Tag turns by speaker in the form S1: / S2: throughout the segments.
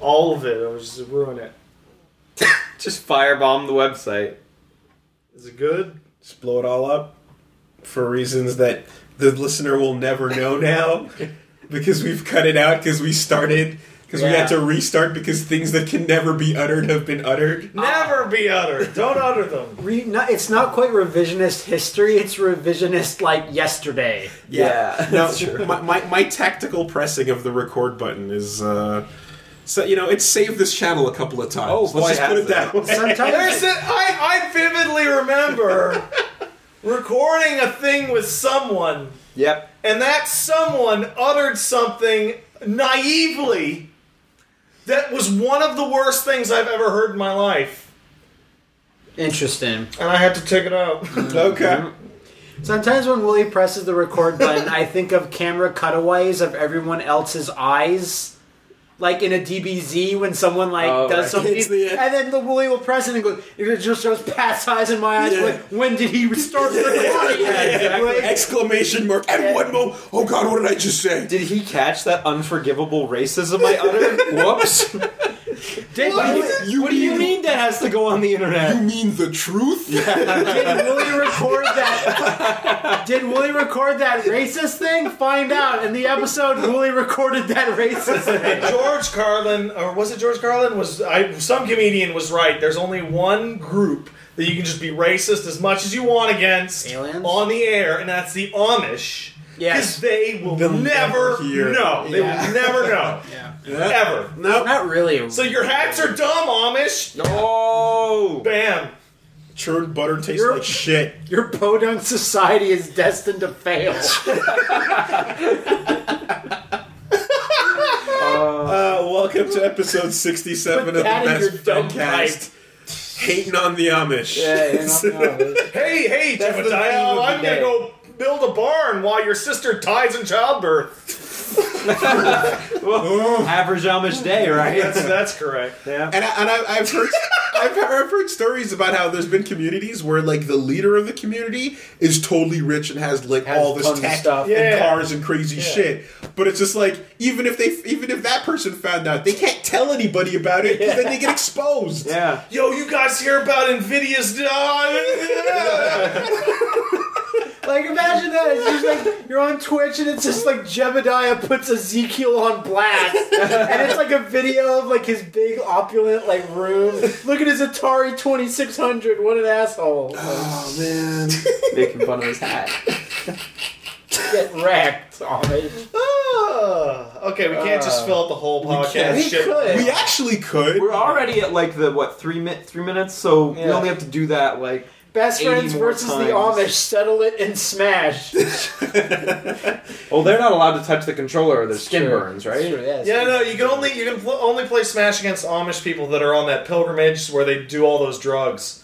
S1: all of it. I was just ruin it.
S2: Just firebomb the website.
S1: Is it good?
S3: Just blow it all up for reasons that the listener will never know now because we've cut it out because we started because we
S1: Yeah.
S3: had to restart because things that can never be uttered have been uttered.
S1: Never be uttered. Don't utter them.
S4: Re- not, it's not quite revisionist history. It's revisionist like yesterday.
S2: Yeah,
S3: No,
S2: that's true.
S3: My, my, my tactical pressing of the record button is, uh, so, you know, it's saved this channel a couple of times.
S2: Oh,
S3: Let's
S2: boy,
S3: just put
S2: has
S3: it that
S2: it.
S3: way.
S1: There's
S4: Sometimes
S1: a, I, I vividly remember recording a thing with someone,
S2: Yep.
S1: and that someone uttered something naively that was one of the worst things I've ever heard in my life.
S4: interesting.
S1: And I had to take it out.
S2: Mm-hmm.
S3: Okay.
S4: Sometimes when Willie presses the record button, I think of camera cutaways of everyone else's eyes. Like in a DBZ when someone like
S2: Oh,
S4: does
S2: right.
S4: something,
S3: It's the-
S4: and then the Willie will press it and go. It just shows Pat's eyes and my eyes.
S3: Yeah.
S4: Like when did he restart the recording?
S2: Yeah, exactly.
S4: Like,
S3: Exclamation mark. And one more. Oh, God, what did I just say?
S2: Did he catch that unforgivable racism I uttered? Whoops.
S4: did, Willie,
S3: you
S2: what do you mean that has to go on the
S3: You
S2: internet?
S3: mean the truth?
S4: did Willie record that? Did Willie record that racist thing? Find out in the episode. Willie recorded that racist thing.
S1: George Carlin, or was it George Carlin? Was I some comedian was right? There's only one group that you can just be racist as much as you want against
S4: Aliens?
S1: on the air, and that's the Amish. Because
S4: Yes.
S1: they will
S3: They'll
S1: never
S3: never hear.
S1: know. They
S4: Yeah.
S1: will never know. Ever.
S3: No.
S4: Not really. A
S1: So your hats are dumb, Amish.
S2: Oh.
S1: Bam.
S3: Churned butter tastes
S4: You're-
S3: like shit.
S4: Your podunk society is destined to fail.
S3: Uh, welcome to episode 67 of the
S4: That is
S3: Best
S4: your dumb
S3: Friendcast. Hating on the Amish.
S1: Hey, hey,
S2: That's the name
S1: Jebediah,
S2: of
S1: I'm gonna
S2: the day.
S1: go build a barn while your sister dies in childbirth.
S3: Oh.
S2: Average Amish day, right?
S1: That's that's correct. Yeah.
S3: And, I, and I, I've heard I've, I've heard stories about how there's been communities where like the leader of the community is totally rich and has like all this
S4: tons of
S3: tech
S4: stuff.
S3: and
S1: Yeah.
S3: cars and crazy shit. But it's just like even if they even if that person found out, they can't tell anybody about it because then they get exposed.
S2: Yeah.
S1: Yo, you guys hear about Nvidia's?
S4: Like, imagine that. It's just like you're on Twitch and it's just like Jebediah puts Ezekiel on blast. And it's like a video of like his big opulent like room. Look at his Atari 2600. What an asshole.
S3: Oh man.
S2: Making fun of his hat.
S4: Get wrecked, Amish.
S1: Ah, okay, we can't just fill out the whole podcast.
S4: We
S1: shit.
S4: could.
S3: we actually could.
S2: We're already at like the what three minutes? Three minutes, so we
S4: Yeah.
S2: only have to do that like
S4: Best
S2: 80
S4: friends
S2: more
S4: versus the
S2: times.
S4: Amish. Settle it and smash.
S2: Oh, they're not allowed to touch the controller or their skin
S4: True.
S2: burns, right?
S4: It's true, yeah, it's
S1: Yeah,
S4: true.
S1: no, you can only you can pl- only play Smash against Amish people that are on that pilgrimage where they do all those drugs.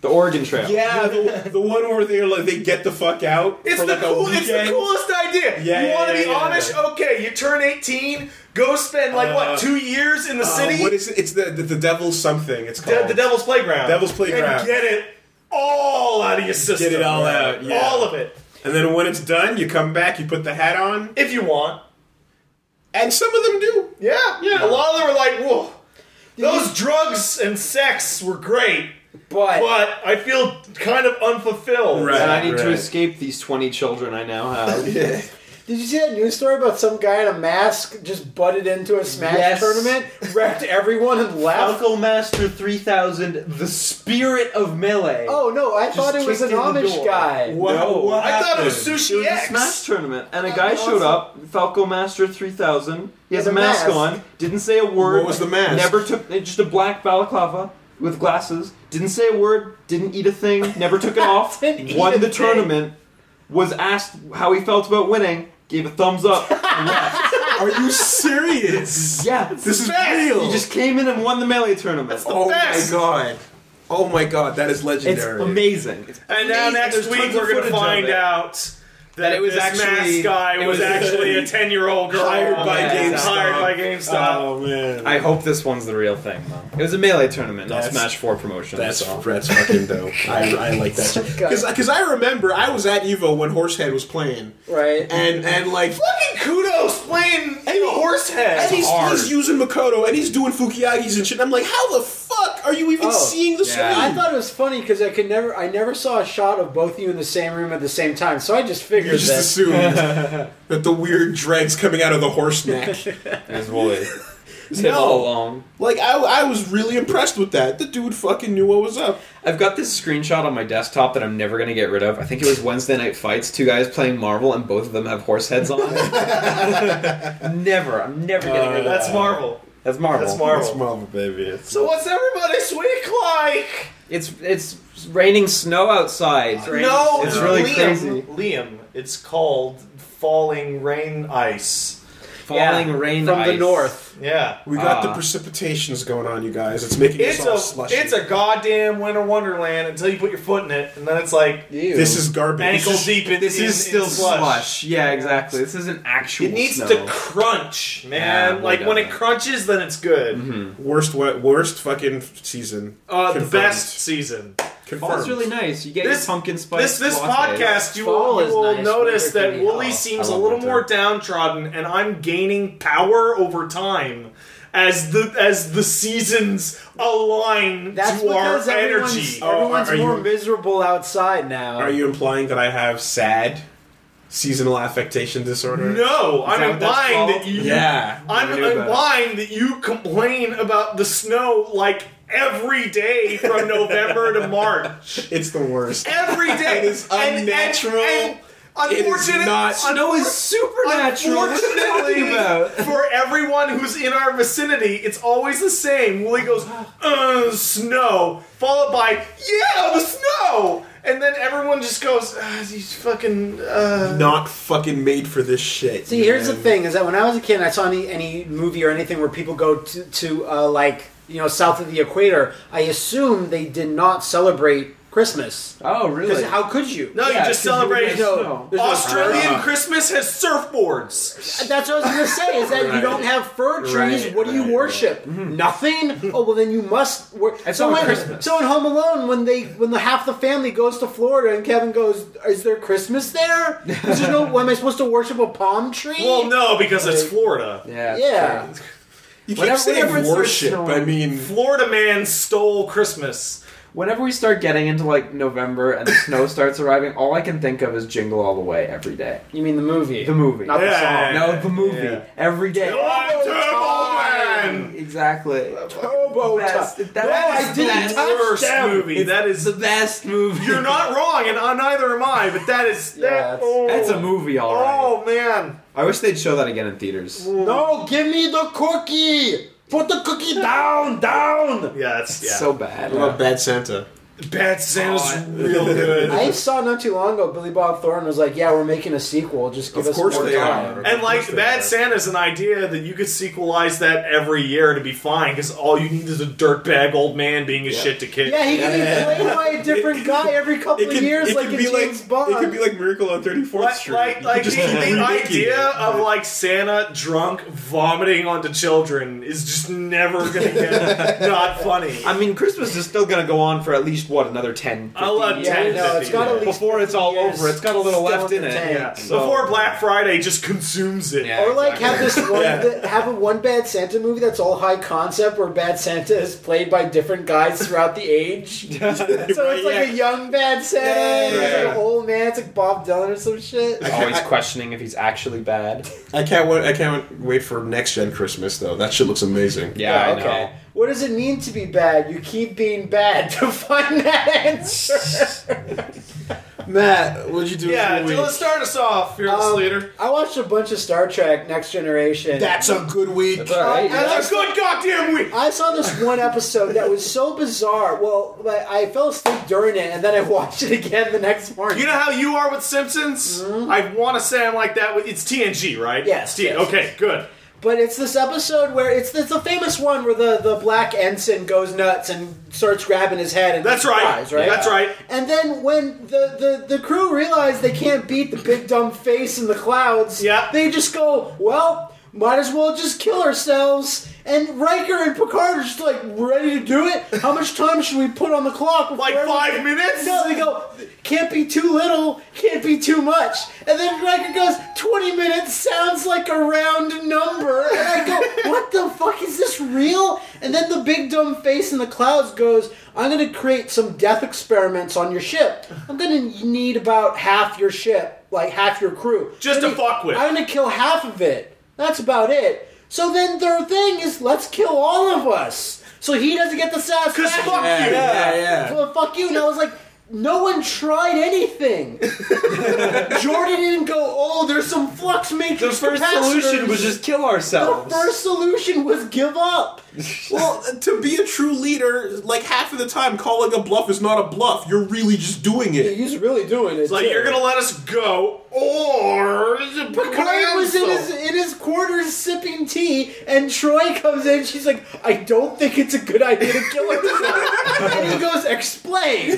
S2: The Oregon Trail.
S3: yeah, the, the one where they're like they get the fuck out
S1: It's
S3: for
S1: the
S3: like
S1: cool,
S3: a
S1: it's the
S3: weekend.
S1: coolest idea.
S3: Yeah,
S1: you
S3: yeah,
S1: want to
S3: yeah,
S1: be
S3: yeah,
S1: Amish? Okay, you turn eighteen, go spend like
S3: Uh,
S1: what two years in the
S3: Uh,
S1: city,
S3: what is it? It's the the, the devil's something. It's
S1: De-
S3: called
S1: the Devil's Playground,
S3: Devil's
S1: and
S3: Playground.
S1: get it all out of your system.
S3: it all out, yeah.
S1: all of it,
S3: And then when it's done, you come back, you put the hat on,
S1: if you want.
S3: and some of them do.
S1: Yeah, yeah. A lot of them are like, whoa, those drugs and sex were great, but I feel kind of unfulfilled.
S3: Right.
S2: And I need to
S3: Right.
S2: escape these twenty children I now have.
S3: Yeah.
S4: Did you see that news story about some guy in a mask just butted into a Smash
S2: Yes.
S4: tournament, wrecked everyone, and left?
S2: Falco Master three thousand, the spirit of melee.
S4: Oh no, I thought it was an
S2: kicked in the
S4: Amish
S2: door.
S4: guy.
S3: What,
S2: No.
S3: what
S1: I thought it was
S3: happened?
S1: Sushi
S2: It was
S1: X.
S2: a Smash tournament, and a
S4: Oh,
S2: guy showed
S4: awesome.
S2: up, Falco Master 3000. He has
S4: With
S2: a
S4: a
S2: mask,
S4: mask.
S2: on, didn't say a word.
S3: What was the mask?
S2: Never took, eh, just a black balaclava with glasses. Didn't say a word, didn't eat a thing, never took it off.
S4: Didn't eat
S2: won
S4: a
S2: the
S4: thing.
S2: tournament, was asked how he felt about winning, gave a thumbs up, and left.
S3: Are you serious?
S2: Yeah.
S3: This is
S1: Smash!
S3: real.
S2: He just came in and won the melee tournament.
S3: oh
S1: best.
S3: my god. Oh my god, that is
S2: it's
S3: legendary.
S2: amazing. It's
S1: And now
S2: amazing.
S1: next
S2: There's
S1: week
S2: tons of
S1: we're going to
S2: footage of
S1: find
S2: it.
S1: out that,
S2: it was
S1: this mask
S2: actually-
S1: guy
S2: it
S1: was,
S2: was
S1: actually a ten-year-old girl
S3: Hired by
S2: Yeah,
S3: GameStop.
S2: exactly.
S1: Hired by GameStop.
S3: Oh man.
S2: I hope this one's the real thing, though. It was a melee tournament, not
S3: That's-
S2: Smash 4 promotion.
S3: that's,
S2: so.
S3: that's fucking dope. I, I like that.
S4: Good.
S3: Because I remember I was at Evo when Horsehead was playing.
S4: Right.
S3: And and like
S1: Fucking kudos playing
S3: Hey,
S1: horse
S3: And
S1: head.
S3: he's,
S2: hard.
S3: he's using Makoto and he's doing Fukiagis and shit. I'm like, how the fuck are you even
S4: Oh,
S3: seeing the
S2: yeah.
S4: I
S3: screen?
S4: thought it was funny because I could never, I never saw a shot of both of you in the same room at the same time, so I just
S3: You
S4: figured
S3: just
S4: that.
S3: assumed that the weird dreads coming out of the horse neck.
S2: His voice.
S5: His head
S3: No.
S5: all along.
S3: like I, I was really impressed with that. The dude fucking knew what was up.
S5: I've got this screenshot on my desktop that I'm never gonna get rid of. I think it was Wednesday Night Fights. Two guys playing Marvel, and both of them have horse heads on. never. I'm never getting rid of that.
S1: That's Marvel.
S5: That's Marvel.
S1: Uh, That's Marvel.
S3: Marvel, baby. It's
S1: So what's everybody's week like?
S5: It's it's raining snow outside.
S1: Uh, No,
S5: It's really
S1: Liam.
S5: crazy.
S1: Liam, it's called falling rain ice.
S5: Falling
S4: Yeah,
S5: rain
S4: from the
S5: ice.
S4: north.
S1: Yeah.
S3: we got
S5: Ah.
S3: the precipitations going on, you guys. It's making
S1: It's
S3: us all
S1: a
S3: slushy.
S1: it's a goddamn winter wonderland until you put your foot in it, and then it's like
S4: Ew.
S3: this is garbage.
S1: ankle
S3: This is-
S1: deep in
S5: This
S1: in-
S5: is still
S1: in
S5: slush. Yeah, exactly. This isn't actual.
S1: It needs
S5: snow.
S1: to crunch,
S5: Yeah,
S1: man.
S5: we
S1: like
S5: got
S1: when it
S5: that.
S1: crunches, then it's good.
S5: Mm-hmm.
S3: worst wet, worst fucking season.
S1: Uh, the
S3: Confirmed.
S1: best season.
S3: Confirmed.
S5: Fall's really nice. You get
S1: This-
S5: your pumpkin spice.
S1: This this
S5: latte.
S1: podcast, you
S4: Fall
S1: will, you
S4: is
S1: will
S4: nice,
S1: notice
S4: winter can
S1: that
S4: be
S1: Wooly
S4: hell.
S1: seems
S5: I
S1: a
S5: love
S1: little
S5: winter.
S1: more downtrodden, and I'm gaining power over time as the as the seasons align
S4: That's
S1: to our
S4: because
S1: energy.
S4: everyone's,
S3: Oh,
S4: everyone's
S3: are you-
S4: more miserable outside now.
S3: Are you implying that I have sad seasonal affectation disorder?
S1: No,
S5: that
S1: I'm
S5: what that's
S1: implying that
S5: called?
S1: you.
S3: Yeah.
S1: I'm
S5: I knew about it.
S1: implying that you complain about the snow like every day from November to March.
S3: It's the worst.
S1: Every day.
S3: It is
S1: And- and-
S3: unnatural.
S1: and
S3: It is
S1: unfortunate-
S3: not-
S5: Snow is supernatural. What are you talking
S1: Unfortunately,
S5: about?
S1: for everyone who's in our vicinity, it's always the same. Willie goes, uh, snow, followed by, yeah, the snow! And then everyone just goes, uh, these fucking, uh.
S3: Not fucking made for this shit.
S4: See, here's the
S3: man.
S4: thing: is that when I was a kid, and I saw any any movie or anything where people go to to uh, like you know south of the equator. I assume they did not celebrate Christmas
S5: Oh,
S4: because
S5: really?
S4: how could you?
S1: No,
S5: Yeah,
S1: you just
S5: 'cause you
S1: celebrate.
S5: would make
S4: No,
S5: snow.
S4: there's no-
S1: Australian
S3: Ah.
S1: Christmas has surfboards.
S4: That's what I was going to say. Is that you
S5: Right.
S4: don't have fir trees?
S5: Right,
S4: what do you
S5: right,
S4: worship? Nothing. Oh well, then you must. Wor-
S5: It's
S4: so
S5: not
S4: when,
S5: Christmas.
S4: so in Home Alone, when they when the half the family goes to Florida and Kevin goes, "Is there Christmas there? Is there no? Am I supposed to worship a palm tree?"
S1: Well, no, because it's Florida.
S5: yeah.
S4: Yeah.
S5: it's true.
S3: You keep
S5: Whenever- whenever it
S3: saying
S5: starts
S3: worship. I
S5: snowing-
S3: mean,
S1: Florida man stole Christmas.
S5: Whenever we start getting into like November and the snow starts arriving, all I can think of is Jingle All the Way every day.
S4: You mean the movie?
S5: The movie.
S4: Not the song.
S1: Yeah.
S5: No, the movie.
S1: Yeah.
S5: Every day.
S1: I'm Turbo Man!
S5: Exactly.
S4: Turbo
S5: That's-
S4: Top.
S5: that-
S4: No,
S5: that
S4: Oh, I
S5: is
S4: didn't
S5: the
S4: touch
S1: worst
S4: them.
S1: movie. that
S5: It's
S1: is.
S5: the best movie.
S1: You're not wrong, and uh, neither am I. But that is.
S4: Yeah,
S1: that,
S4: it's-
S1: oh,
S5: That's a movie, alright.
S1: Oh man.
S5: I wish they'd show that again in theaters.
S4: No, give me the cookie. Put the cookie down, down.
S1: Yeah, it's
S5: It's
S1: yeah.
S5: so bad.
S3: I love Bad Santa.
S1: Bad Santa's
S5: Oh, I-
S1: real good.
S4: I saw not too long ago. Billy Bob Thornton was like, "Yeah, we're making a sequel. Just give
S3: Of
S4: us
S3: course
S4: more
S3: they
S4: time."
S3: are.
S1: and like
S3: Of course they
S1: Bad
S3: are.
S1: Santa's an idea that you could sequelize that every year and it'd be fine because all you need is a dirtbag old man being a shit to kid.
S4: Yeah, he can
S3: Yeah.
S4: be played by a different guy every couple of years, like in James Bond.
S3: It could be like Miracle on 34th
S1: Like,
S3: Street.
S1: like,
S3: You
S1: like the,
S3: just keep
S1: the
S3: remaking
S1: idea
S3: it.
S1: of like Santa drunk vomiting onto children is just never gonna get not funny.
S5: I mean, Christmas is still gonna go on for at least what another uh, ten.
S1: I'll let
S4: yeah,
S1: ten.
S4: no, it's got at least
S5: Before it's all
S4: 50 years
S5: over, it's got a little
S4: still
S5: left
S4: the
S5: in it.
S4: tank.
S1: yeah.
S5: so-
S1: Before Black Friday just consumes it.
S5: Yeah.
S4: Or like have this one,
S3: Yeah.
S4: that- have a one bad Santa movie that's all high concept, where bad Santa is played by different guys throughout the age. So it's like a young bad Santa,
S3: Yeah.
S4: it's like
S3: Yeah.
S4: an old man, it's like Bob Dylan or some shit.
S5: Always questioning if he's actually bad.
S3: I can't wait. I can't wait for next gen Christmas though. That shit looks amazing.
S5: Yeah, I know.
S4: What does it mean to be bad? You keep being bad to find that answer.
S3: Matt, what'd you do?
S1: Yeah,
S3: with your
S1: let's
S3: week?
S1: start us off, fearless
S4: Um,
S1: leader.
S4: I watched a bunch of Star Trek Next Generation.
S3: That's a good week.
S5: That's all right.
S4: I- I-
S1: That's a good goddamn week.
S4: I saw this one episode that was so bizarre. Well, like, I fell asleep during it, and then I watched it again the next morning.
S1: You know how you are with Simpsons? I want to say I'm like that with it's TNG, right?
S4: Yes,
S1: It's T-
S4: yes.
S1: Okay, good.
S4: but it's this episode where it's it's the famous one where the, the black ensign goes nuts and starts grabbing his head. And
S1: That's right.
S4: dies, right?
S1: That's right.
S4: And then when the, the, the crew realize they can't beat the big dumb face in the clouds,
S1: Yeah.
S4: they just go, well, might as well just kill ourselves. And Riker and Picard are just like ready to do it. How much time should we put on the clock?
S1: Like
S4: before everyone-
S1: five minutes?
S4: No, they go, can't be too little, can't be too much. And then Riker goes, 20 minutes sounds like a round number. And I what the fuck is this real? And then the big dumb face in the clouds goes, I'm gonna create some death experiments on your ship. I'm gonna need about half your ship, like half your crew.
S1: Just to
S4: I'm gonna-
S1: fuck with.
S4: I'm gonna kill half of it. That's about it. So then their thing is, let's kill all of us. So he doesn't get the satisfaction.
S1: Because fuck
S3: Yeah,
S1: you.
S3: yeah, yeah.
S4: Well, fuck you. And I was like, no one tried anything. Jordan didn't go, oh, there's some flux matrix.
S5: The first
S4: capacitors."
S5: solution was just kill
S4: The
S5: ourselves.
S4: first solution was give up.
S3: Well, to be a true leader, like half of the time, calling a bluff is not a bluff. You're really just doing it.
S4: He's really doing it.
S1: It's like you're gonna let us go, or
S4: Picard was in his, in his quarters sipping tea, and Troy comes in. She's like, I don't think it's a good idea to kill herself. and he goes, Explain.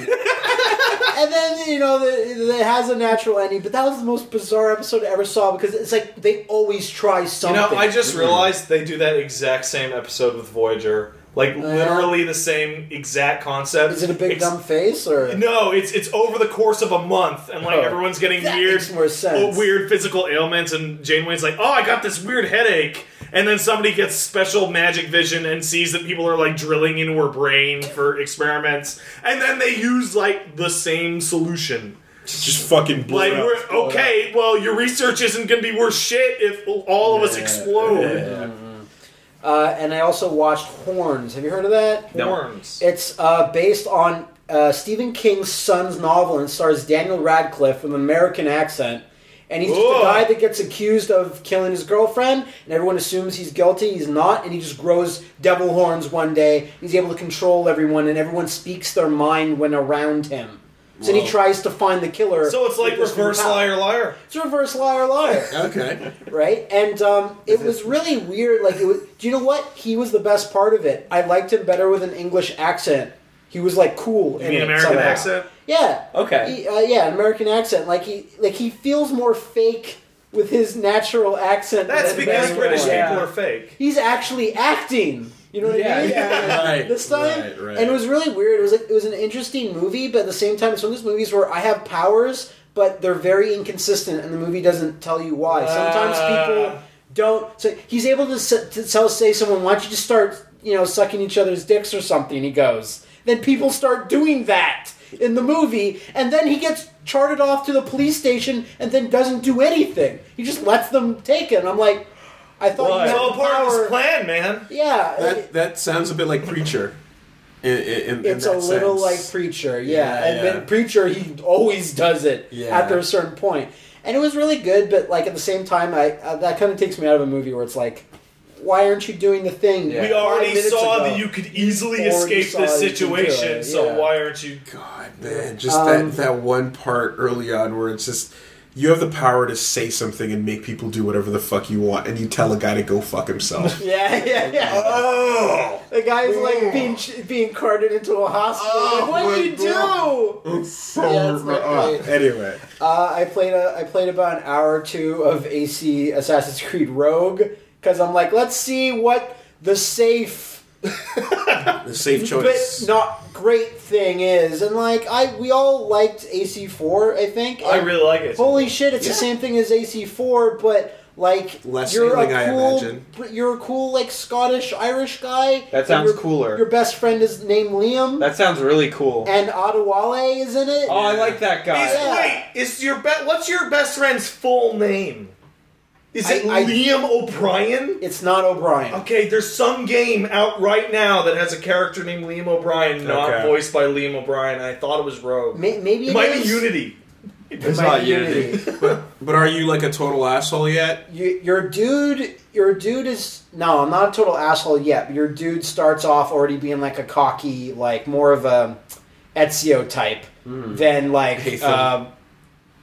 S4: and then, you know, the, the, it has a natural ending, but that was the most bizarre episode I ever saw because it's like they always try
S1: You
S4: something.
S1: know, I just realized they do that exact same episode with Voyager. Like literally the same exact concept.
S4: Oh, Is it a big
S1: Ex-
S4: dumb face or?
S1: No, it's it's over the course of a month, and like
S4: Oh.
S1: everyone's getting
S4: That
S1: weird,
S4: makes more sense.
S1: weird physical ailments, and Janeway's like, "Oh, I got this weird headache," and then somebody gets special magic vision and sees that people are like drilling into her brain for experiments, and then they use like the same solution.
S3: Just fucking blow
S1: Like,
S3: it up.
S1: we're, okay, well, your research isn't going to be worth shit if all of us explode.
S3: Yeah.
S4: Uh, and I also watched Horns. Have you heard of that?
S5: No.
S1: Horns.
S4: It's uh, based on uh, Stephen King's son's novel and stars Daniel Radcliffe with an American accent. And he's just
S1: Whoa.
S4: a guy that gets accused of killing his girlfriend, and everyone assumes he's guilty. He's not, and he just grows devil horns one day. He's able to control everyone, and everyone speaks their mind when around him. So then he
S3: Whoa.
S4: tries to find the killer.
S1: So it's like
S4: with this new
S1: reverse
S4: power.
S1: liar, liar.
S4: It's reverse liar, liar
S3: Okay.
S4: right? And um, it was really weird. Like, it was, do you know what? He was the best part of it. I liked him better with an English accent. He was like cool.
S1: You
S4: in
S1: mean
S4: it
S1: American
S4: somehow.
S1: accent?
S4: Yeah.
S5: Okay.
S4: He, uh, yeah, an American accent. Like he, like he feels more fake with his natural accent.
S1: That's
S4: than
S1: because
S4: American
S1: British
S4: accent.
S1: people are fake.
S4: He's actually acting. You know what
S5: Yeah,
S4: I mean?
S5: yeah,
S3: right.
S4: this time,
S3: Right, right.
S4: and it was really weird. It was like it was an interesting movie, but at the same time, it's one of those movies where I have powers, but they're very inconsistent, and the movie doesn't tell you why.
S5: Uh.
S4: Sometimes
S1: Ah.
S4: people don't. So he's able to, s- to tell, say, someone, "Why don't you just start, you know, sucking each other's dicks or something?" He goes. Then people start doing that in the movie, and then he gets charted off to the police station, and then doesn't do anything. He just lets them take it. And I'm like, I thought you
S5: Why?
S1: It's
S4: had
S1: all
S4: the
S1: part of
S4: power.
S1: his plan, man.
S4: Yeah, like-
S3: That that sounds a bit like preacher. In, in, in
S4: it's a
S3: that
S4: little like
S3: sense.
S4: preacher yeah,
S3: Yeah,
S4: and
S3: yeah.
S4: then preacher he always does it
S3: Yeah.
S4: after a certain point and it was really good but like at the same time i uh, that kind of takes me out of a movie where it's like why aren't you doing the
S5: We
S4: thing
S1: We
S4: five
S1: already
S4: minutes
S1: saw
S4: ago?
S1: that you could easily
S4: Already
S1: escape
S4: saw
S1: this
S4: that you can do
S1: situation,
S4: it,
S1: so
S4: yeah.
S1: why aren't you?
S3: God, man, just
S4: Um,
S3: that that one part early on where it's just you have the power to say something and make people do whatever the fuck you want, and you tell a guy to go fuck himself.
S4: yeah yeah yeah
S3: oh,
S4: the guy's like being being carted into a hospital
S3: Oh,
S4: like, what
S3: my
S4: do you
S3: God.
S4: do
S3: it's so
S4: Yeah, it's not
S3: uh,
S4: great.
S3: anyway.
S4: Uh, I played a, I played about an hour or two of AC Assassin's Creed Rogue because I'm like, let's see what the safe
S3: The safe choice.
S4: but not great thing is, and like I, we all liked AC4. I think.
S1: I
S4: And
S1: really like it.
S4: Holy shit! It's
S3: Yeah.
S4: the same thing as AC4, but like
S3: Less
S4: you're a
S3: sailing, I
S4: cool,
S3: imagine.
S4: but you're a cool like Scottish Irish guy.
S5: That
S4: and
S5: sounds
S4: your-
S5: cooler.
S4: Your best friend is named Liam,
S5: That sounds really cool.
S4: and Adewale is in it.
S5: Oh, I like that guy.
S1: Is,
S4: Yeah.
S1: Wait, is your be- what's your best friend's full name? Is
S4: I-
S1: it
S4: I-
S1: Liam O'Brien?
S4: It's not O'Brien.
S1: Okay, there's some game out right now that has a character named Liam O'Brien, not
S3: Okay.
S1: voiced by Liam O'Brien. I thought it was Rogue.
S4: May, maybe
S1: it,
S4: it,
S1: might
S4: is.
S1: be Unity.
S4: It
S5: It's
S4: might
S5: not
S4: be
S5: Unity.
S3: but, but are you like a total asshole yet?
S4: you, your dude your dude is no i'm not a total asshole yet but your dude starts off already being like a cocky like more of a ezio type than like
S3: Haytham.
S4: um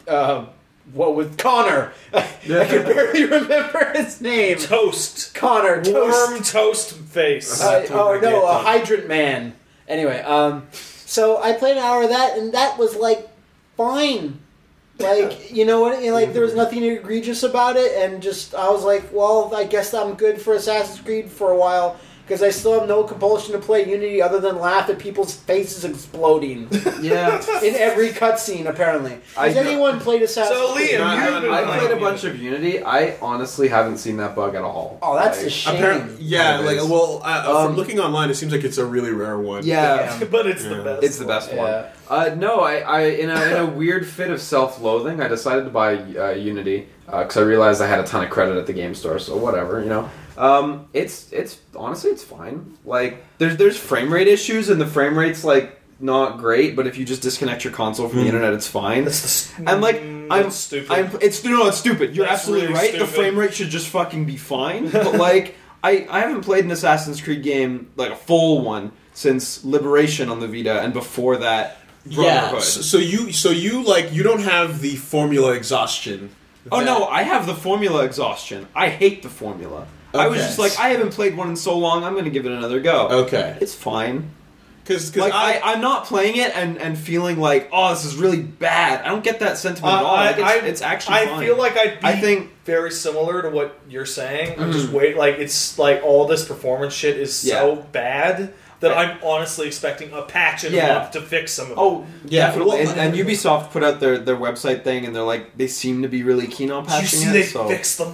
S4: uh, what with connor i can barely remember his name
S1: Toast.
S4: connor toast
S1: Warm toast face.
S4: uh,
S3: That's what
S4: oh
S3: I
S4: no,
S3: get.
S4: a hydrant man. Anyway, um, so I played an hour of that, and that was like fine. Like you know what? Like there was
S2: Mm-hmm.
S4: nothing egregious about it, and just I was like, well, I guess I'm good for Assassin's Creed for a while because I still have no compulsion to play Unity other than laugh at people's faces exploding
S2: Yeah.
S4: in every cutscene. Apparently,
S2: I
S4: has
S2: know.
S4: anyone played Assassin's
S1: So,
S4: Creed?
S1: Liam,
S2: I,
S1: you've been
S2: I played a
S1: playing
S2: bunch
S1: Unity.
S2: of Unity. I honestly haven't seen that bug at all.
S4: Oh, that's a
S2: Like,
S4: shame.
S3: Apparently, yeah,
S2: Kind of
S3: like
S2: is.
S3: well, uh,
S2: Um,
S3: from looking online, it seems like it's a really rare one.
S2: Yeah.
S1: but it's
S3: Yeah.
S1: the best.
S2: It's the best
S4: Yeah.
S2: one. Uh, no, I, I in, a, in a weird fit of self-loathing, I decided to buy uh, Unity because I realized I had a ton of credit at the game store. So whatever, you know. Um, it's it's honestly it's fine. Like there's there's frame rate issues and the frame rate's like not great, but if you just disconnect your console from the internet, it's fine.
S1: Hmm. That's the
S2: I'm like, I'm
S1: stupid.
S2: I'm, it's no, it's stupid. You're
S1: That's
S2: absolutely
S1: really
S2: right. The
S1: stupid.
S2: frame rate should just fucking be fine. But like, I I haven't played an Assassin's Creed game like a full one since Liberation on the Vita, and before that, Brotherhood.
S3: So, so you, so you like you don't have the formula exhaustion.
S2: Oh
S3: that-
S2: no, I have the formula exhaustion. I hate the formula. I was
S3: Okay.
S2: just like, I haven't played one in so long. I'm gonna give it another go.
S3: Okay.
S2: It's fine.
S3: Because
S2: Like I, I, am not playing it and, and feeling like, oh, this is really bad. I don't get that sentiment at all. Like, it's, it's actually.
S1: Uh, I
S2: fine.
S1: feel like I'd be
S2: I think- Mm.
S1: very similar to what you're saying. I'm just wait like it's like all this performance shit is so bad that
S2: I-
S1: I'm honestly expecting a patch in
S2: Yeah.
S1: a month to fix some of it.
S2: Oh,
S3: Yeah,
S2: definitely.
S3: well,
S2: and, and
S1: uh,
S2: Ubisoft put out their, their website thing, and they're like, they seem to be really keen on
S1: Did you
S2: patching
S1: see
S2: it.
S1: they
S2: so.
S1: fixed the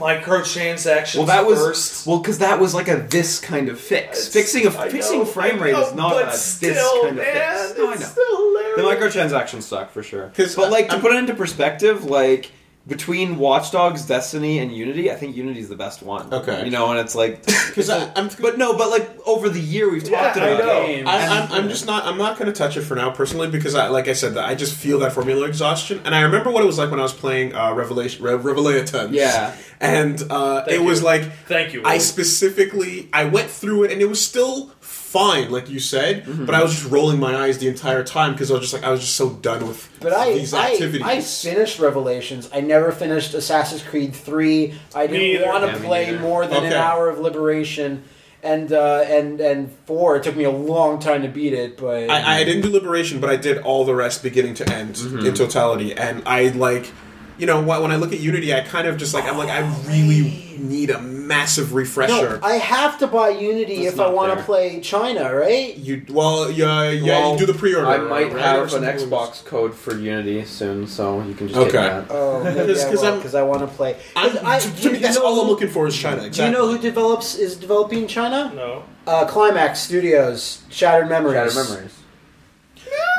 S1: microtransactions
S2: well, that was
S1: first.
S2: well because that was like a this kind of fix.
S1: It's-
S2: fixing a
S1: I know,
S2: fixing frame
S1: I
S2: rate is
S1: know,
S2: not
S1: but
S2: a
S1: still,
S2: this kind of
S1: man,
S2: fix. No, I
S1: it's
S2: know.
S1: still
S2: The
S1: hilarious.
S2: microtransactions suck for sure.
S3: 'Cause
S2: But like to
S3: I'm-
S2: put it into perspective, like between Watch Dogs, Destiny, and Unity, I think Unity's the best one.
S3: Okay.
S2: you know, and it's like,
S3: because I'm,
S2: but no, but like over the year we've
S1: Yeah,
S2: talked
S1: I
S2: about
S1: know.
S2: it.
S3: I, I'm, I'm just not. I'm not going to touch it for now, personally, because I, like I said, that I just feel that formula exhaustion, and I remember what it was like when I was playing uh, Revelation, Re- Revelations.
S2: Yeah.
S3: and uh, it
S1: Thank
S3: was
S1: you.
S3: like
S1: Thank you.
S3: I
S1: Willie.
S3: specifically I went through it, and it was still fine, like you said, but I was just rolling my eyes the entire time because I was just like I was just so done with
S4: But I,
S3: these
S4: I,
S3: activities.
S4: I finished Revelations. I never finished Assassin's Creed 3. I didn't
S1: neither.
S4: want to
S2: Yeah, me
S4: play
S2: neither.
S4: more than an
S3: Okay.
S4: hour of Liberation. And uh, and and 4, it took me a long time to beat it, but...
S3: I, I didn't do Liberation, but I did all the rest beginning to end
S1: Mm-hmm.
S3: in totality. And I like, you know, wh- when I look at Unity, I kind of just like, I'm like, I really need a massive refresher.
S4: no, I have to buy Unity
S2: That's
S4: if I
S2: not
S4: want to
S2: fair.
S4: play China, right?
S3: you well, yeah, yeah,
S2: Well,
S3: you do the pre-order.
S2: I might
S3: right? Or
S2: have an
S3: something.
S2: Xbox code for Unity soon, so you can just
S3: Okay.
S2: take that.
S4: Oh, maybe
S3: Because-
S4: I
S3: 'cause
S4: will,
S3: I'm-
S4: because I want to play...
S3: I'm,
S4: 'Cause I-
S3: to,
S4: do
S3: to me,
S4: you
S3: that's
S4: know
S3: all I'm
S4: who-
S3: looking for is China.
S4: Do you know
S3: exactly.
S4: who develops is developing China?
S1: no.
S4: Uh, Climax Studios, Shattered Memories.
S2: Shattered memories.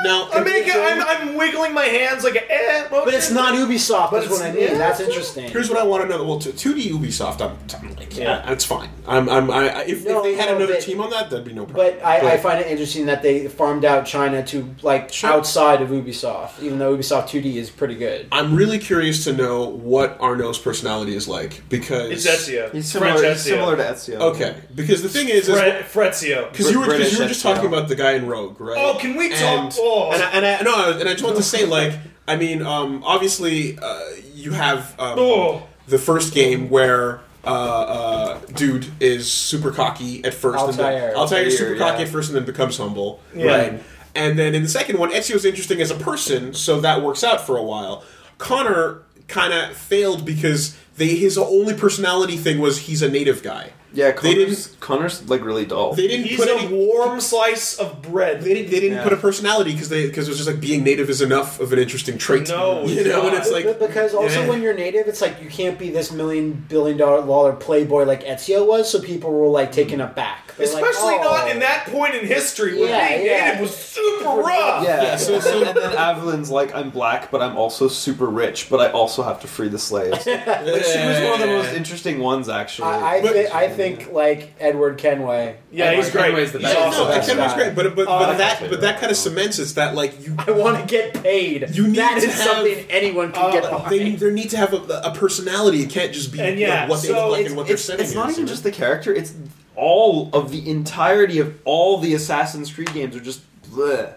S3: Now,
S1: I'm making. I'm, I'm wiggling my hands like a. Eh,
S4: But it's not Ubisoft,
S1: But
S4: is what
S1: it's-
S4: I mean.
S1: yeah.
S4: That's interesting.
S3: Here's what I want to know. Well, to, 2D Ubisoft, I'm, I'm like, yeah,
S1: Yeah.
S3: that's fine. I'm, I'm, I, I- if,
S4: No,
S3: if they had
S4: no,
S3: another
S4: but-
S3: team on that, that'd be no problem.
S4: But I, I find it interesting that they farmed out China to like
S3: Sure.
S4: outside of Ubisoft, even though Ubisoft 2D is pretty good.
S3: I'm really curious to know what Arno's personality is like because
S1: It's Ezio.
S2: He's
S1: French
S2: similar, he's
S1: Ezio.
S2: similar to Ezio.
S3: Okay, because the thing is, is
S1: Fre- Frezio.
S3: Because you were because
S2: British
S3: you were just talking
S2: SEO.
S3: about the guy in Rogue, right?
S1: Oh, can we talk-
S3: And,
S1: oh.
S3: and I, and I no, and I just want to say, like, I mean, um, obviously, uh, you have um,
S1: Oh.
S3: the first game where. Uh, uh, dude is super cocky at first. And
S4: Altair.
S3: then, Altair is
S2: Altair,
S3: super cocky
S2: yeah.
S3: at first, and then becomes humble.
S1: Yeah.
S3: Right. And then in the second one, Ezio's interesting as a person, so that works out for a while. Connor kind of failed because they his only personality thing was he's a native guy.
S2: Yeah,
S3: they didn't.
S2: Connor's, Connor's like really dull.
S3: They didn't
S1: He's
S3: put
S1: a
S3: any,
S1: warm slice of bread.
S3: they didn't, they didn't
S2: Yeah.
S3: put a personality because they because it was just like being native is enough of an interesting trait.
S1: No,
S3: you know, and it's like
S4: But because also
S3: yeah.
S4: when you're native, it's like you can't be this million billion dollar dollar playboy like Ezio was. So people were like taken aback, They're like,
S1: Especially
S4: "Oh."
S1: not in that point in history where
S4: Yeah,
S1: being
S4: yeah.
S1: native was super rough.
S2: yeah,
S3: Yeah, so- so-
S2: and then Avelyn's like, I'm black, but I'm also super rich, but I also have to free the slaves. like, she was one of the most interesting ones, actually.
S4: I, I,
S3: But-
S4: thi- I think like Edward Kenway.
S1: Yeah, he's
S4: Edward
S1: great.
S2: Kenway's the
S1: He's
S3: yeah,
S2: best.
S1: also
S3: no,
S1: the
S3: that
S1: best.
S3: kind of was
S4: guy.
S3: great, but but,
S4: Oh,
S3: but
S4: that's
S3: that
S2: my
S3: but that
S2: favorite.
S3: kind of cements it's that like you
S4: I want to get paid.
S3: You need
S4: that
S3: to
S4: is
S3: have-
S4: something anyone can get behind.
S3: they there need to have a, a personality. It can't just be
S1: And yeah,
S3: like, what they
S1: so
S3: look like
S1: it's-
S3: and what they're
S2: it's,
S3: saying.
S2: it's not even just the character, it's all of the entirety of all the Assassin's Creed games are just bleh.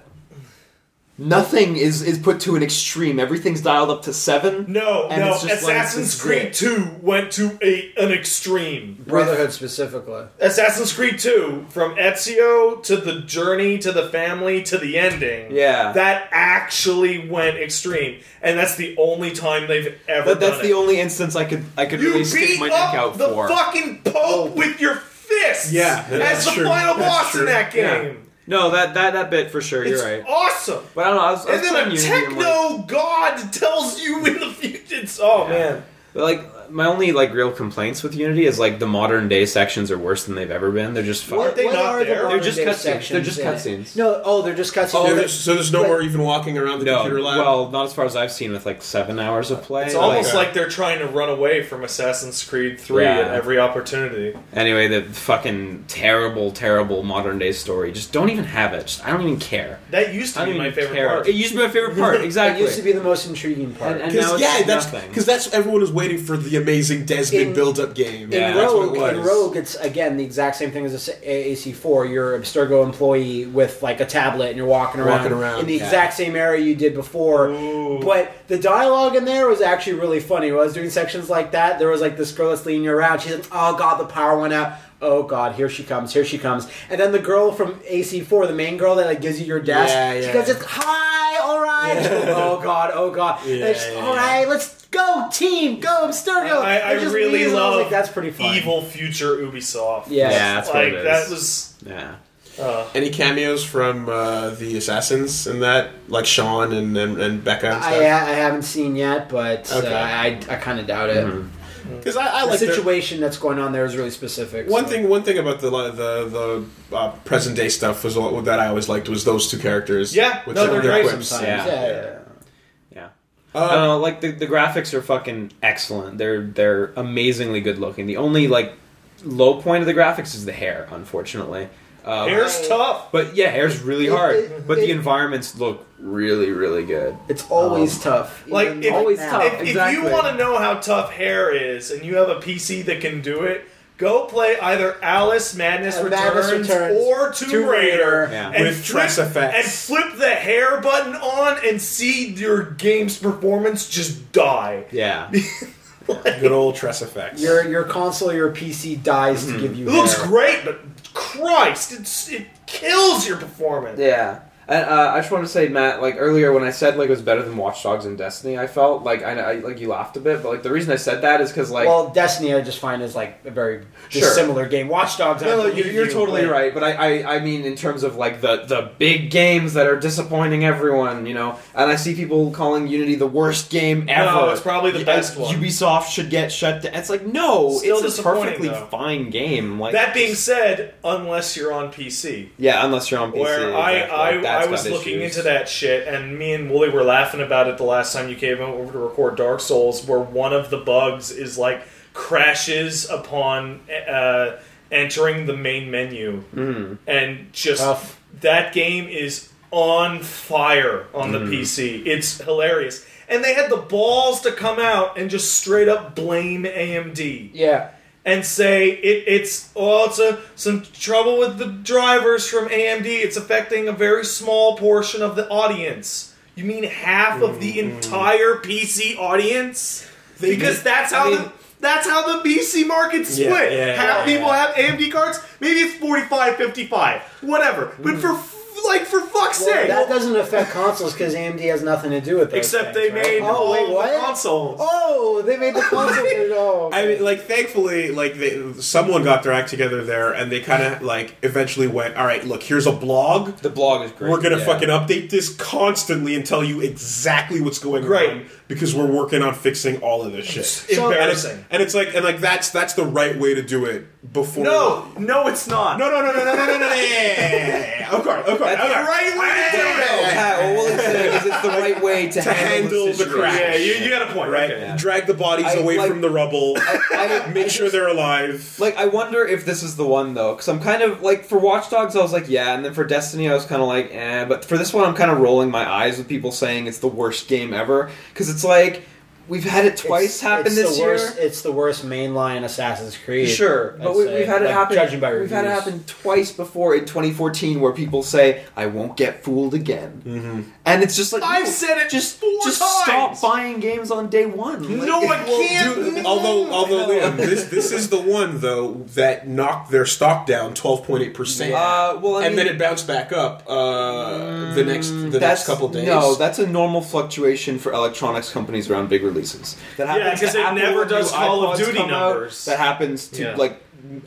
S2: Nothing is, is put to an extreme. Everything's dialed up to seven.
S1: No,
S2: And
S1: no.
S2: it's just like,
S1: Assassin's
S2: this is
S1: Creed
S2: it.
S1: 2 went to a, an extreme.
S4: Brotherhood specifically.
S1: Assassin's Creed 2, from Ezio to the journey to the family to the ending.
S2: Yeah.
S1: That actually went extreme. And that's the only time they've ever
S2: But that's
S1: done
S2: the
S1: it.
S2: only instance I could I could
S1: You
S2: really
S1: beat
S2: stick my
S1: up
S2: neck out
S1: the
S2: for.
S1: fucking Pope with your fist! exists
S3: Yeah,
S1: as
S3: that's
S1: the
S3: true.
S1: final
S3: That's
S1: boss in
S3: true.
S1: that
S2: Yeah.
S1: game.
S2: No, that, that that bit for sure.
S1: It's
S2: you're right.
S1: awesome.
S2: But I don't know. I was, I was
S1: And then a
S2: playing Unity and, like,
S1: techno god tells you in the future. It's, oh man.
S2: But like my only like real complaints with Unity is like the modern day sections are worse than they've ever been. They're just fucked.
S1: What- they not there? They're
S2: just
S4: modern-day
S2: cutscenes.
S4: sections
S2: They're just
S4: in it?
S2: cutscenes.
S4: No, oh, they're just cutscenes.
S3: So
S4: Oh,
S3: there's, so there's no more even walking around the
S2: no,
S3: computer lab.
S2: well, not as far as I've seen with like seven hours of play.
S1: It's almost
S2: Like,
S1: like they're trying to run away from Assassin's Creed 3
S2: Yeah.
S1: at every opportunity.
S2: anyway, the fucking terrible, terrible modern day story. Just don't even have it. Just, I don't even care.
S1: That used
S2: I
S1: to
S2: don't
S1: be my
S2: even
S1: favorite
S2: care.
S1: part.
S2: It used to be my favorite part.
S4: it
S2: Exactly.
S4: used to be the most intriguing part.
S2: And- and- now
S3: Because
S2: it's
S3: yeah, that's
S2: nothing.
S3: because that's everyone is waiting for the amazing Desmond
S4: In-
S3: build-up game.
S2: Yeah.
S4: in
S3: that's
S4: Rogue,
S3: what it
S4: in
S3: was.
S4: Rogue, it's again the exact same thing as a AC4. You're a Abstergo employee with like a tablet, and you're walking around,
S3: Walking around,
S4: in the
S3: yeah.
S4: exact same area you did before. But the dialogue in there was actually really funny. When I was doing sections like that, there was like this girl that's leading you around. She's like, "Oh God, the power went out." Oh God, here she comes! Here she comes! And then the girl from AC4, the main girl that like gives you your desk,
S3: Yeah, yeah.
S4: she goes, "It's hi, all right." oh God, oh God! And it's just,
S3: Yeah, yeah,
S4: all right, let's go, team, go, Abstergo!
S1: I, I
S4: It just
S1: really
S4: leaves, and I was
S1: love
S4: like, that's pretty fun.
S1: evil future Ubisoft.
S4: Yeah.
S2: yeah, that's what
S1: like
S2: it is.
S1: that was
S2: yeah.
S1: uh,
S3: Any cameos from uh, the assassins and that, like Sean and and, and Becca and
S4: I, uh, I
S3: stuff?
S4: haven't seen yet, but
S3: Okay.
S4: uh, I, I kind of doubt it.
S3: Because I, I
S4: The
S3: like their-
S4: situation that's going on there is really specific.
S3: One
S4: so-
S3: thing, one thing about the li- the the uh, present day stuff was all, that I always liked was those two characters.
S1: Yeah,
S3: with
S1: no,
S3: their,
S1: they're
S3: their
S1: great
S3: quips.
S4: sometimes.
S2: Yeah.
S4: Yeah.
S2: Yeah.
S1: Um,
S3: Uh,
S2: no, like the, the graphics are fucking excellent. They're they're amazingly good looking. The only like low point of the graphics is the hair, unfortunately. Uh,
S1: hair's tough.
S2: but yeah, hair's really
S4: It-
S2: hard.
S4: it-
S2: but
S4: it-
S2: the environments look really really good.
S4: It's always tough.
S1: Like
S4: even
S1: if,
S2: always
S4: now.
S2: tough.
S1: if, if
S2: exactly.
S1: you want to know how tough hair is, and you have a PC that can do it. Go play either Alice Madness,
S4: Uh,
S1: Returns,
S4: Madness Returns,
S1: or Tomb,
S4: Tomb
S1: Raider,
S4: Raider.
S2: Yeah.
S1: and,
S3: With
S1: flip,
S3: dress effects.
S1: and flip the hair button on and see your game's performance just die.
S2: Yeah.
S4: Um,
S3: good old tress effects.
S4: Your your console, your PC dies to give you.
S1: It looks
S4: hair.
S1: great, but Christ, it's it kills your performance.
S2: Yeah. And, uh, I just want to say, Matt, like earlier when I said like it was better than Watch Dogs and Destiny, I felt like I, I like you laughed a bit, but like the reason I said that is because like
S4: well, Destiny, I just find is like a very
S2: Sure.
S4: dissimilar game. Watch Dogs. I
S2: No, no,
S4: believe
S2: you're, you're
S4: you,
S2: totally
S4: but-
S2: right. But I, I, I mean, in terms of like the the big games that are disappointing everyone, you know. And I see people calling Unity the worst game ever.
S1: it's probably the
S2: Yeah,
S1: best one.
S2: Ubisoft should get shut down. It's like no,
S1: Still
S2: it's a
S1: disappointing,
S2: perfectly
S1: though.
S2: fine game. Like
S1: That being said, unless you're on PC,
S2: yeah, unless you're on PC.
S1: where I
S2: exactly.
S1: I,
S2: Like, that's
S1: I was
S2: got
S1: looking
S2: issues.
S1: into that shit, and me and Wooly were laughing about it the last time you came over to record Dark Souls, where one of the bugs is like crashes upon uh, entering the main menu,
S2: Hmm.
S1: and just
S4: Tough.
S1: that game is on fire on
S2: Hmm.
S1: the PC. It's hilarious. And they had the balls to come out and just straight up blame AMD
S4: Yeah.
S1: and say it, it's oh it's a, some trouble with the drivers from AMD. It's affecting a very small portion of the audience. You mean half of the entire PC audience? because that's how
S2: I mean-
S1: the that's how the PC market's
S3: Yeah,
S1: split.
S3: yeah,
S1: half
S3: yeah,
S1: people
S3: yeah.
S1: have AMD cards. Maybe it's 45 55 whatever. But for f- like for fuck's
S4: Well,
S1: sake.
S4: that doesn't affect consoles because AMD has nothing to do with it.
S1: Except they made
S4: Oh wait,
S1: all
S4: what?
S1: the consoles.
S4: Oh, they made the console. oh,
S3: I mean, like, thankfully, like, they, someone got their act together there, and they kind of like eventually went, "All right, look, here's a blog.
S2: the blog is great.
S3: We're gonna
S2: yeah.
S3: fucking update this constantly and tell you exactly what's going
S1: Great.
S3: on because we're working on fixing all of this shit." and, it's,
S1: Embarrassing.
S3: and it's like, and like that's that's the right way to do it. Before
S1: No, no, it's not.
S3: No, no, no, no, no, no, no, no, no, no, Of course, of course.
S2: That's
S3: of
S2: the
S3: course.
S1: right way to do it.
S2: Yeah, well, it's, uh, 'cause it's the right way to,
S3: To handle the
S2: situation.
S3: crash.
S1: Yeah, you, you got a point,
S3: Right?
S1: Okay.
S3: Drag the bodies
S2: I,
S3: away
S2: like-
S3: from the rubble.
S2: I- I
S3: Make sure they're alive.
S2: Like, I wonder if this is the one though, because I'm kind of like for Watch Dogs, I was like, yeah, and then for Destiny, I was kind of like, eh. But for this one, I'm kind of rolling my eyes with people saying it's the worst game ever, because it's like we've had it twice
S4: It's-
S2: happen
S4: it's
S2: this
S4: the worst,
S2: year.
S4: It's the worst mainline Assassin's Creed.
S2: Sure,
S4: I'd
S2: but we,
S4: say.
S2: we've had it
S4: Like,
S2: happen.
S4: Judging by
S2: we've had it
S4: reviews.
S2: happen twice before in 2014, where people say, "I won't get fooled again," and it's just like
S1: I've
S2: no,
S1: said it
S2: Just
S1: four
S2: just
S1: times.
S2: stop buying games on day one. Like-
S1: No, I can't.
S3: Dude, although, although Liam, this this is the one though that knocked their stock down twelve point eight percent,
S2: Uh, well, I
S3: and then
S2: mean-
S3: it bounced back up uh, the next the next couple days.
S2: No, that's a normal fluctuation for electronics companies around big releases. That
S1: Yeah,
S2: happens
S1: 'cause
S2: to
S1: it
S2: Apple
S1: never
S2: when
S1: does
S2: new
S1: Call of
S2: iPods
S1: Duty
S2: come out.
S1: numbers.
S2: that happens to
S1: Yeah.
S2: like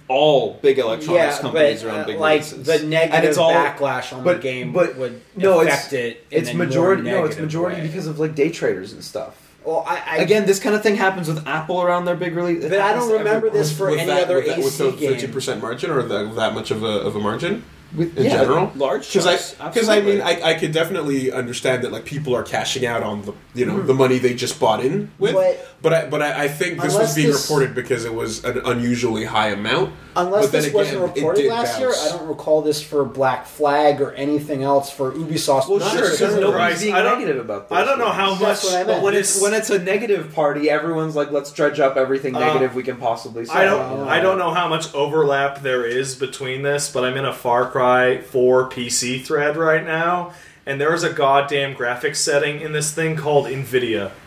S2: all big electronics
S4: yeah,
S2: companies
S4: but,
S2: around
S4: uh,
S2: big
S4: like
S2: releases.
S4: the negative
S2: and it's all,
S4: backlash on
S5: but-
S4: the game
S5: but-
S4: would
S5: no, it's-
S4: affect it. in
S5: It's
S4: a more
S5: majority. No, it's
S4: negative
S5: majority
S4: way.
S5: because of like day traders and stuff.
S4: well, I, I
S2: Again, this kind of thing happens with Apple around their big release. It
S4: But I
S2: happens
S4: don't
S2: to
S4: remember
S2: everyone.
S4: this for any other
S3: with
S4: AC
S3: with the
S4: game.
S3: fifteen percent margin or the, that much of a of a margin
S5: With-
S3: in
S5: yeah,
S3: general.
S2: large
S3: Because
S2: chunks,
S3: I, because I mean,
S2: absolutely.
S3: I, I could definitely understand that like people are cashing out on the you know the money they just bought in with,
S4: But-
S3: but I, but I, I think this was
S4: Unless
S3: being
S4: this-
S3: reported because it was an unusually high amount.
S4: Unless
S3: But then
S4: this
S3: again,
S4: wasn't
S3: it
S4: reported
S3: did
S4: last year,
S3: bounce.
S4: I don't recall this for Black Flag or anything else for Ubisoft.
S5: Well,
S4: Not
S5: sure, because
S4: necessarily.
S5: nobody's
S1: Christ,
S5: being
S1: I don't-
S5: negative about this.
S1: I don't know how
S4: That's
S1: much.
S4: what I meant.
S5: But when it's
S1: this-
S5: when it's a negative party, everyone's like, let's dredge up everything
S1: Uh,
S5: negative we can possibly. Say.
S1: I don't. I don't know how much overlap there is between this, but I'm in a Far Cry 4 PC thread right now, and there is a goddamn graphics setting in this thing called Nvidia.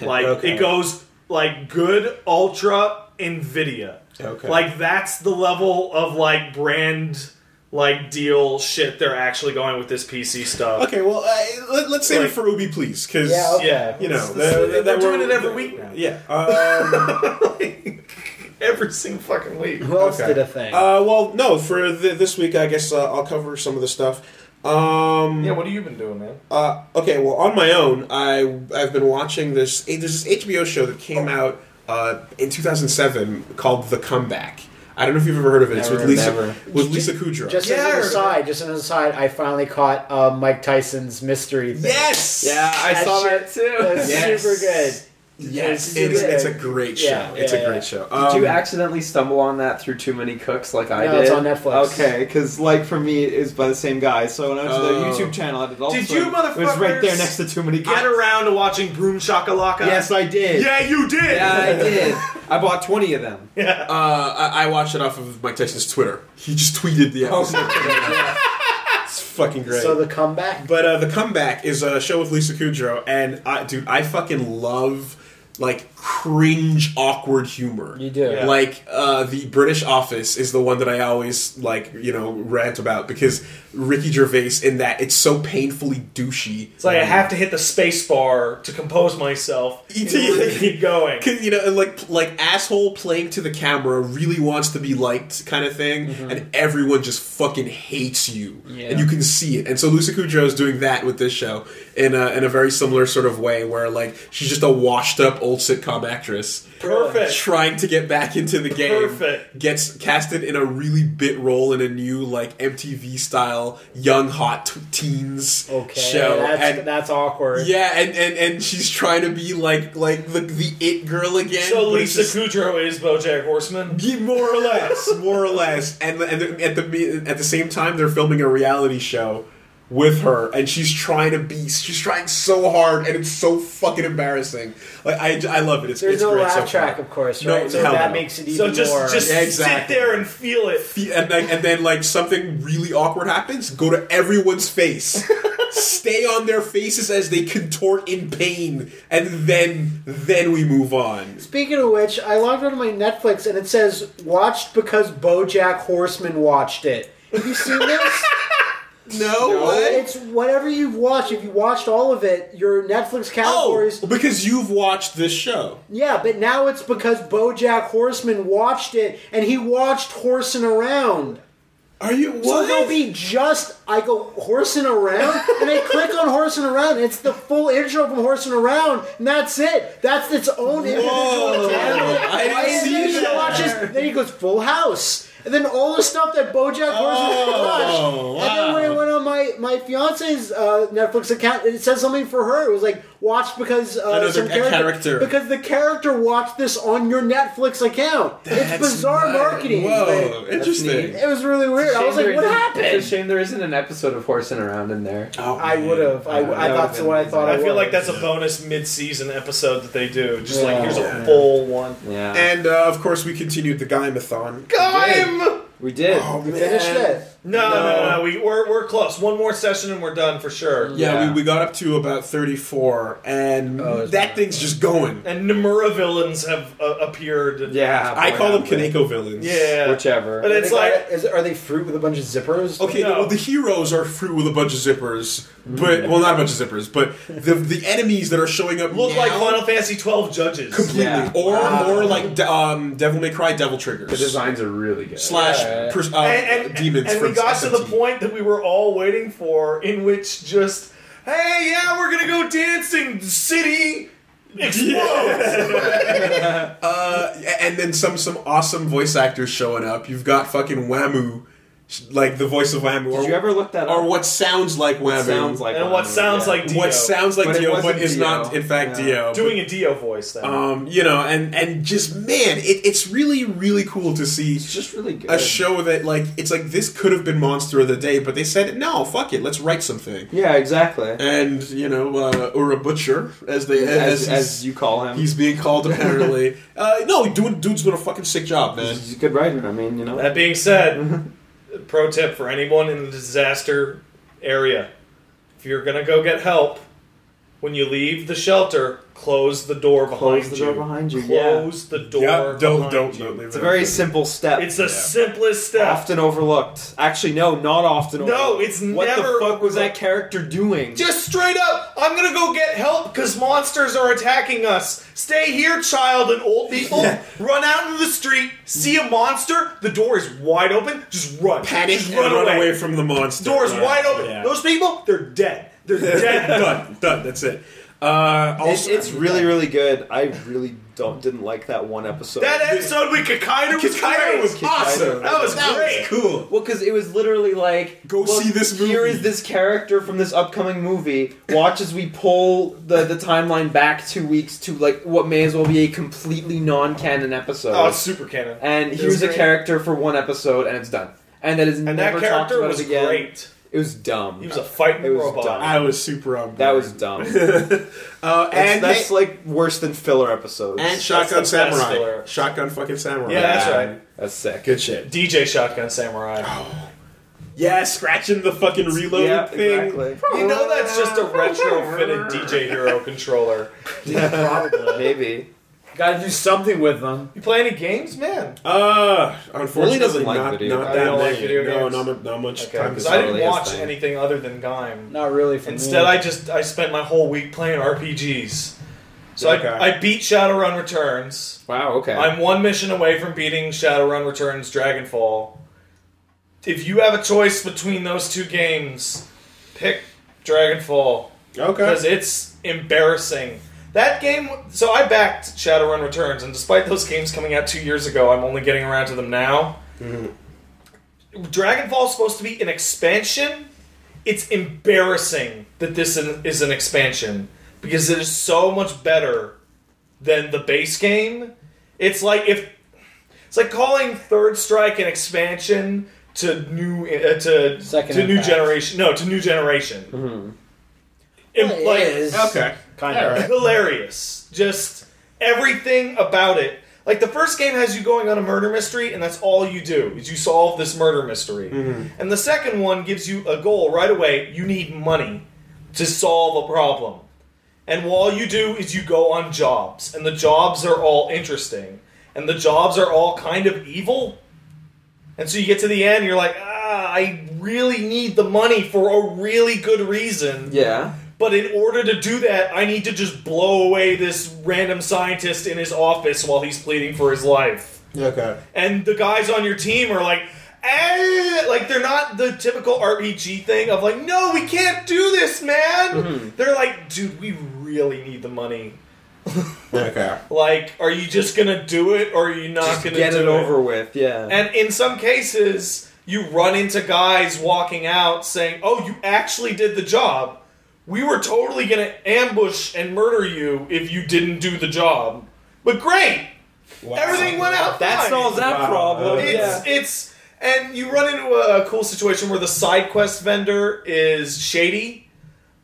S1: Like
S2: Okay.
S1: it goes like good ultra Nvidia.
S3: Okay.
S1: Like that's the level of like brand like deal shit they're actually going with this PC stuff.
S3: Okay, well, uh, let, let's save
S1: Like-
S3: it for Ubi, please, because
S4: Yeah, okay.
S1: Yeah,
S3: you know
S1: This- this-
S3: the- the-
S1: they're
S3: the-
S1: doing it
S3: the-
S1: every week now.
S3: Yeah. Um,
S1: Every single fucking week.
S4: Who else
S3: Okay.
S4: did a thing?
S3: uh, well, no, for the, this week, I guess uh, I'll cover some of the stuff. Um,
S1: Yeah, what have you been doing, man?
S3: Uh, okay, well, on my own, I I've been watching this. There's this HBO show that
S1: Oh.
S3: came out uh, in 2007 called The Comeback. I don't know if you've ever heard of it. it's with
S2: Never,
S3: Lisa
S2: never.
S3: with Lisa Kudrow.
S4: just
S1: yeah,
S4: as an
S1: or-
S4: aside, just as an aside, I finally caught uh, Mike Tyson's mystery thing.
S3: yes,
S2: Yeah, I
S4: That
S2: saw
S4: shit
S2: that too.
S4: was
S3: Yes.
S4: super good.
S3: yes,
S4: Yes.
S3: it's, it's a great show.
S4: Yeah,
S3: it's
S4: yeah,
S3: a
S4: yeah.
S3: great show.
S5: Did you
S3: Um,
S5: accidentally stumble on that through too many cooks like I
S4: No,
S5: did?
S4: it's on Netflix.
S2: Okay, because like for me, it's by the same guy. So when I went to their
S3: Oh.
S2: YouTube channel, I did all. of a
S1: Did you
S2: sudden- It was right there
S1: motherfuckers
S2: next to too many.
S1: Get
S2: Cooks.
S1: around to watching Broom Shakalaka.
S2: Yes, I did.
S1: Yeah, you did.
S2: Yeah, I did. I bought twenty of them.
S3: uh, I, I watched it off of Mike Tyson's Twitter. He just tweeted the episode. it's fucking great.
S4: So the comeback.
S3: But uh, the comeback is a show with Lisa Kudrow, and I, dude, I fucking love like cringe, awkward humor.
S4: You do. Yeah.
S3: Like uh, the British Office is the one that I always like, you know, rant about because Ricky Gervais in that it's so painfully douchey.
S1: It's like I have to hit the space bar to compose myself
S3: You
S1: in order to
S3: do.
S1: keep going.
S3: Cause, you know, and, like like asshole playing to the camera really wants to be liked kind of thing, and everyone just fucking hates you,
S2: Yeah.
S3: and you can see it. And so Lucy Kudrow is doing that with this show in a, in a very similar sort of way, where like she's just a washed up old sitcom actress
S1: Perfect.
S3: trying to get back into the game.
S1: Perfect.
S3: Gets casted in a really bit role in a new like MTV style young hot t- teens
S4: Okay,
S3: show,
S4: that's,
S3: and
S4: that's awkward.
S3: yeah, and, and, and she's trying to be like like the the it girl again.
S1: So
S3: but it's
S1: Lisa
S3: just-
S1: Kudrow is BoJack Horseman.
S3: Yeah, more or less, more or less, and and at the me- at the same time they're filming a reality show with her, and she's trying to be she's trying so hard, and it's so fucking embarrassing. Like I, I love it. It's
S4: There's
S3: it's
S4: no
S3: great so
S4: laugh
S3: far.
S4: track, of course,
S3: No,
S4: right? so
S3: hell
S4: that
S3: no.
S4: makes it even
S1: So just
S4: more.
S1: just
S3: Yeah, exactly.
S1: sit there and feel it.
S3: The- and, like, and then like something really awkward happens go to everyone's face stay on their faces as they contort in pain and then then we move on
S4: Speaking of which, I logged onto my Netflix and it says watched because BoJack Horseman watched it. Have you seen this?
S3: no,
S4: It's whatever you've watched. If you watched all of it, your Netflix
S3: Oh,
S4: categories.
S3: because you've watched this show.
S4: Yeah, but now it's because BoJack Horseman watched it and he watched horsing around.
S3: Are you
S4: So there'll be just I go horsing around and I click on horsing around. It's the full intro from horsing around, and that's it. That's its own individual
S3: Whoa.
S4: category.
S3: I didn't
S4: And
S3: see
S4: then he
S3: that.
S4: watches- Then he goes Full House, and then all the stuff that BoJack Horseman
S3: Oh,
S4: watched. And then when I
S3: wow.
S4: went on my my fiance's uh, Netflix account, it said something for her. It was like watched because uh,
S3: Another-
S4: some
S3: a character.
S4: because the character watched this on your Netflix account.
S3: That's
S4: it's bizarre
S3: nice.
S4: marketing.
S3: Whoa,
S4: but
S3: interesting.
S5: neat.
S4: It was really weird. I was like,
S5: Shame
S4: what
S5: there isn't-
S4: happened?
S5: It's a shame there isn't an episode of horsing around in there.
S3: Oh,
S4: I
S3: man.
S4: would have. I, I
S5: That
S4: thought
S5: would've
S4: that's what I
S5: been
S4: thought.
S1: I feel
S4: was.
S1: like that's a bonus mid-season episode that they do. Just
S4: Yeah.
S1: like here's
S3: Yeah.
S1: a full one.
S5: Yeah,
S3: And uh, of course, we continued the Gaimathon.
S1: Gaim.
S5: we did.
S3: Oh man,
S4: We finished it.
S1: No, no,
S3: No.
S1: no. We, we're, we're close. One more session and we're done for sure.
S3: Yeah,
S5: Yeah.
S3: We, we got up to about 34, and
S1: Oh, it's
S3: that
S1: not-
S3: thing's just going.
S1: And Nomura villains have uh, appeared.
S5: Yeah,
S3: I call them
S5: Connect.
S3: Kaneko villains.
S1: Yeah.
S5: Whichever.
S1: But it's
S4: They got
S1: like-
S4: it- is, are they fruit with a bunch of zippers?
S3: Okay,
S1: No.
S3: well, the heroes are fruit with a bunch of zippers, but well, not a bunch of zippers, but the the enemies that are showing up
S1: Look
S3: now,
S1: like Final Fantasy 12 judges.
S3: completely,
S5: Yeah.
S3: or
S4: Wow.
S3: or like de- um, Devil May Cry Devil Triggers
S5: The designs are really good.
S3: slash
S5: Yeah.
S3: pers- uh,
S1: and, and,
S3: demons.
S1: and we
S3: from
S1: got to the
S3: SMT.
S1: point that we were all waiting for, in which just, hey, yeah, we're gonna go dancing, city explodes.
S3: Uh, and then some some awesome voice actors showing up. You've got fucking Wamu, like the voice of Wamu, or,
S5: Did you ever look that up?
S3: or what sounds like Wamu,
S5: sounds like
S1: and what
S5: Wamu,
S1: sounds
S5: yeah.
S1: like Dio
S3: what sounds like
S5: But it
S3: Dio, but
S5: wasn't
S3: is
S5: Dio.
S3: not in fact
S5: Yeah.
S3: Dio.
S1: doing a Dio voice then.
S3: um, you know, and and just man, it, it's really really cool to see
S5: It's just really good.
S3: a show that like it's like this could have been Monster of the Day, but they said no, fuck it, let's write something.
S5: Yeah, exactly.
S3: And you know, uh, or a butcher as they
S5: As,
S3: as,
S5: as
S3: he's,
S5: you call him,
S3: he's being called apparently. uh, no, dude, dude's doing a fucking sick job, man.
S5: he's a good writer. I mean, you know.
S1: that being said, pro tip for anyone in the disaster area if you're gonna go get help, when you leave the shelter, close the door behind
S5: Close the
S1: you.
S5: door behind you, yeah.
S1: Close the door
S3: Yeah, don't
S1: behind
S3: don't
S1: you.
S3: don't leave
S5: it's a
S3: it
S5: very
S3: open.
S5: simple step.
S1: It's the simplest step.
S5: often overlooked. Actually, no, not often.
S1: No,
S5: overlooked.
S1: it's
S5: what
S1: never
S5: the fuck was that
S1: overlooked.
S5: character doing?
S1: Just straight up, I'm gonna go get help because monsters are attacking us. Stay here, child and old people. Run out into the street, see a monster, the door is wide open, just run.
S3: panic
S1: just
S3: and run, away. from the monster. Uh,
S1: Door's wide open.
S3: Yeah.
S1: Those people, they're dead. They're
S3: Yeah,
S1: dead.
S3: done, done. That's it. Uh,
S5: it's,
S3: also,
S5: it's really, really good. I really don't didn't like that one episode.
S1: that episode with Kakaida was
S3: Kikaido
S1: great.
S3: was awesome.
S1: That was great.
S3: cool.
S5: Well, because it was literally like,
S3: Go
S5: look,
S3: see this
S5: Here
S3: movie.
S5: is this character from this upcoming movie. Watch as we pull the, the timeline back two weeks to like what may as well be a completely non-canon episode.
S1: Oh, it's super canon.
S5: and
S1: It
S5: here's
S1: was
S5: a
S1: great.
S5: character for one episode, and it's done. And that is
S1: And
S5: never
S1: that character
S5: talked about
S1: was
S5: it again.
S1: great.
S5: It was dumb.
S1: He was a fighting
S5: It was
S1: robot.
S5: dumb.
S3: I was super on board.
S5: that was dumb.
S3: uh,
S5: and
S3: and
S5: that's like worse than filler episodes.
S3: and Shotgun
S1: that's the best
S3: Samurai.
S1: filler.
S3: Shotgun fucking Samurai.
S1: Yeah, that's right.
S5: that's sick.
S3: Good shit.
S1: DJ Shotgun Samurai.
S3: Yeah, scratching the fucking reload
S5: yeah,
S3: thing.
S5: exactly.
S1: You know that's just a retrofitted DJ Hero controller.
S5: Probably. Maybe.
S4: Gotta do something with them.
S1: You play any games, man?
S3: Uh, unfortunately,
S5: Really doesn't like
S3: not,
S5: video
S3: not
S1: games.
S3: that
S1: I don't like
S3: many.
S1: video
S3: no,
S1: games.
S3: not, mu- not much
S1: Okay,
S3: time.
S1: because I didn't
S5: really
S1: watch
S5: his thing.
S1: anything other than Gaim.
S4: Not really for
S1: Instead,
S4: me.
S1: I just I spent my whole week playing RPGs. So
S3: Okay.
S1: I, I beat Shadowrun Returns.
S5: Wow. Okay.
S1: I'm one mission away from beating Shadowrun Returns Dragonfall. If you have a choice between those two games, pick Dragonfall
S3: Okay.
S1: because it's embarrassing. That game. So I backed Shadowrun Returns, and despite those games coming out two years ago, I'm only getting around to them now. Dragonfall's supposed to be an expansion. It's embarrassing that this is- is an expansion because it is so much better than the base game. It's like if it's like calling Third Strike an expansion to new uh, to
S4: Second
S1: to new
S4: Impact. Mm-hmm.
S1: generation. No, to new generation. Im-
S4: It
S1: like,
S4: is.
S3: Okay.
S4: Kind
S3: All
S4: of.
S3: right.
S1: hilarious. Just everything about it. Like the first game has you going on a murder mystery, and that's all you do is you solve this murder mystery. And the second one gives you a goal right away. You need money to solve a problem, and all you do is you go on jobs, and the jobs are all interesting, and the jobs are all kind of evil. And so you get to the end, you're like, ah, I really need the money for a really good reason.
S5: yeah.
S1: But in order to do that, I need to just blow away this random scientist in his office while he's pleading for his life.
S3: Okay.
S1: And the guys on your team are like, "Eh," like they're not the typical RPG thing of like, no, we can't do this, man.
S5: Mm-hmm.
S1: They're like, dude, we really need the money.
S3: Okay.
S1: Like, are you just gonna do it or are you not gonna
S5: Get
S1: do
S5: it over with. Yeah.
S1: and in some cases, you run into guys walking out saying, "Oh, you actually did the job. We were totally going to ambush and murder you if you didn't do the job." But great,
S3: Wow.
S1: everything went out.
S5: that
S1: fine.
S5: solves that
S3: Wow.
S5: problem.
S1: It's
S5: yeah.
S1: it's and you run into a cool situation where the side quest vendor is shady.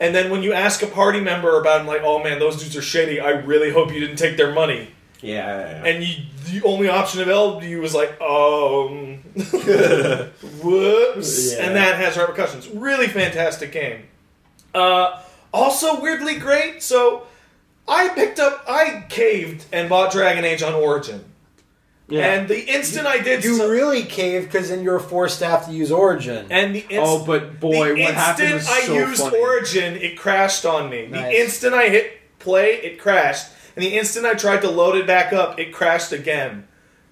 S1: And then when you ask a party member about him, like, oh man, those dudes are shady. I really hope you didn't take their money.
S2: Yeah.
S1: and you the only option available to you was like um whoops
S2: Yeah.
S1: and that has repercussions really fantastic game uh also weirdly great so i picked up i caved and bought dragon age on origin and the instant i did
S4: You
S1: so-
S4: really cave because then you're forced to have to use Origin.
S1: and the instant
S5: oh, but boy,
S1: the
S5: what happened
S1: instant
S5: was
S1: I
S5: so
S1: used
S5: funny.
S1: Origin, it crashed on me.
S4: Nice.
S1: The instant I hit play, it crashed. And the instant I tried to load it back up, it crashed again,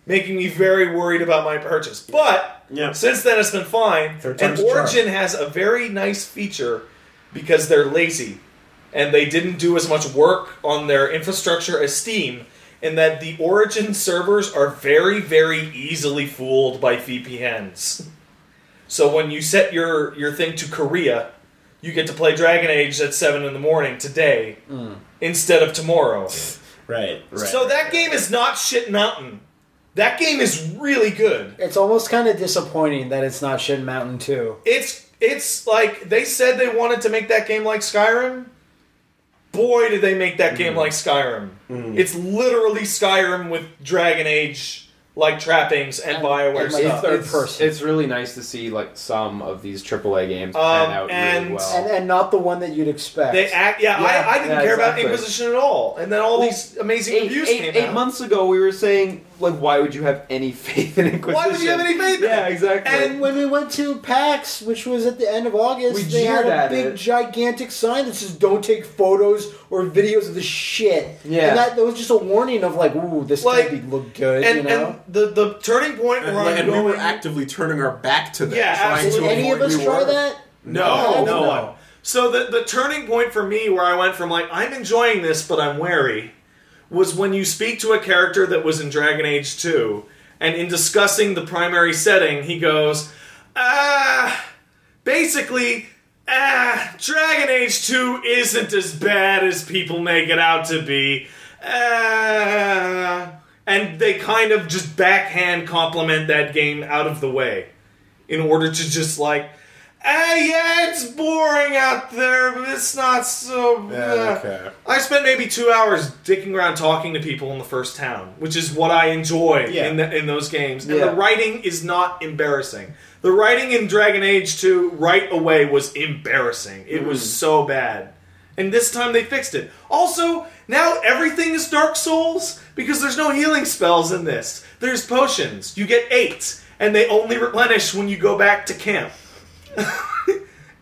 S1: making me very worried about my purchase. But
S2: Yeah.
S1: since then, it's been fine.
S3: Third
S1: And
S3: time's a charm.
S1: Origin has a very nice feature because they're lazy and they didn't do as much work on their infrastructure as Steam. In that the Origin servers are very, very easily fooled by VPNs. So when you set your your thing to Korea, you get to play Dragon Age at seven in the morning today instead of tomorrow.
S2: Mm. Right. Right.
S1: so that game is not shit mountain. That game is really good.
S4: it's almost kind of disappointing that it's not Shin Mountain 2.
S1: It's it's like they said they wanted to make that game like Skyrim. Boy, did they make that
S3: Mm.
S1: game like Skyrim. It's literally Skyrim with Dragon Age like trappings and,
S4: And-
S1: Bioware
S4: and, like,
S1: stuff.
S5: It's,
S4: third
S5: it's-
S4: person.
S5: it's really nice to see like some of these AAA games
S1: Um,
S5: pan out
S1: and-
S5: really well.
S4: And, and not the one that you'd expect.
S1: They act, yeah.
S4: Yeah,
S1: I, I didn't
S5: yeah,
S1: care
S5: exactly.
S1: about Inquisition at all, and then all
S5: Well,
S1: these amazing
S5: eight,
S1: reviews
S5: eight-
S1: came
S5: eight
S1: out.
S5: months ago, we were saying like, why would you have any faith in Inquisition?
S1: Why would you have any faith? in it?
S5: Yeah, exactly.
S4: and when we went to PAX, which was at the end of August,
S5: We
S4: they had
S5: jeered
S4: a
S5: at
S4: big,
S5: it.
S4: gigantic sign that says "Don't take photos or videos of the shit."
S5: Yeah.
S4: and that, that was just a warning of like, "Ooh, this
S1: Like,
S4: could be look good,"
S1: and,
S4: you know.
S1: and the the turning point
S3: And,
S1: where
S3: like,
S1: I'm
S3: and we
S1: going,
S3: were actively turning our back to that.
S1: Yeah,
S3: trying
S1: absolutely.
S3: to
S4: Did any of
S3: avoid-
S4: us
S3: we
S4: try
S3: were.
S4: that?
S1: no,
S3: No,
S1: no
S4: no.
S1: one. So the the turning point for me where I went from like I'm enjoying this but I'm wary was when you speak to a character that was in Dragon Age Two, and in discussing the primary setting, he goes, ah, basically. Ah, Dragon Age 2 isn't as bad as people make it out to be. Ah. And they kind of just backhand compliment that game out of the way in order to just like, ah, yeah, it's boring out there, but it's not so.
S3: Yeah, okay.
S1: I spent maybe two hours dicking around talking to people in the first town, which is what I enjoy in, the, in those games. And
S5: Yeah.
S1: the writing is not embarrassing. The writing in Dragon Age 2 right away was embarrassing. It
S5: Mm-hmm.
S1: was so bad. And this time they fixed it. Also, now everything is Dark Souls because there's no healing spells in this. There's potions. You get eight, and they only replenish when you go back to camp.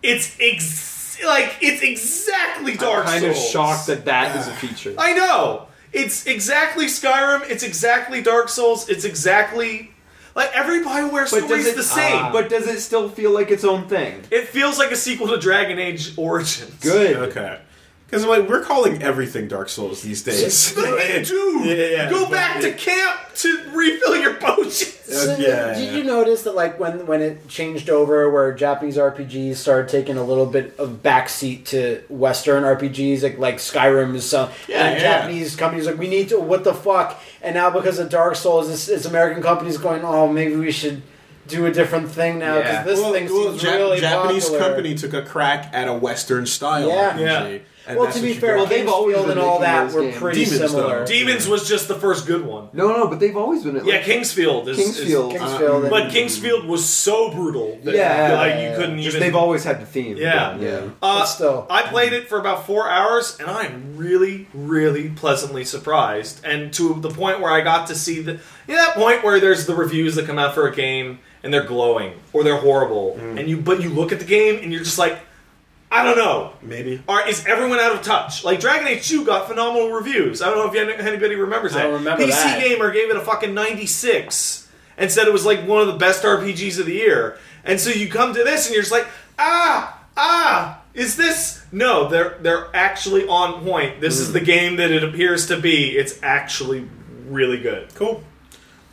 S1: it's ex- like it's exactly Dark
S5: kind
S1: Souls.
S5: of shocked that that is a feature.
S1: I know. It's exactly Skyrim. It's exactly Dark Souls. It's exactly like every Bioware
S5: But
S1: story
S5: does
S1: is
S5: it
S1: the same.
S5: ah,
S1: but
S5: but does it still feel like its own thing?
S1: it feels like a sequel to Dragon Age Origins.
S5: Good.
S3: Okay. Because like we're calling everything Dark Souls these days.
S1: But hey, dude,
S3: Yeah, yeah, yeah.
S1: go
S3: But
S1: back to
S3: it-
S1: camp to refill your potions.
S4: So,
S3: Uh, yeah,
S4: did
S3: yeah.
S4: you notice that like when when it changed over, where Japanese RPGs started taking a little bit of backseat to Western RPGs, like like Skyrim is some
S3: Yeah,
S4: and
S3: yeah.
S4: Japanese companies like we need to what the fuck, and now because of Dark Souls, it's, it's American companies going, oh maybe we should do a different thing now because
S5: Yeah.
S4: this
S3: Well,
S4: thing
S3: well,
S4: seems
S3: Jap-
S4: really
S3: Japanese
S4: popular.
S3: company took a crack at a Western style
S4: Yeah.
S3: RPG.
S1: Yeah.
S3: and
S4: well,
S3: that's
S4: to
S3: what
S4: be
S3: you
S4: fair,
S3: got.
S5: Well, they've always
S4: Kingsfield
S5: been
S4: and all
S5: making
S4: that
S5: those
S4: were
S5: games.
S4: pretty
S3: Demons, though.
S4: similar.
S1: Demons was just the first good one.
S5: No, no, but they've always been. Like,
S1: Yeah, Kingsfield is. is-
S5: Kingsfield.
S4: Kingsfield and-
S1: but Kingsfield was so brutal that
S5: Yeah.
S1: like you couldn't
S5: Just
S1: even.
S5: they've always had the theme.
S1: Yeah.
S5: yeah.
S1: Uh,
S4: But still.
S1: I played it for about four hours, and I'm really, really pleasantly surprised. And to the point where I got to see the you know, that point where there's the reviews that come out for a game and they're glowing or they're horrible, and you but you look at the game and you're just like, I don't know.
S3: maybe.
S1: Are, is everyone out of touch? Like Dragon Age 2 got phenomenal reviews. I don't know if any- anybody remembers that.
S4: I don't remember
S1: PC
S4: that.
S1: Gamer gave it a fucking 96 and said it was like one of the best RPGs of the year. And so you come to this and you're just like, ah, ah, is this? No, they're they're actually on point. This
S4: Hmm.
S1: is the game that it appears to be. It's actually really good.
S3: Cool.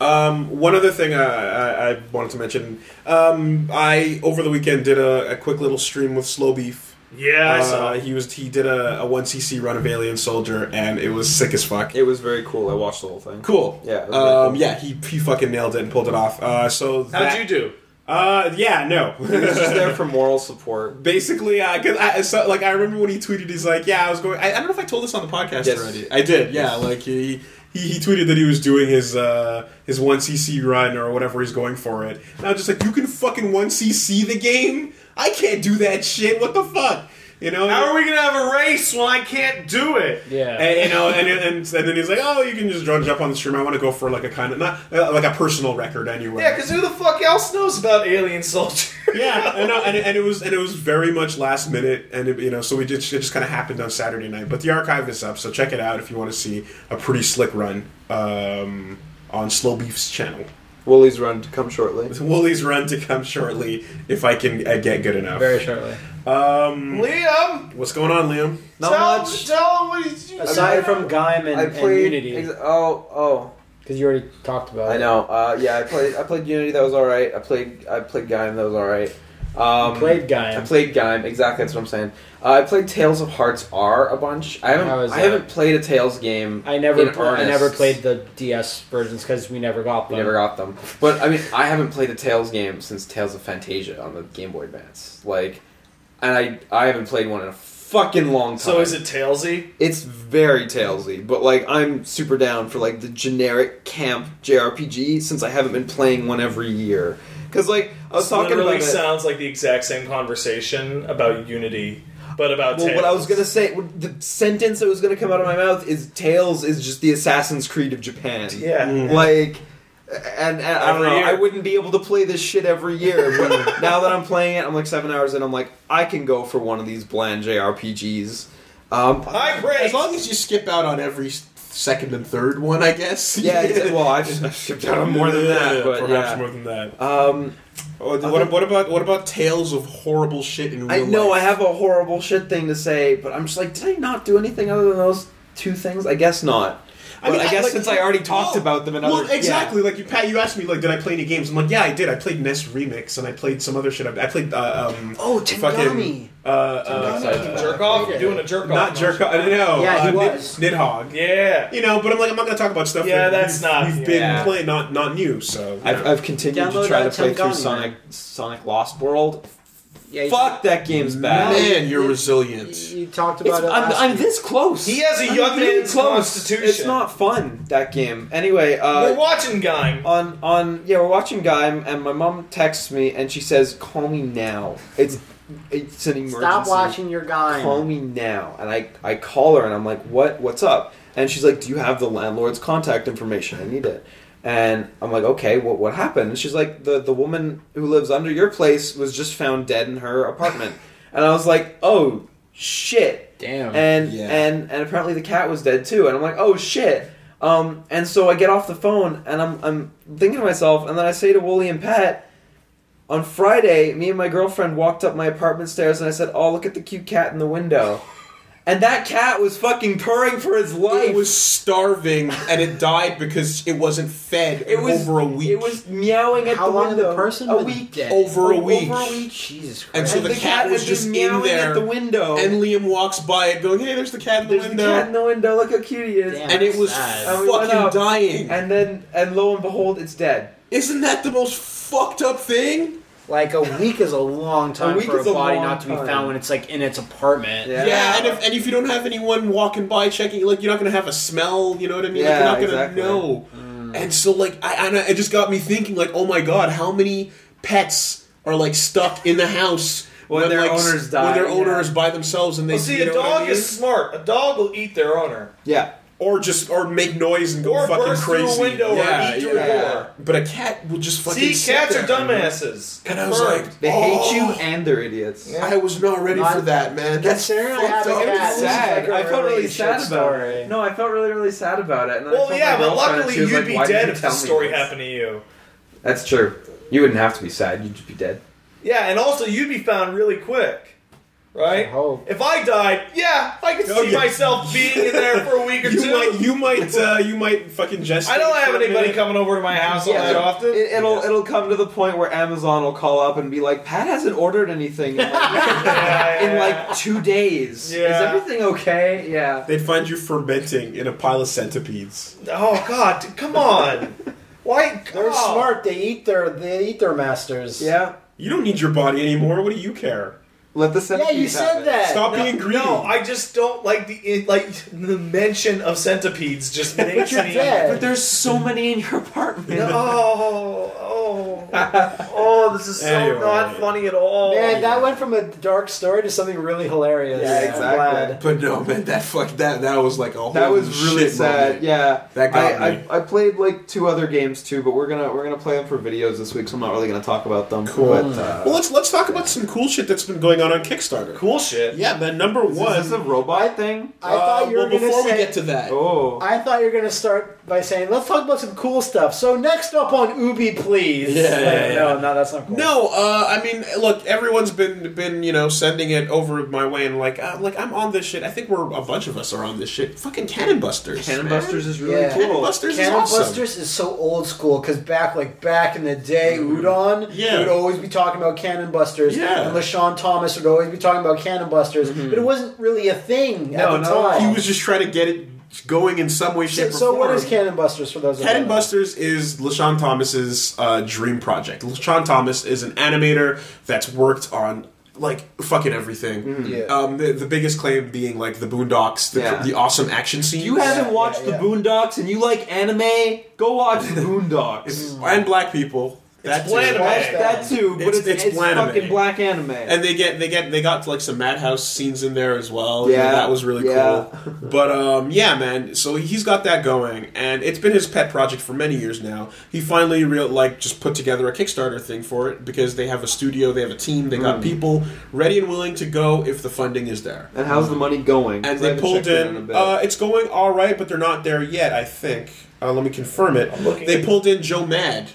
S3: Um, one other thing I, I, I wanted to mention. Um, I over the weekend did a, a quick little stream with Slow Beef.
S1: Yeah, I saw.
S3: Uh, he was he did a, a 1cc run of Alien Soldier and it was sick as fuck.
S5: It was very cool. I watched the whole thing.
S3: cool.
S5: Yeah, it was really
S3: um,
S5: cool.
S3: yeah, he, he fucking nailed it and pulled it off. Uh, so
S1: How'd
S3: that-
S1: you do?
S3: Uh, yeah, no.
S5: It was just there for moral support.
S3: Basically, uh, cause I so, like I remember when he tweeted, he's like, "Yeah, I was going." I, I don't know if I told this on the podcast
S5: Yes.
S3: already. I did. Yeah, like he he, he tweeted that he was doing his uh, his one CC run or whatever he's going for it. And I was just like, you can fucking one CC the game. I can't do that shit. What the fuck? You know?
S1: How are we gonna have a race when I can't do it?
S3: And,
S4: Yeah.
S3: you know, and, and and then he's like, "Oh, you can just jump on the stream. I want to go for like a kind of not uh, like a personal record anyway."
S1: Yeah, because who the fuck else knows about Alien Soldier?
S3: yeah, and, uh, and, and it was and it was very much last minute, and it, you know, so we just it just kind of happened on Saturday night. But the archive is up, so check it out if you want to see a pretty slick run um, on Slow Beef's channel.
S2: Woolies run to come shortly.
S3: Wooly's run to come shortly if I can uh, get good enough.
S4: Very shortly.
S3: Um,
S1: Liam,
S3: what's going on, Liam?
S2: Not
S1: tell,
S2: much.
S1: tell him what he's
S4: Aside from Gaim and,
S2: I
S4: and
S2: played.
S4: Unity,
S2: ex- oh, oh.
S4: because you already talked about
S2: I
S4: it.
S2: know. Uh, yeah, I played. I played Unity. That was all right. I played. I played Gaim. That was all right. Um,
S4: You played
S2: I
S4: Gaim.
S2: played Gaim. Exactly. That's what I'm saying. Uh, I played Tales of Hearts R a bunch. I haven't.
S4: How is
S2: I
S4: that?
S2: haven't played a Tales game.
S4: I never,
S2: in
S4: pl- I never
S2: earnest.
S4: played the DS versions because we never got
S2: We
S4: them.
S2: never got them. But I mean, I haven't played a Tales game since Tales of Fantasia on the Game Boy Advance. Like, and I I haven't played one in a fucking long time.
S1: So is it Tailsy?
S2: It's very Talesy, but like I'm super down for like the generic camp JRPG since I haven't been playing one every year. Cause like I was talking
S1: literally
S2: about it.
S1: sounds like the exact same conversation about Unity, but about
S2: Well,
S1: Tails.
S2: what I was gonna say, what- the sentence that was gonna come out of my mouth is "Tails is just the Assassin's Creed of Japan."
S1: Yeah. Mm-hmm.
S2: like, and, and I don't
S1: Every
S2: know,
S1: year.
S2: I wouldn't be able to play this shit every year. But now that I'm playing it, I'm like seven hours in. I'm like, I can go for one of these bland JRPGs. Um,
S1: High praise.
S3: As long as you skip out on every s- second and third one, I guess.
S2: yeah, it's, well, I've, I've shipped out on more than that, but
S3: perhaps
S2: yeah.
S3: more than that.
S2: Um,
S3: Oh, what, what about what about tales of horrible shit in real
S2: I know
S3: life?
S2: I have a horrible shit thing to say, but I'm just like, did I not do anything other than those two things? I guess not. But I, guess
S3: like-
S2: since I already talked
S3: Oh,
S2: about them in
S3: Well,
S2: other
S3: exactly. Like you, Pat, you asked me like, did I play any games? I'm like, yeah, I did. I played NES Remix and I played some other shit. I, I played uh, um,
S2: Oh,
S3: fucking
S2: Tengami.
S3: uh, uh,
S1: jerk off. You're doing a jerk off.
S3: not jerk. I don't know.
S4: Yeah, he
S3: uh, Nid-
S4: was.
S3: Nidhogg.
S1: Yeah.
S3: You know, but I'm like, I'm not gonna talk about stuff.
S1: Yeah,
S3: that
S1: that's
S3: you've,
S1: not-
S3: You've
S2: yeah.
S3: been playing, not not new. So you
S2: I've,
S3: know.
S2: I've continued
S4: Download
S2: to try to
S4: that
S2: play
S4: Tengami,
S2: through
S4: man.
S2: Sonic Sonic Lost World.
S4: Yeah, you-
S2: Fuck that game's bad.
S4: Man,
S3: you're
S4: You,
S3: resilient.
S4: you talked
S2: It's-
S4: about it.
S2: I'm,
S4: last
S2: I'm
S4: week.
S2: this close.
S1: He has a
S2: I'm
S1: young
S2: really
S1: man's
S2: close.
S1: constitution.
S2: It's not fun that game. Anyway, uh,
S1: We're watching Gaim.
S2: on on yeah, we're watching Guy, and my mom texts me and she says, "Call me now." It's it's an emergency.
S4: Stop watching your
S2: call
S4: Gaim.
S2: me now and I, I call her and i'm like what what's up and she's like do you have the landlord's contact information i need it and i'm like okay what, what happened and she's like the, the woman who lives under your place was just found dead in her apartment and i was like oh shit
S4: Damn.
S2: and
S3: Yeah.
S2: and and apparently the cat was dead too and i'm like oh shit um, and so i get off the phone and i'm, I'm thinking to myself and then i say to wooly and pat on Friday, me and my girlfriend walked up my apartment stairs and I said, Oh, look at the cute cat in the window. And that cat was fucking purring for his life.
S3: It was starving and it died because it wasn't fed
S2: It was-
S3: over a week.
S2: It was meowing at
S4: How
S2: the
S4: long had
S2: window.
S4: the person
S2: a
S4: been
S2: week.
S4: dead?
S3: over a week.
S2: Over a week.
S4: Jesus Christ.
S3: And so
S2: and
S3: the
S2: the,
S3: cat
S2: cat,
S3: was
S2: had
S3: just in
S2: been meowing
S3: there,
S2: at the window.
S3: And Liam walks by it, going, "Hey, there's the cat in the
S2: There's
S3: window."
S2: the cat in the window. Look how cute he is.
S4: Damn.
S3: and it was
S4: Sad.
S2: And we went
S3: fucking
S2: up.
S3: dying.
S2: And then, and lo and behold, it's dead.
S3: Isn't that the most fucked up thing?
S4: Like a week is a long time
S2: week
S4: for a
S2: is a
S4: body
S2: long
S4: not to be
S2: time.
S4: found when it's like in its apartment.
S2: Yeah.
S3: and if and if you don't have anyone walking by checking, like you're not gonna have a smell. You know what I mean?
S2: Yeah,
S3: like, you're not gonna
S2: exactly. Mm.
S3: know. And so, like, I, and I it just got me thinking, like, oh my god, how many pets are like stuck in the house
S2: When their
S3: like, s-
S2: owners die,
S3: When their
S2: yeah.
S3: owners by themselves, and they
S1: Well, see,
S3: you
S1: a
S3: know what I
S1: dog
S3: mean?
S1: is smart. A dog will eat their owner.
S2: Yeah.
S3: or just or make noise and go
S1: Or
S3: fucking
S1: burst through a
S3: crazy.
S1: window or
S3: yeah,
S1: eat through a
S3: yeah.
S1: door.
S3: But a cat will just fucking.
S1: See,
S3: sit
S1: cats are
S3: there.
S1: dumbasses.
S3: And I was
S1: Confirmed.
S3: like,
S2: They hate you
S3: "Oh."
S2: and they're idiots.
S1: Yeah.
S3: I was not ready
S4: Not-
S3: for that, man. That's
S4: Considering I
S3: fucked
S4: have a
S3: up.
S4: cat,
S3: It was-
S2: sad.
S4: This is like
S2: I
S4: a
S2: felt really
S4: really
S2: sad
S4: shit
S2: about
S4: story.
S2: it. No, I felt really, really sad about it. And then I
S1: well,
S2: told
S1: yeah,
S2: my
S1: but
S2: girlfriend,
S1: luckily
S2: she was
S1: you'd
S2: like,
S1: be
S2: "Why did
S1: dead
S2: you
S1: if
S2: tell
S1: the
S2: me
S1: story
S2: this?"
S1: happened to you.
S2: That's true. You wouldn't have to be sad. You'd just be dead.
S1: Yeah, and also you'd be found really quick, right?
S4: I hope.
S1: If I died, yeah, I could
S3: Oh,
S1: see
S3: yeah.
S1: myself being in there for a week or
S3: You
S1: two.
S3: might, you might, uh, you might fucking just.
S1: I don't have anybody coming over to my house all that often.
S2: It, will it'll come to the point where Amazon will call up and be like, "Pat hasn't ordered anything in like,
S1: Yeah, yeah,
S2: in
S1: yeah.
S2: like two days. Is
S1: Yeah.
S2: everything okay? Yeah."
S3: They'd find you fermenting in a pile of centipedes.
S1: oh god, dude, come on, why? oh.
S6: They're
S4: Oh.
S1: God.
S6: smart. They eat their they eat their masters.
S2: Yeah,
S3: You don't need your body anymore. What do you care?
S2: Let the
S4: Yeah,
S2: centipede.
S4: you said that.
S3: Stop
S1: No,
S3: being greedy.
S1: No, I just don't like the it, like the mention of centipedes. Just makes
S4: you're
S1: me.
S4: dead.
S2: But there's so many in your apartment.
S1: No, oh, oh, oh, this is so
S3: Anyway.
S1: not funny at all.
S4: Man, that went from a dark story to something really hilarious.
S2: Yeah, exactly.
S4: I'm glad.
S3: But no, man, that fuck that that was like a whole
S5: That was really sad. Yeah,
S3: That got
S5: I,
S3: me.
S5: I, I played like two other games too, but we're gonna we're gonna play them for videos this week, so I'm not really gonna talk about them.
S3: Cool.
S5: But, uh,
S3: Well, let's let's talk about some cool shit that's been going on on Kickstarter.
S1: cool shit.
S3: Yeah, man. Number
S5: uh, is
S3: one. uh,
S5: this a robot thing?
S4: I thought you were
S3: well, before
S4: gonna
S3: we
S4: say.
S3: get to that,
S5: Oh,
S4: I thought you were gonna start by saying, "Let's talk about some cool stuff." So next up on Ubi, please.
S3: Yeah, yeah, yeah.
S4: No, no, that's not cool.
S3: No, uh, I mean, look, everyone's been been you know sending it over my way, and like, uh, like I'm on this shit. I think we're a bunch of us are on this shit. Fucking Cannon Busters.
S5: Cannon
S3: man.
S5: Busters is really
S4: Yeah.
S3: Cannon
S5: cool.
S3: Busters
S4: Cannon
S3: is awesome.
S4: Busters is so old school because back like back in the day, Udon
S3: Mm-hmm. Yeah.
S4: would always be talking about Cannon Busters,
S3: Yeah. Mm-hmm.
S4: and LaShawn Thomas would always be talking about Cannon Busters, but it wasn't really a thing
S5: No,
S4: at the
S5: no.
S4: time.
S3: He was just trying to get it going in some way,
S4: so,
S3: shape, or
S4: so what
S3: form.
S4: is Cannon Busters for those?
S3: Cannon
S4: of
S3: Busters is LaShawn Thomas's uh, dream project. LaShawn Thomas is an animator that's worked on like fucking everything.
S4: Yeah.
S3: Um, the, the biggest claim being like the Boondocks, the,
S5: Yeah.
S3: the awesome action scene.
S2: you haven't watched
S4: yeah, yeah.
S2: the Boondocks and you like anime? Go watch the Boondocks.
S3: and black people. That's
S1: bland
S2: watch
S1: Anime.
S2: that too, but
S3: It's-
S2: Mm. it's,
S3: it's
S2: it's,
S3: blanime.
S2: fucking black anime.
S3: and they get they get they got like some madhouse scenes in there as well.
S2: Yeah,
S3: that was really
S2: yeah.
S3: cool. But um, yeah, man. So he's got that going, and it's been his pet project for many years now. He finally real like just put together a Kickstarter thing for it because they have a studio, they have a team, they got people ready and willing to go if the funding is there.
S5: And how's the money going?
S3: And
S5: 'Cause I
S3: they
S5: haven't
S3: pulled
S5: checked it
S3: in.
S5: a bit.
S3: uh, it's going all right, but they're not there yet. I think. Uh, let me confirm it.
S1: looking.
S3: They pulled in Joe Mad,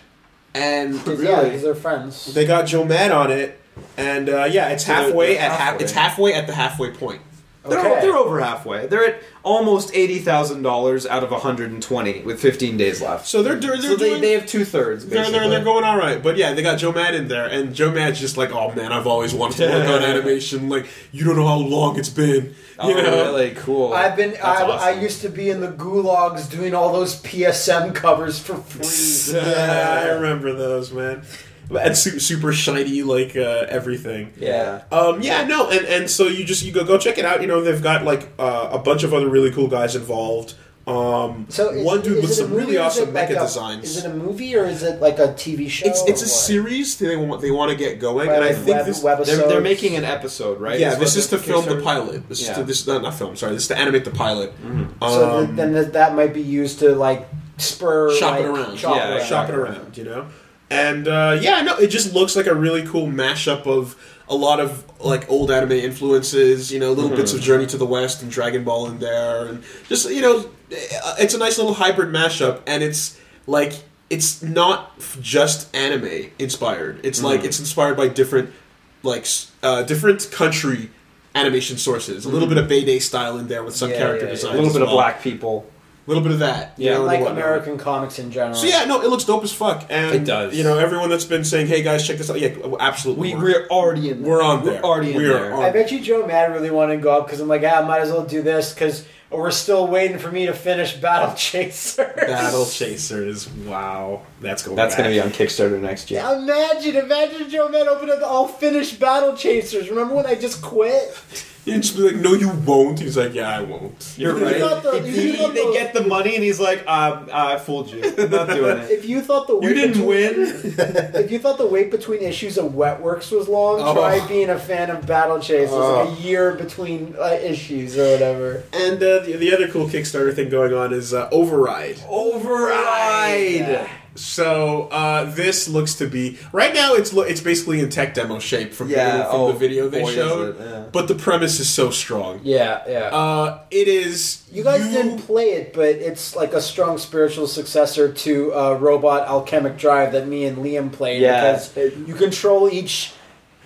S3: and
S4: them? Yeah, because they're friends.
S3: they got Joe Mad on it, and uh, yeah, it's
S5: So they're-
S3: halfway
S5: they're
S3: at half.
S5: halfway.
S3: It's halfway at the halfway point.
S2: They're,
S4: Okay.
S2: they're over halfway. They're at almost eighty thousand dollars out of hundred and twenty with fifteen days left.
S3: So they're they're they're,
S2: So they,
S3: doing-
S2: they have two thirds.
S3: they're, they're, they're going all right, but yeah, they got Joe Mad in there, and Joe Mad's just like, oh man, I've always wanted to work on animation. Like you don't know how long it's been. You
S2: Oh,
S3: know?
S2: really cool.
S4: I've been. I,
S3: That's
S4: I
S3: awesome.
S4: used to be in the gulags doing all those PSM covers for free.
S3: yeah, I remember those, man. And su- super shiny, like uh, everything.
S2: yeah.
S3: Um, yeah, no, and, and so you just you go go check it out. You know they've got like uh, a bunch of other really cool guys involved. Um,
S4: So is,
S3: one dude with
S4: is it a
S3: some
S4: movie
S3: really
S4: or is
S3: awesome
S4: it like
S3: mecha
S4: a-
S3: designs.
S4: Is it a movie or is it like a TV show?
S3: It's it's
S4: or
S3: a
S4: what?
S3: series they want they want to get going,
S4: Like
S3: and I
S4: a
S3: think
S4: web-
S3: this.
S4: webisode?
S2: They're, they're making an episode, right?
S3: Yeah,
S2: That's
S3: this
S2: what
S3: is to film the
S2: Kickstarter-
S3: pilot. This is to
S2: Yeah.
S3: this no, not film. Sorry, this is to animate the pilot.
S4: Mm-hmm. So th-
S3: Um,
S4: then that, that might be used to like spur
S3: shop
S4: like,
S3: it around.
S4: Shop
S2: Yeah,
S4: it around.
S3: shop it around, you know. And uh, yeah, no, it just looks like a really cool mashup of a lot of like old anime influences, you know,
S2: Mm-hmm.
S3: little bits of Journey to the West and Dragon Ball in there, and just you know, it's a nice little hybrid mashup, and it's like it's not f- just anime inspired. It's
S2: Mm-hmm.
S3: like it's inspired by different like s- uh, different country animation sources. A little
S2: Mm-hmm.
S3: bit of Bay style in there with some
S4: Yeah,
S3: character
S4: yeah, yeah.
S3: design,
S2: A little bit of black people.
S3: a little bit of that, you
S2: Yeah.
S3: know, and
S4: Like
S3: whatnot.
S4: American comics in general.
S3: So yeah, no, it looks dope as fuck, and
S2: It does.
S3: You know, everyone that's been saying, "Hey guys, check this out," yeah, absolutely.
S2: We we're already in. There.
S3: We're on there.
S2: We're already in
S3: We're
S2: there.
S3: on-
S4: I bet you Joe Mad really wanted to go up because I'm like, ah, I might as well do this because we're still waiting for me to finish Battle Chaser.
S3: Battle Chasers. Wow, that's going.
S2: That's
S3: back.
S2: going to be on Kickstarter next year.
S4: imagine, imagine Joe Mad opened up the all finished Battle Chasers. Remember when I just quit?
S3: You'd just be like, "No, you won't." He's like, "Yeah, I won't."
S2: You're
S4: You
S2: right.
S4: thought the-
S2: If he-
S4: you thought
S2: they
S4: the-
S2: get the money, and he's like, um, "I fooled you. I'm not doing it."
S4: If you thought the wait
S2: You didn't
S4: between,
S2: win.
S4: If you thought the wait between issues of Wet Works was long,
S3: Oh.
S4: try being a fan of Battle Chasers.
S3: Oh.
S4: Like a year between uh, issues or whatever.
S3: And uh, the, the other cool Kickstarter thing going on is uh, Override.
S2: Override.
S3: So uh, this looks to be right now. It's lo- it's basically in tech demo shape from,
S2: Yeah,
S3: the, from
S2: oh,
S3: the video they
S2: boy, is it,
S3: showed,
S2: yeah.
S3: but the premise is so strong.
S4: Yeah, yeah.
S3: Uh, it is.
S4: Um, you guys didn't play it, but it's like a strong spiritual successor to uh, Robot Alchemic Drive that me and Liam played.
S2: Yeah.
S4: because you control each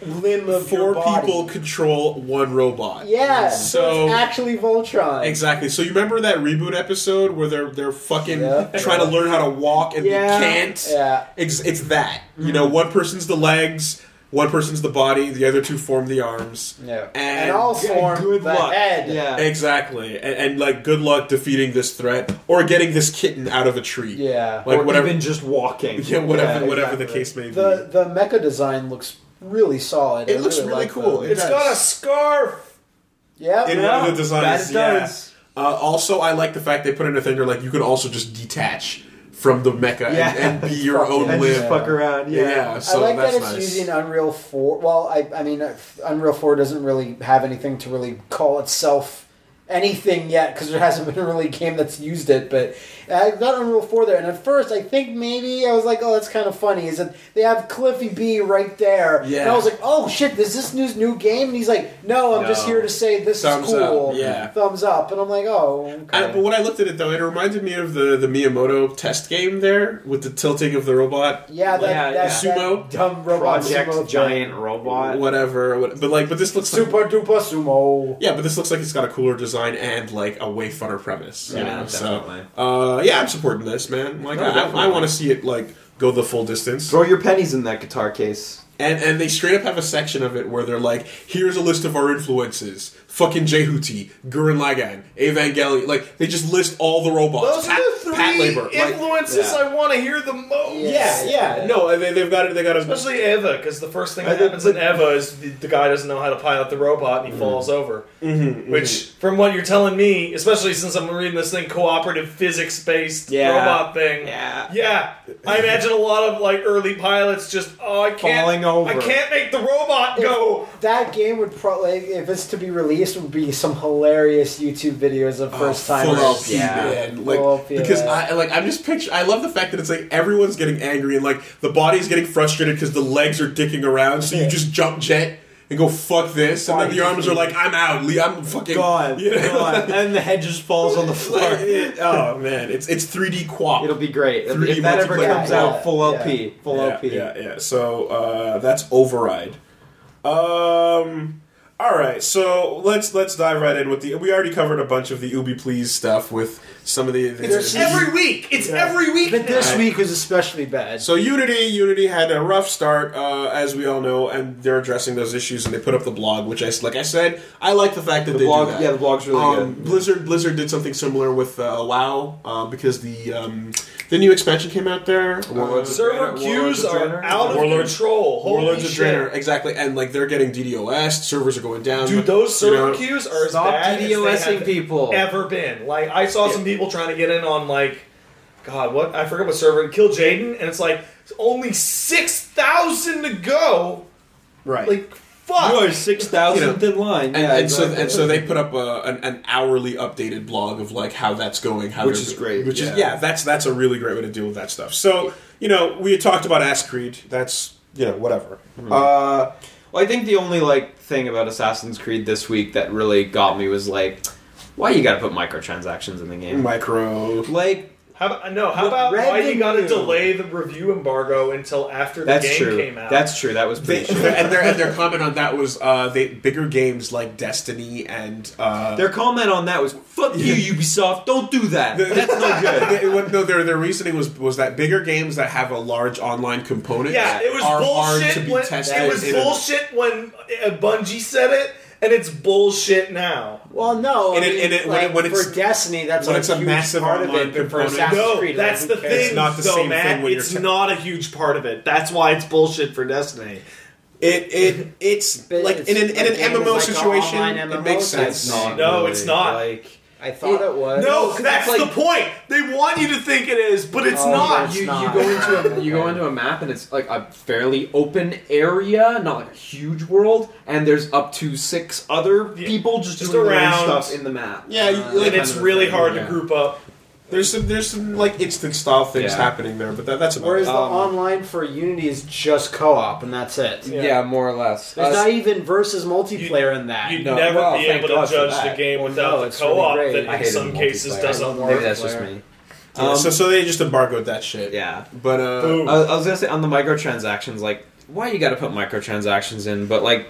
S4: limb of
S3: four
S4: your body.
S3: people control one robot.
S4: Yeah,
S3: So-
S4: so it's actually Voltron.
S3: Exactly. So you remember that reboot episode where they're they're fucking
S4: Yeah.
S3: trying to learn how to walk and
S2: Yeah.
S3: they can't.
S4: Yeah.
S3: It's, it's that. You know, one person's the legs, one person's the body, the other two form the arms.
S4: Yeah.
S3: And,
S4: And all form
S2: Good
S4: the
S2: luck.
S4: head.
S2: Yeah.
S3: exactly. And, and like good luck defeating this threat or getting this kitten out of a tree.
S4: Yeah.
S3: Like
S2: or
S3: whatever.
S2: even just walking.
S3: yeah, whatever.
S2: Yeah,
S3: whatever the
S2: exactly.
S3: case may be.
S4: The the mecha design looks really solid.
S3: It
S4: I
S3: looks really
S4: like
S3: cool.
S4: them.
S3: It
S1: It's got a scarf.
S4: Yeah,
S3: In
S1: Yeah.
S3: one of the designs,
S7: That
S3: yeah.
S7: does.
S3: Uh, also, I like the fact they put in a thing where like you can also just detach from the mecha
S2: Yeah.
S3: and, and be your own
S2: and
S3: limb.
S2: just fuck around.
S3: yeah.
S2: Yeah.
S3: so
S4: I like
S3: that's
S4: that it's
S3: nice.
S4: using Unreal Four. Well, I, I mean, uh, Unreal Four doesn't really have anything to really call itself anything yet because there hasn't been really a game that's used it. But I got Unreal Four there, and at first I think maybe I was like, "Oh, that's kind of funny." Is that they have Cliffy B right there?
S3: Yeah.
S4: And I was like, "Oh shit, is this new new game?" And he's like, "No, I'm just
S3: No.
S4: here to say this
S3: Thumbs
S4: is cool."
S3: up, yeah.
S4: thumbs up. And I'm like, "Oh, okay."
S5: Uh,
S3: I, but when I looked at it though, it reminded me of the, the Miyamoto test game there with the tilting of the robot,
S4: yeah, that,
S5: Yeah,
S4: that,
S3: yeah.
S4: that
S3: Sumo?
S4: dumb robot
S5: Project
S4: sumo thing.
S5: Giant Robot.
S3: whatever. what- But like, but this looks like,
S4: super duper sumo.
S3: yeah, but this looks like it's got a cooler design and like a way funner premise. you
S5: Yeah,
S3: know,
S5: definitely.
S3: So, uh, yeah, I'm supporting this man. Like,
S5: No,
S3: I, I,
S5: definitely.
S3: want to see it like go the full distance.
S2: Throw your pennies in that guitar case.
S3: And and they straight up have a section of it where they're like, here's a list of our influences. Fucking Jehuti, Gurren Lagann, Evangelion. Like they just list all the
S1: Those
S3: robots. Pat-
S1: are the three
S3: Pat Labor. Like,
S1: influences
S5: yeah.
S1: I want to hear the most.
S4: Yeah, yeah.
S3: no, and they, they've got it. They got a
S1: Especially Eva, because the first thing
S2: I
S1: that
S2: think-
S1: happens in Eva is the, the guy doesn't know how to pilot the robot and he falls over. Which, from what you're telling me, especially since I'm reading this thing, cooperative physics based
S2: Yeah.
S1: robot thing.
S2: Yeah.
S1: Yeah, I imagine a lot of like early pilots just oh I can't
S2: Falling over.
S1: I can't make the robot go.
S4: That game would probably, if it's to be released, would be some hilarious YouTube videos of first timers.
S3: Oh, Full LP,
S2: Yeah.
S3: man. Like
S4: Full LP,
S3: because
S4: yeah.
S3: I like I'm just picture. I love the fact that it's like everyone's getting angry and like the body's getting frustrated because the legs are dicking around. So you just jump jet and go fuck this, and then the arms are like, I'm out. Lee, I'm fucking
S2: Gone.
S3: You know?
S2: Gone. And the head just falls on the
S3: Like,
S2: floor.
S3: it- oh man, it's it's 3D quap.
S2: It'll be great. If,
S3: 3D
S2: if that ever
S3: multiplayer.
S2: comes
S4: Yeah,
S2: out, full
S4: yeah.
S2: LP. Full
S3: yeah,
S2: LP.
S3: Yeah, yeah. So uh, that's override. Um. All right, so let's let's dive right in with the. We already covered a bunch of the Ubi Please stuff with some of the.
S1: It's every week. It's every week.
S7: But this
S1: now.
S7: week was especially bad.
S3: So Unity, Unity had a rough start, uh, as we all know, and they're addressing those issues, and they put up the blog, which I, like I said, I like the fact that they
S2: blog-
S3: do that.
S2: yeah, the blog's really
S3: um,
S2: good.
S3: Blizzard, Blizzard did something similar with uh, WoW uh, because the um, the new expansion came out there.
S2: Warlords
S3: Uh,
S2: of
S1: Server
S2: Warlords
S1: queues
S2: of
S1: are
S2: Draenor?
S1: out of
S3: Warlords-
S1: control. Holy
S3: Warlords of
S1: shit.
S3: Draenor, exactly, and like they're getting DDoS, servers are going down.
S1: Dude, those
S3: you
S1: server
S3: know.
S1: queues are as
S5: Stop
S1: bad as they
S5: DDoSing
S1: have
S5: people.
S1: ever been. Like I saw some people trying to get in on like, God, what I forget what server kill Jaden, and it's like it's only six thousand to go.
S3: right?
S1: Like fuck.
S2: You are six thousandth in line.
S3: and,
S2: yeah,
S3: and so
S2: exactly.
S3: and so they put up a, an, an hourly updated blog of like how that's going, how
S2: Which
S3: they're
S2: is
S3: doing-
S2: great,
S3: which is
S2: yeah.
S3: yeah, that's that's a really great way to deal with that stuff. So you know, we had talked about Ask Creed. That's you know whatever. Uh,
S2: Well, I think the only like thing about Assassin's Creed this week that really got me was like, why you gotta put microtransactions in the game?
S3: Uh, micro.
S2: Like,
S1: How about, no, how about why you gotta
S4: revenue.
S1: delay the review embargo until after the
S2: that's
S1: game
S2: true.
S1: came out?
S2: That's true. That was
S3: They,
S2: pretty true.
S3: and their and their comment on that was uh, they bigger games like Destiny and uh,
S2: Their comment on that was, "Fuck you, Ubisoft! Don't do that.
S3: The-
S2: That's no good."
S3: They- what- no, their their reasoning was was that bigger games that have a large online component
S1: yeah, it was
S3: are hard to
S1: bullshit.
S3: be
S1: When,
S3: tested.
S1: it was
S3: in a-
S1: bullshit when uh, Bungie said it, and it's bullshit now.
S4: Well, no.
S3: And
S4: I
S3: it-
S4: mean,
S3: and it- when
S4: like,
S3: it- when
S4: for
S3: it's-
S4: Destiny, that's
S3: when
S4: like
S3: it's
S4: a,
S3: a
S4: huge
S3: massive
S4: part of
S3: online
S4: it. But for
S3: component-
S4: Assassin's
S1: No,
S4: Creed,
S1: that's
S4: like,
S1: the
S4: who cares?
S1: thing.
S3: It's not the
S1: though,
S3: same
S1: Matt.
S3: thing when you're
S1: it's
S3: te-
S1: not a huge part of it. That's why it's bullshit for Destiny.
S3: It it it's
S4: But
S3: like
S4: it's
S3: in an in
S4: like
S3: an
S4: a game
S3: MMO
S4: that's like a
S3: situation,
S4: online
S3: it
S4: MMO,
S3: makes
S4: that's
S3: sense.
S4: not-
S1: No, it's not.
S2: Like,
S4: I thought it was.
S1: No,
S4: 'cause
S1: that's
S4: it's
S1: the
S4: like-
S1: point. They want you to think it is, but it's
S4: Oh,
S1: not.
S4: that's
S5: you, you
S1: You-
S4: not.
S5: go into a you go into a map and it's like a fairly open area, not like a huge world, and there's up to six other
S1: Yeah.
S5: people just,
S1: Just
S5: doing their own
S1: around.
S5: stuff in the map.
S3: Yeah, you- like,
S1: and
S5: kind
S1: it's
S5: of a
S1: really
S5: thing,
S1: hard
S5: yeah.
S1: to group up.
S3: There's some there's some like instant style things
S5: Yeah.
S3: happening there, but that, that's about
S4: Whereas
S3: it. Um,
S4: the online for Unity is just co-op, and that's it.
S1: Yeah.
S5: Yeah. more or less.
S4: There's
S5: Us-
S4: not even versus multiplayer in that.
S1: You'd
S5: No,
S1: never
S5: well,
S1: be
S5: thank
S1: able to
S5: God for
S1: judge the
S5: that.
S1: game
S4: Well,
S1: without
S4: no,
S1: the
S4: it's really
S1: co-op
S4: great.
S1: that
S4: I
S1: in
S5: hated
S1: some
S5: multiplayer.
S1: cases doesn't work.
S5: Maybe that's just me.
S3: Yeah,
S2: um,
S3: so so they just embargoed that shit.
S2: yeah.
S3: But uh,
S1: Boom.
S2: I, I was gonna say on the microtransactions, like, why you gotta put microtransactions in? But like,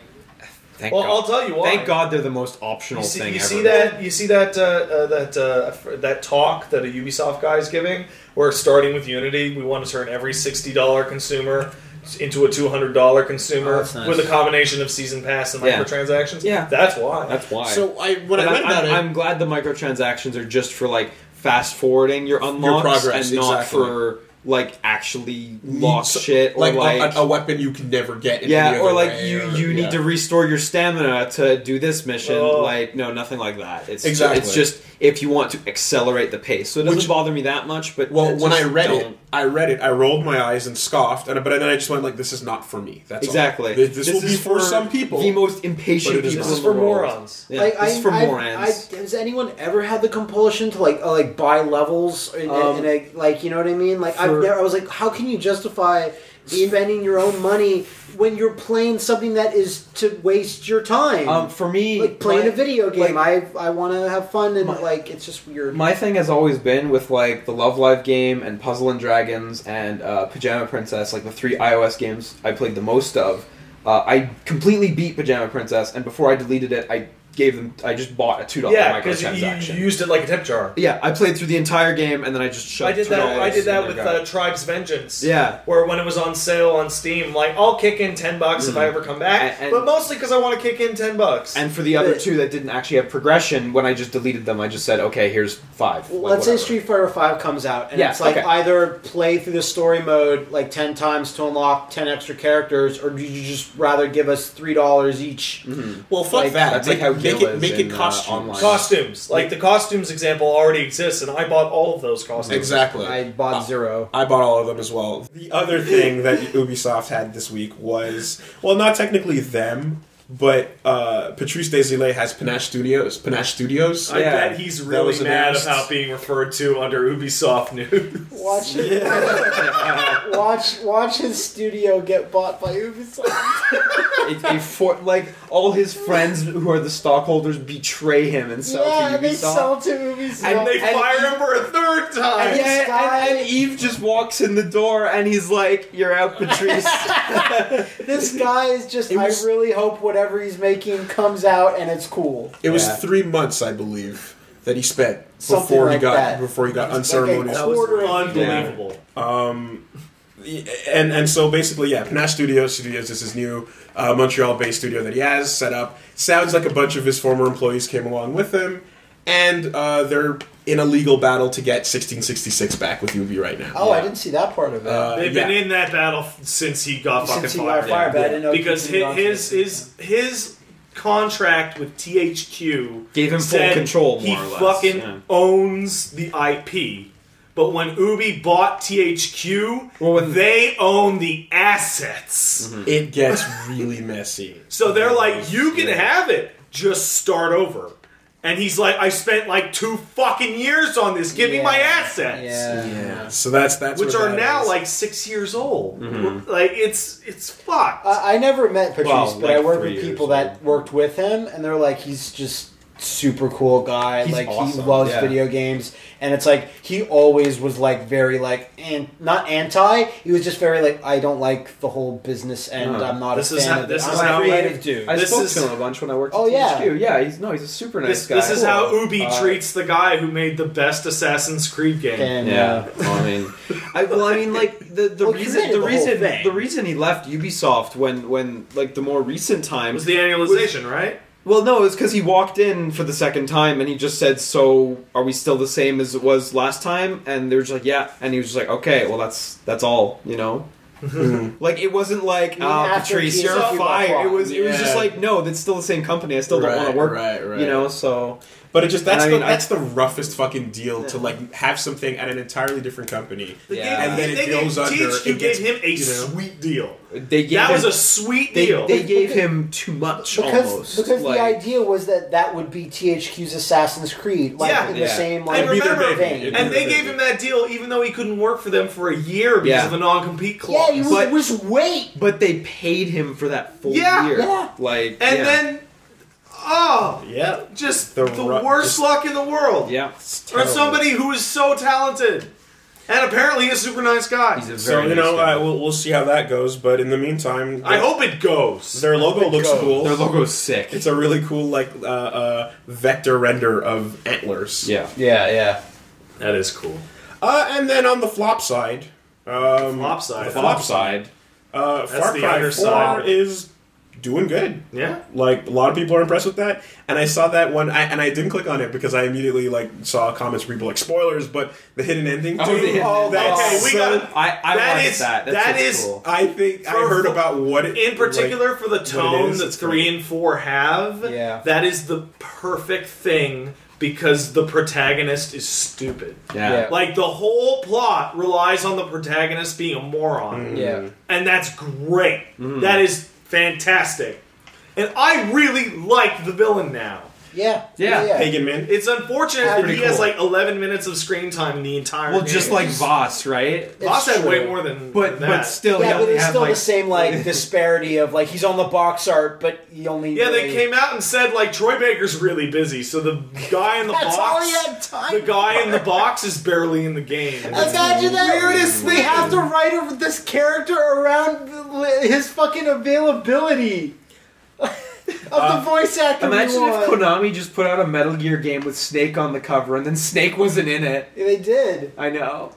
S2: thank
S1: Well, I'll
S2: God.
S1: tell you why.
S2: Thank God they're the most optional
S1: You see,
S2: thing
S1: you
S2: ever.
S1: see that? You see that? Uh, uh, that uh, that talk that a Ubisoft guy is giving, where starting with Unity, we want to turn every sixty dollar consumer into a two hundred dollar
S4: Oh,
S1: consumer
S4: that's nice.
S1: with a combination of season pass and
S2: Yeah.
S1: microtransactions.
S2: Yeah.
S1: that's why.
S2: That's why.
S3: so I when
S2: But
S3: I read
S2: I'm,
S3: about
S2: I'm,
S3: it,
S2: I'm glad the microtransactions are just for like fast forwarding your unlocks
S3: progress,
S2: and not
S3: exactly.
S2: for like actually lost
S3: So-
S2: shit or
S3: like,
S2: like,
S3: a- a, a weapon you can never get. In any
S2: yeah,
S3: other
S2: or like
S3: way,
S2: you
S3: or-
S2: you need
S3: yeah.
S2: to restore your stamina to do this mission.
S1: Oh.
S2: Like no, nothing like that. It's
S3: Exactly.
S2: it's just if you want to accelerate the pace. So it doesn't
S3: Which-
S2: bother me that much. But
S3: Well, when I
S2: just
S3: read
S2: don't.
S3: it, I read it. I rolled my eyes and scoffed, and but then I just went like, "This is not for me." That's all.
S2: exactly.
S3: This, this will
S2: is
S3: be for, some people.
S2: The most
S3: but
S2: impatient
S3: it is
S2: people.
S1: This is
S2: in
S1: for
S2: the world.
S1: morons.
S2: Yeah,
S4: Like,
S2: this
S4: I-
S2: is for
S4: I-
S2: morons.
S4: I- has anyone ever had the compulsion to like uh, like buy levels in,
S7: Um,
S4: in a like you know what I mean? Like I've
S7: for-
S4: never, I was like, how can you justify spending your own money when you're playing something that is to waste your time?
S5: Um,
S2: for me,
S4: like playing
S5: my-
S4: a video game, I I want to have fun and
S5: My-
S4: like it's just weird.
S5: My thing has always been with like the Love Live game and Puzzle and Dragons and uh, Pajama Princess, like the three iOS games I played the most of. Uh, I completely beat Pajama Princess, and before I deleted it, I gave them. I just bought a two dollar
S1: Yeah, because you,
S5: microtransaction.
S1: you used it like a tip jar.
S2: yeah, I played through the entire game and then I just shut.
S1: I did that. I did that with uh,
S2: that.
S1: Tribes Vengeance.
S2: Yeah,
S1: Where when it was on sale on Steam, like I'll kick in ten bucks if I ever come back,
S5: And- and-
S1: but mostly because I want to kick in ten bucks.
S5: and for the other
S4: But-
S5: two that didn't actually have progression, when I just deleted them, I just said, "Okay, here's five.
S4: Well,
S5: like,
S4: Let's
S5: whatever.
S4: say Street Fighter Five comes out, and
S5: Yeah,
S4: it's like
S5: okay.
S4: either play through the story mode like ten times to unlock ten extra characters, or do you just rather give us three dollars each?
S3: well, fuck
S4: like,
S3: that.
S5: that's
S3: Make,
S5: like how
S3: make
S5: Gil
S3: it
S5: is
S3: make it
S5: in, uh,
S3: costumes.
S5: online.
S1: costumes, like the costumes example, already exists, and I bought all of those costumes.
S3: Exactly.
S4: I
S3: Uh,
S4: bought zero.
S3: I bought all of them as well. The other thing that Ubisoft had this week was, well, not technically them, but uh, Patrice Desilets has Panache Studios. Panache Studios.
S1: I
S5: Yeah,
S1: bet he's
S3: was
S1: really mad
S3: announced.
S1: about being referred to under Ubisoft News.
S4: Watch it. watch watch his studio get bought by Ubisoft.
S5: it's a for like all his friends who are the stockholders betray him and sell
S4: yeah,
S5: to
S4: they
S5: Ubisoft.
S4: sell to Ubisoft.
S1: and they
S5: and-
S1: fire him for a third time.
S4: And
S5: Yeah,
S4: This guy-
S5: and, and Eve just walks in the door and he's like, "You're out, Patrice."
S4: this guy is just.
S3: It was-
S4: I really hope whatever he's making comes out and it's cool.
S3: It was
S5: Yeah.
S3: three months, I believe, that he spent
S4: Something
S3: before he
S4: like
S3: got
S4: that.
S3: before he got
S4: Like
S3: unceremonious.
S4: a
S1: That was
S4: quarter of-
S1: unbelievable.
S3: Um, and and so basically, yeah, Panache Studios Studios is his new uh, Montreal-based studio that he has set up. Sounds like a bunch of his former employees came along with him, and uh, they're in a legal battle to get 1666 back with Ubi right now.
S4: Oh, I didn't see that part of it.
S3: Uh,
S1: They've
S3: yeah.
S1: been in that battle f- since he got fucking
S4: Since he
S1: fired.
S4: got fired, but I didn't know
S1: because
S4: he continued
S1: his
S4: on
S1: his,
S4: to this.
S1: his his contract with THQ
S2: Gave him full
S1: said
S2: control,
S1: he
S2: more or less,
S1: fucking
S2: yeah.
S1: owns the IP. But when Ubi bought THQ,
S5: Well, when-
S1: they own the assets.
S2: Mm-hmm.
S3: It gets really messy.
S1: So they're like, you can have it. Just start over. And he's like, I spent like two fucking years on this. Give me my assets.
S4: yeah.
S3: Yeah. So that's that's
S1: Which
S3: where
S1: are
S3: that
S1: now
S3: is.
S1: like six years old.
S2: Mm-hmm.
S1: Like it's it's fucked.
S4: I, I never met Patrice,
S2: Well,
S4: but
S2: like
S4: I worked
S2: three
S4: with
S2: years
S4: people
S2: ago.
S4: that worked with him, and they're like, he's just super cool guy.
S2: He's
S4: like
S2: awesome,
S4: he loves
S2: yeah.
S4: video games, and it's like he always was like very like and not anti. He was just very like I don't like the whole business end.
S5: Uh-huh.
S4: I'm not
S1: This
S4: a
S1: is
S4: fan
S1: how-
S4: of
S1: this
S4: it.
S1: is
S4: I'm
S1: how
S4: a creative
S1: it-
S4: dude.
S5: I
S1: This
S5: spoke
S1: is-
S5: to him a bunch when I worked.
S4: Oh,
S5: at
S4: yeah.
S5: THQ. yeah. He's no, he's a super nice
S1: this,
S5: guy.
S1: this is how Ubi
S5: Uh,
S1: treats the guy who made the best Assassin's Creed game.
S4: And, uh,
S5: Yeah, well, I mean, I, well, I mean, like the, the
S4: Well, he
S2: reason
S4: created
S2: the,
S4: the whole
S2: reason
S4: thing.
S2: the reason he left Ubisoft when when like the more recent
S1: It
S2: times
S1: was the annualization, right?
S2: well no it's because he walked in for the second time and he just said so are we still the same as it was last time and they were just like yeah and he was just like okay well that's that's all you know like it wasn't like
S4: Even
S2: ah
S4: after
S2: Patrice
S4: he-
S2: you're
S4: so he
S2: fired
S4: walked
S2: it was it was just
S3: Yeah.
S2: like no that's still the same company I still
S3: Right,
S2: don't want to work
S3: right, right.
S2: you know so
S3: But it just that's
S2: I
S3: the,
S2: mean, I-
S3: that's the roughest fucking deal to like have something at an entirely different company.
S1: They gave-
S2: Yeah.
S3: And then it
S1: they
S3: goes
S1: gave,
S3: under,
S1: THQ
S3: it
S1: gave
S3: gets-
S1: him a
S3: you know.
S1: sweet deal.
S5: they gave
S1: That was
S5: him-
S1: a sweet
S2: they,
S1: deal.
S2: they gave him too much
S4: Because
S2: almost
S4: because
S2: like,
S4: the idea was that that would be THQ's Assassin's Creed, like
S1: Yeah.
S4: in the
S2: Yeah.
S4: same
S1: I
S4: like
S1: remember-
S4: vein.
S3: It'd
S1: and
S3: be
S1: they
S3: really
S1: gave him that deal even though he couldn't work for them for a year because
S2: Yeah.
S1: of a non-compete clause.
S4: Yeah, he was,
S2: But-
S4: was wait.
S2: but they paid him for that full
S1: Yeah.
S2: year
S4: Yeah.
S2: like
S1: and
S2: yeah.
S1: then, oh,
S3: Yeah.
S1: just
S3: The
S1: the,
S3: ru-
S1: worst
S3: just-
S1: luck in the world.
S2: yeah
S1: Or somebody who is so talented and apparently a super nice guy.
S5: He's a very
S3: So you
S5: nice
S3: know,
S5: guy.
S3: uh, we'll, we'll see how that goes. But in the meantime,
S1: I hope it goes.
S3: their logo looks
S4: goes.
S3: cool.
S2: their logo's sick
S3: it's a really cool like uh, uh, vector render of antlers.
S2: yeah
S7: Yeah, yeah.
S1: That is cool.
S3: Uh, and then on the flop side, um,
S1: Flop side.
S3: the flop side, uh, Far
S1: the
S3: Cry
S1: other
S3: Four
S1: side.
S3: is doing good.
S1: Yeah.
S3: Like a lot of people are impressed with that, and I saw that one, I, and I didn't click on it because I immediately like saw comments from people like spoilers, but the hidden ending.
S2: Oh,
S3: too,
S2: the hidden ending.
S3: that's
S1: Okay, we
S3: so-
S1: gotta-
S2: I, I
S1: That
S2: wanted
S1: is-
S2: that. That's
S1: that
S2: so
S1: is-
S2: cool.
S3: I think I
S1: For-
S3: heard about what it,
S1: in particular for the tone
S3: is,
S1: that
S3: it's
S1: three
S3: great.
S1: and four have
S2: Yeah.
S1: that is the perfect thing because the protagonist is stupid
S2: Yeah.
S1: like the whole plot relies on the protagonist being a
S2: Mm.
S4: Mm.
S1: moron
S7: Yeah.
S1: and that's great That is fantastic and i really like the villain now
S4: Yeah.
S2: Yeah.
S3: like, pagan man.
S1: it's unfortunate that he
S3: pretty
S1: has
S3: cool.
S1: like 11 minutes of screen time in the entire
S2: Well,
S1: game.
S2: just like Voss, right?
S1: Boss
S4: It's
S1: had way
S4: true.
S1: more than
S2: But
S1: than
S2: but
S1: that.
S2: still, he
S4: yeah, but
S2: only
S4: it's
S2: had,
S4: still
S2: like,
S4: the same like disparity of like he's on the box art, but he only
S1: yeah they
S4: really-
S1: came out and said like troy baker's really busy so the guy in the
S4: That's
S1: box
S4: all he had time.
S1: The guy in the box is barely in the game.
S4: Imagine that. Weirdest they have to write of this character around his fucking availability of
S1: Uh,
S4: the voice actor. we
S5: Imagine if
S4: want.
S5: Konami just put out a Metal Gear game with Snake on the cover and then Snake wasn't in it.
S4: they did.
S5: I know.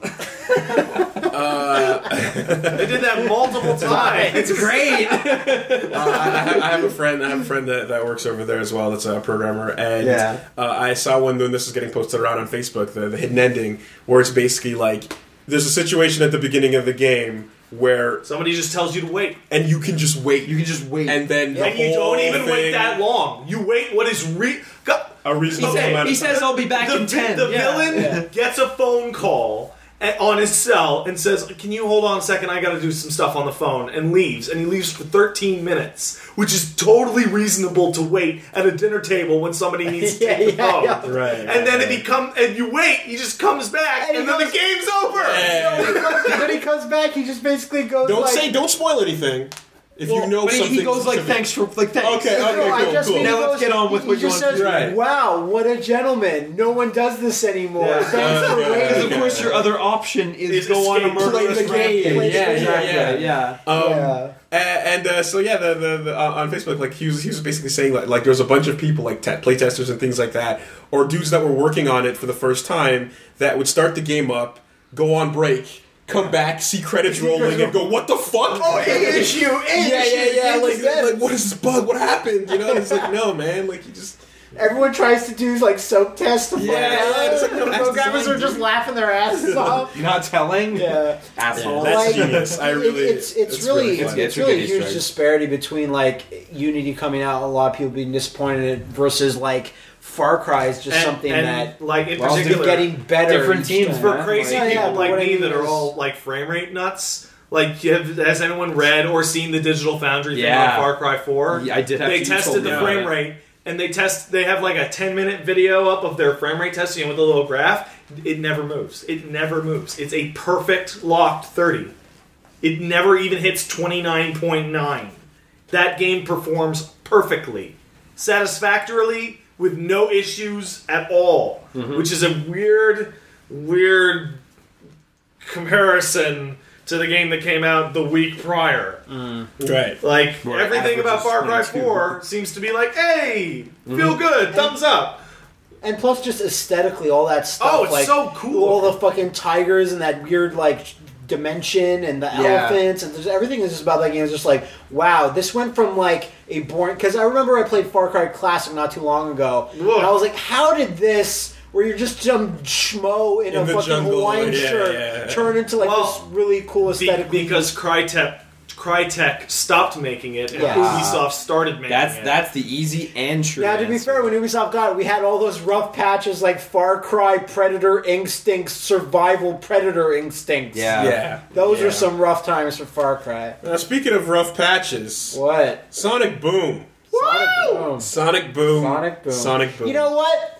S1: They did that multiple times.
S5: great.
S3: Uh, I, I have, I have a friend. I have a friend that, that works over there as well. That's a programmer, and
S2: Yeah.
S3: uh, I saw one when this was getting posted around on Facebook. The, the hidden ending, where it's basically like there's a situation at the beginning of the game where,
S1: Somebody just tells you to wait,
S3: and you can just wait.
S2: You can just wait.
S3: and then the
S1: and you
S3: whole
S1: don't even wait
S3: thing-
S1: that long. You wait what is re. Go-
S3: A reasonable
S1: He said-
S3: amount.
S2: he
S3: of time.
S2: says, "I'll be back
S1: the vi-
S2: in ten.
S1: the
S2: yeah.
S1: villain gets a phone call a- on his cell and says, "Can you hold on a second? I got to do some stuff on the phone," and leaves. And he leaves for 13 minutes, which is totally reasonable to wait at a dinner table when somebody needs to
S4: Yeah,
S1: take the
S4: yeah,
S1: phone.
S4: yeah.
S3: Right,
S1: And
S3: right,
S1: then
S3: right.
S1: it become and you wait. He just comes back, and,
S4: And he
S1: then
S4: goes-
S1: the game's over.
S4: when he comes back, he just basically goes
S3: Don't
S4: like,
S3: say, don't spoil anything. If you know
S2: But he,
S3: something,
S2: he goes like,
S3: specific.
S2: "Thanks for like thanks."
S3: Okay,
S4: No,
S3: okay,
S4: I
S3: cool,
S4: just
S3: cool.
S4: mean
S2: Now
S4: he
S2: let's
S4: goes-
S2: get on with
S4: he
S2: what you
S4: just
S2: want to
S4: says,
S3: do. Right.
S4: Wow, what a gentleman! No one does this anymore.
S1: Yeah.
S4: Thanks for
S3: Yeah, yeah,
S2: Because
S4: waiting.
S2: of course your other option
S1: Is
S2: is go on a
S1: escape.
S2: murderous
S3: Play the
S2: rampage.
S4: game. Play the
S2: Yeah,
S4: game.
S2: yeah, yeah, yeah.
S3: Um,
S4: Yeah.
S3: a- And uh, so yeah, the, the, the uh, on Facebook, like he was he was basically saying like, like there was a bunch of people like te- playtesters and things like that, or dudes that were working on it for the first time that would start the game up, go on break, come back, see credits rolling, and go, "What the fuck? Oh, hey,
S4: issue,
S3: yeah, yeah, yeah! Like,
S4: that.
S3: like what is this bug? What happened? You know? And it's like, no, man. Like you just
S4: Everyone tries to do like soap tests to find
S3: Yeah,
S4: out.
S3: yeah, it's like, no,
S4: the
S3: that's
S4: programmers
S3: design,
S4: are just
S3: dude.
S4: laughing their asses off.
S2: Not telling.
S4: Yeah.
S2: Asshole.
S3: Yeah, that's
S4: Like,
S3: genius. I
S4: it-
S3: really-
S4: it's it's,
S3: it's
S4: really,
S3: really
S4: it's,
S3: funny.
S5: It's
S4: really a
S5: good
S4: huge
S5: Easter egg.
S4: disparity between like Unity coming out, a lot of people being disappointed in it, versus like Far Cry is just
S1: And-
S4: something
S1: and,
S4: that
S1: like in
S5: Well,
S4: has been
S1: particular,
S4: getting better.
S5: Different
S4: each
S5: teams
S4: time.
S1: for
S5: Yeah,
S1: crazy
S4: like- Yeah,
S1: people
S4: yeah,
S1: like
S4: what I
S1: me
S4: mean
S1: that are
S4: is-
S1: all like frame rate nuts. Like, you have, has anyone read or seen the Digital Foundry thing
S2: Yeah.
S1: on Far Cry Four?
S2: Yeah, I did have
S1: They
S2: to- you
S1: tested
S2: told me
S1: the
S2: about
S1: frame
S2: it.
S1: rate, and they test. They have like a ten minute video up of their frame rate testing with a little graph. It never moves. It never moves. It's a perfect locked thirty. It never even hits twenty nine point nine. That game performs perfectly satisfactorily with no issues at all,
S2: Mm-hmm.
S1: which is a weird, weird comparison to the game that came out the week prior.
S3: right.
S1: Like
S2: Where
S1: everything
S2: average
S1: about
S2: is
S1: Far Cry
S2: 22.
S1: Four seems to be like, hey, feel good, thumbs up.
S4: And plus, just aesthetically, all that stuff.
S1: Oh, it's
S4: like,
S1: so cool.
S4: All the fucking tigers and that weird like dimension and the
S2: Yeah.
S4: elephants and there's, everything is just about that game. It's just like wow, this went from like a boring because I remember I played Far Cry Classic not too long ago,
S1: Whoa.
S4: and I was like, how did this? Where you're just some schmo in,
S3: In
S4: a
S3: the
S4: fucking
S3: jungle,
S4: Hawaiian
S3: yeah,
S4: shirt
S3: yeah, yeah.
S4: turn into like
S1: Well,
S4: this really cool
S1: Be-
S4: aesthetic
S1: because Crytek, Crytek stopped making it, and
S4: Yeah.
S1: Ubisoft started making
S2: That's
S1: it.
S2: that's the easy and true.
S4: Now, to be
S2: answer.
S4: fair, when Ubisoft got it, we had all those rough patches like Far Cry, Predator Instincts, Survival Predator Instincts.
S2: Yeah.
S3: Yeah.
S4: Those
S3: Yeah.
S4: are some rough times for Far Cry.
S3: Now speaking of rough patches,
S4: What?
S3: Sonic Boom.
S4: Sonic Boom.
S3: Sonic Boom.
S4: Sonic Boom.
S3: Sonic Boom.
S4: You know what?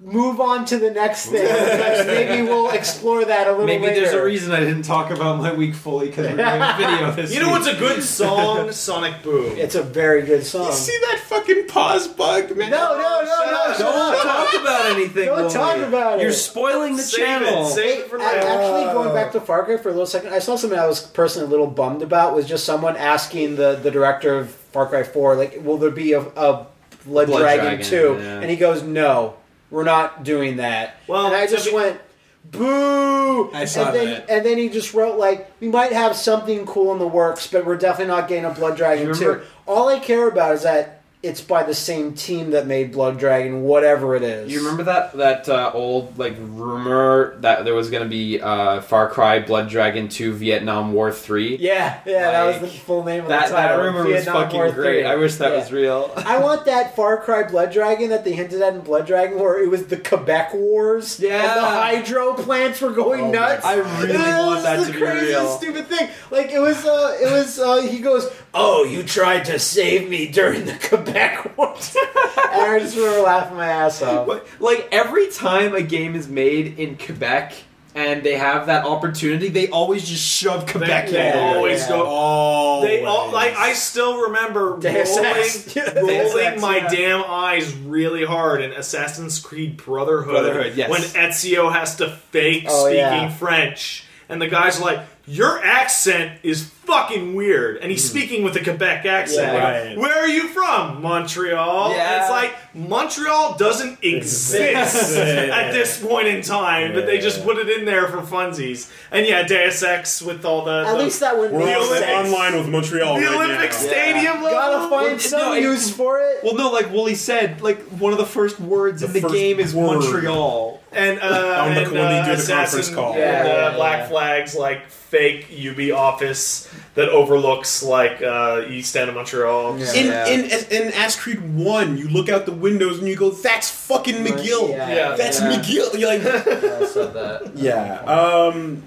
S4: Move on to the next thing. because maybe we'll explore that a little
S2: Maybe
S4: later.
S2: there's a reason I didn't talk about my week fully because we're doing a video this
S1: you know
S2: week.
S1: what's a good song? Sonic Boom.
S4: It's a very good song.
S3: You see that fucking pause bug, man?
S4: No, no, no, no,
S1: Shut
S4: shut
S2: Don't
S4: up.
S2: talk about anything.
S4: Don't
S2: Lloyd.
S4: talk about it.
S2: You're spoiling the
S1: Save
S2: channel.
S1: it. Save it for
S4: A-
S1: later.
S4: Actually, going back to Far Cry for a little second, I saw something I was personally a little bummed about was just someone asking the, the director of Far Cry 4, like, will there be a, a Blood, Dragon
S5: Dragon,
S4: 2?
S5: yeah.
S4: And he goes, no, we're not doing that.
S1: Well,
S4: and I
S1: to
S4: just
S1: be-
S4: went, Boo!
S3: I saw
S4: and then,
S3: that.
S4: And then he just wrote like, "We might have something cool in the works, but we're definitely not getting a Blood Dragon two.
S5: remember-
S4: All I care about is that it's by the same team that made Blood Dragon, whatever it is.
S5: You remember that that uh, old like rumor that there was gonna be uh, Far Cry Blood Dragon Two Vietnam War Three?
S4: Yeah, yeah, that was
S5: Like,
S4: the full name of
S5: That
S4: the
S5: that
S4: title.
S5: rumor was
S4: Vietnam
S5: fucking
S4: War
S5: great.
S4: III.
S5: I wish that
S4: Yeah.
S5: was real.
S4: I want that Far Cry Blood Dragon that they hinted at in Blood Dragon, where it was the Quebec Wars.
S5: Yeah.
S4: and the hydro plants were going
S3: Oh my
S4: nuts.
S2: I really
S4: Yeah,
S2: want
S4: it was
S2: that
S4: the
S2: to be
S4: craziest,
S2: real.
S4: Stupid thing. Like it was. Uh, it was. Uh, he goes, "Oh, you tried to save me during the Quebec Wars," and I just remember laughing my ass off.
S5: But, like every time a game is made in Quebec and they have that opportunity, they always just shove Quebec
S1: They
S5: in.
S4: Yeah,
S1: always
S4: yeah.
S1: go.
S3: Oh,
S1: They all like. I still remember
S4: Deus
S1: rolling,
S4: Ex. Yeah,
S1: rolling
S4: Deus Ex,
S1: my
S4: yeah.
S1: damn eyes really hard in Assassin's Creed Brotherhood.
S2: Brotherhood, yes.
S1: When Ezio has to fake
S4: Oh,
S1: speaking
S4: yeah.
S1: French, and the guys are like. Your accent is fucking weird, and he's speaking with a Quebec accent.
S4: Yeah.
S1: They go, Where are you from? Montreal.
S2: Yeah.
S1: And it's like Montreal doesn't exist at this point in time, but they just
S3: Yeah.
S1: put it in there for funsies. And yeah, Deus Ex with all the
S4: At
S1: the-
S4: least that would
S3: We're
S4: make
S1: Olympics.
S3: all
S4: sense.
S3: online with Montreal.
S1: the
S3: right
S1: Olympic
S3: now.
S1: Stadium level.
S4: Gotta
S2: Well,
S4: find
S2: no,
S4: some
S2: it-
S4: use for it.
S2: Well, no, like Wooly said, like one of the first words
S3: The
S2: in the
S3: first
S2: game is
S3: word.
S2: Montreal.
S1: and uh,
S3: On the-
S1: and,
S3: when they
S1: uh,
S3: do the
S1: Assassin
S3: conference call.
S1: and,
S4: Yeah,
S1: uh,
S4: yeah, yeah.
S1: Black Flag's like fake UB office that overlooks like uh, East End of Montreal.
S4: Yeah.
S3: In,
S2: Yeah.
S3: in in Ass Creed One, you look out the windows and you go, "That's fucking McGill.
S1: Yeah.
S3: That's
S5: Yeah.
S3: McGill." You're like,
S5: I said that.
S3: yeah, um,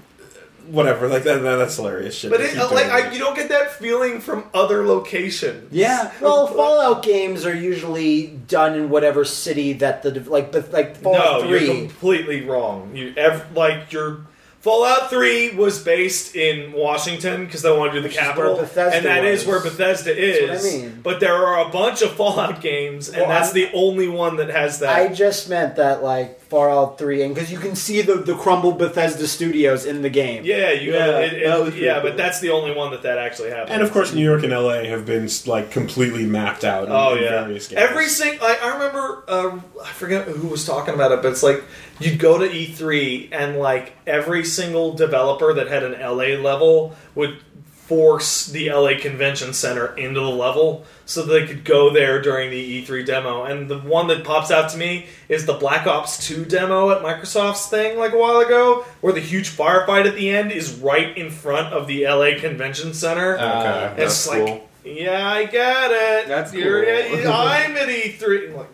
S3: whatever. Like that, that- that's hilarious shit.
S1: But
S3: They
S1: it,
S3: keep
S1: like
S3: doing
S1: I,
S3: it.
S1: you don't get that feeling from other locations.
S2: Yeah.
S4: Well, Fallout games are usually done in whatever city that the like, but like Fallout
S1: no, you're
S4: Three.
S1: completely wrong. You ev- like your Fallout Three was based in Washington because they wanted to do the
S4: Which is where
S1: capital,
S4: Bethesda
S1: and that is
S4: was.
S1: where Bethesda is.
S4: That's what I mean.
S1: But there are a bunch of Fallout games, and
S4: Well,
S1: that's
S4: I'm-
S1: the only one that has that.
S4: I just meant that like Fallout Three, and because you can see the the crumbled Bethesda studios in the game.
S1: yeah, you
S2: Yeah,
S1: it, it-
S2: that was pretty
S1: yeah,
S2: cool.
S1: but that's the only one that that actually happens.
S3: and of course, New York and LA have been like completely mapped out. In,
S1: Oh
S3: in
S1: yeah,
S3: various games.
S1: every single. Like, I remember, uh, I forget who was talking about it, but it's like you'd go to E3 and like every single developer that had an LA level would force the LA Convention Center into the level so they could go there during the E3 demo. And the one that pops out to me is the Black Ops 2 demo at Microsoft's thing like a while ago, where the huge firefight at the end is right in front of the LA Convention Center.
S3: Okay,
S1: Uh, It's just like, yeah, I get it.
S5: That's
S1: You're-
S5: cool.
S1: yeah, I'm at E3. I'm like,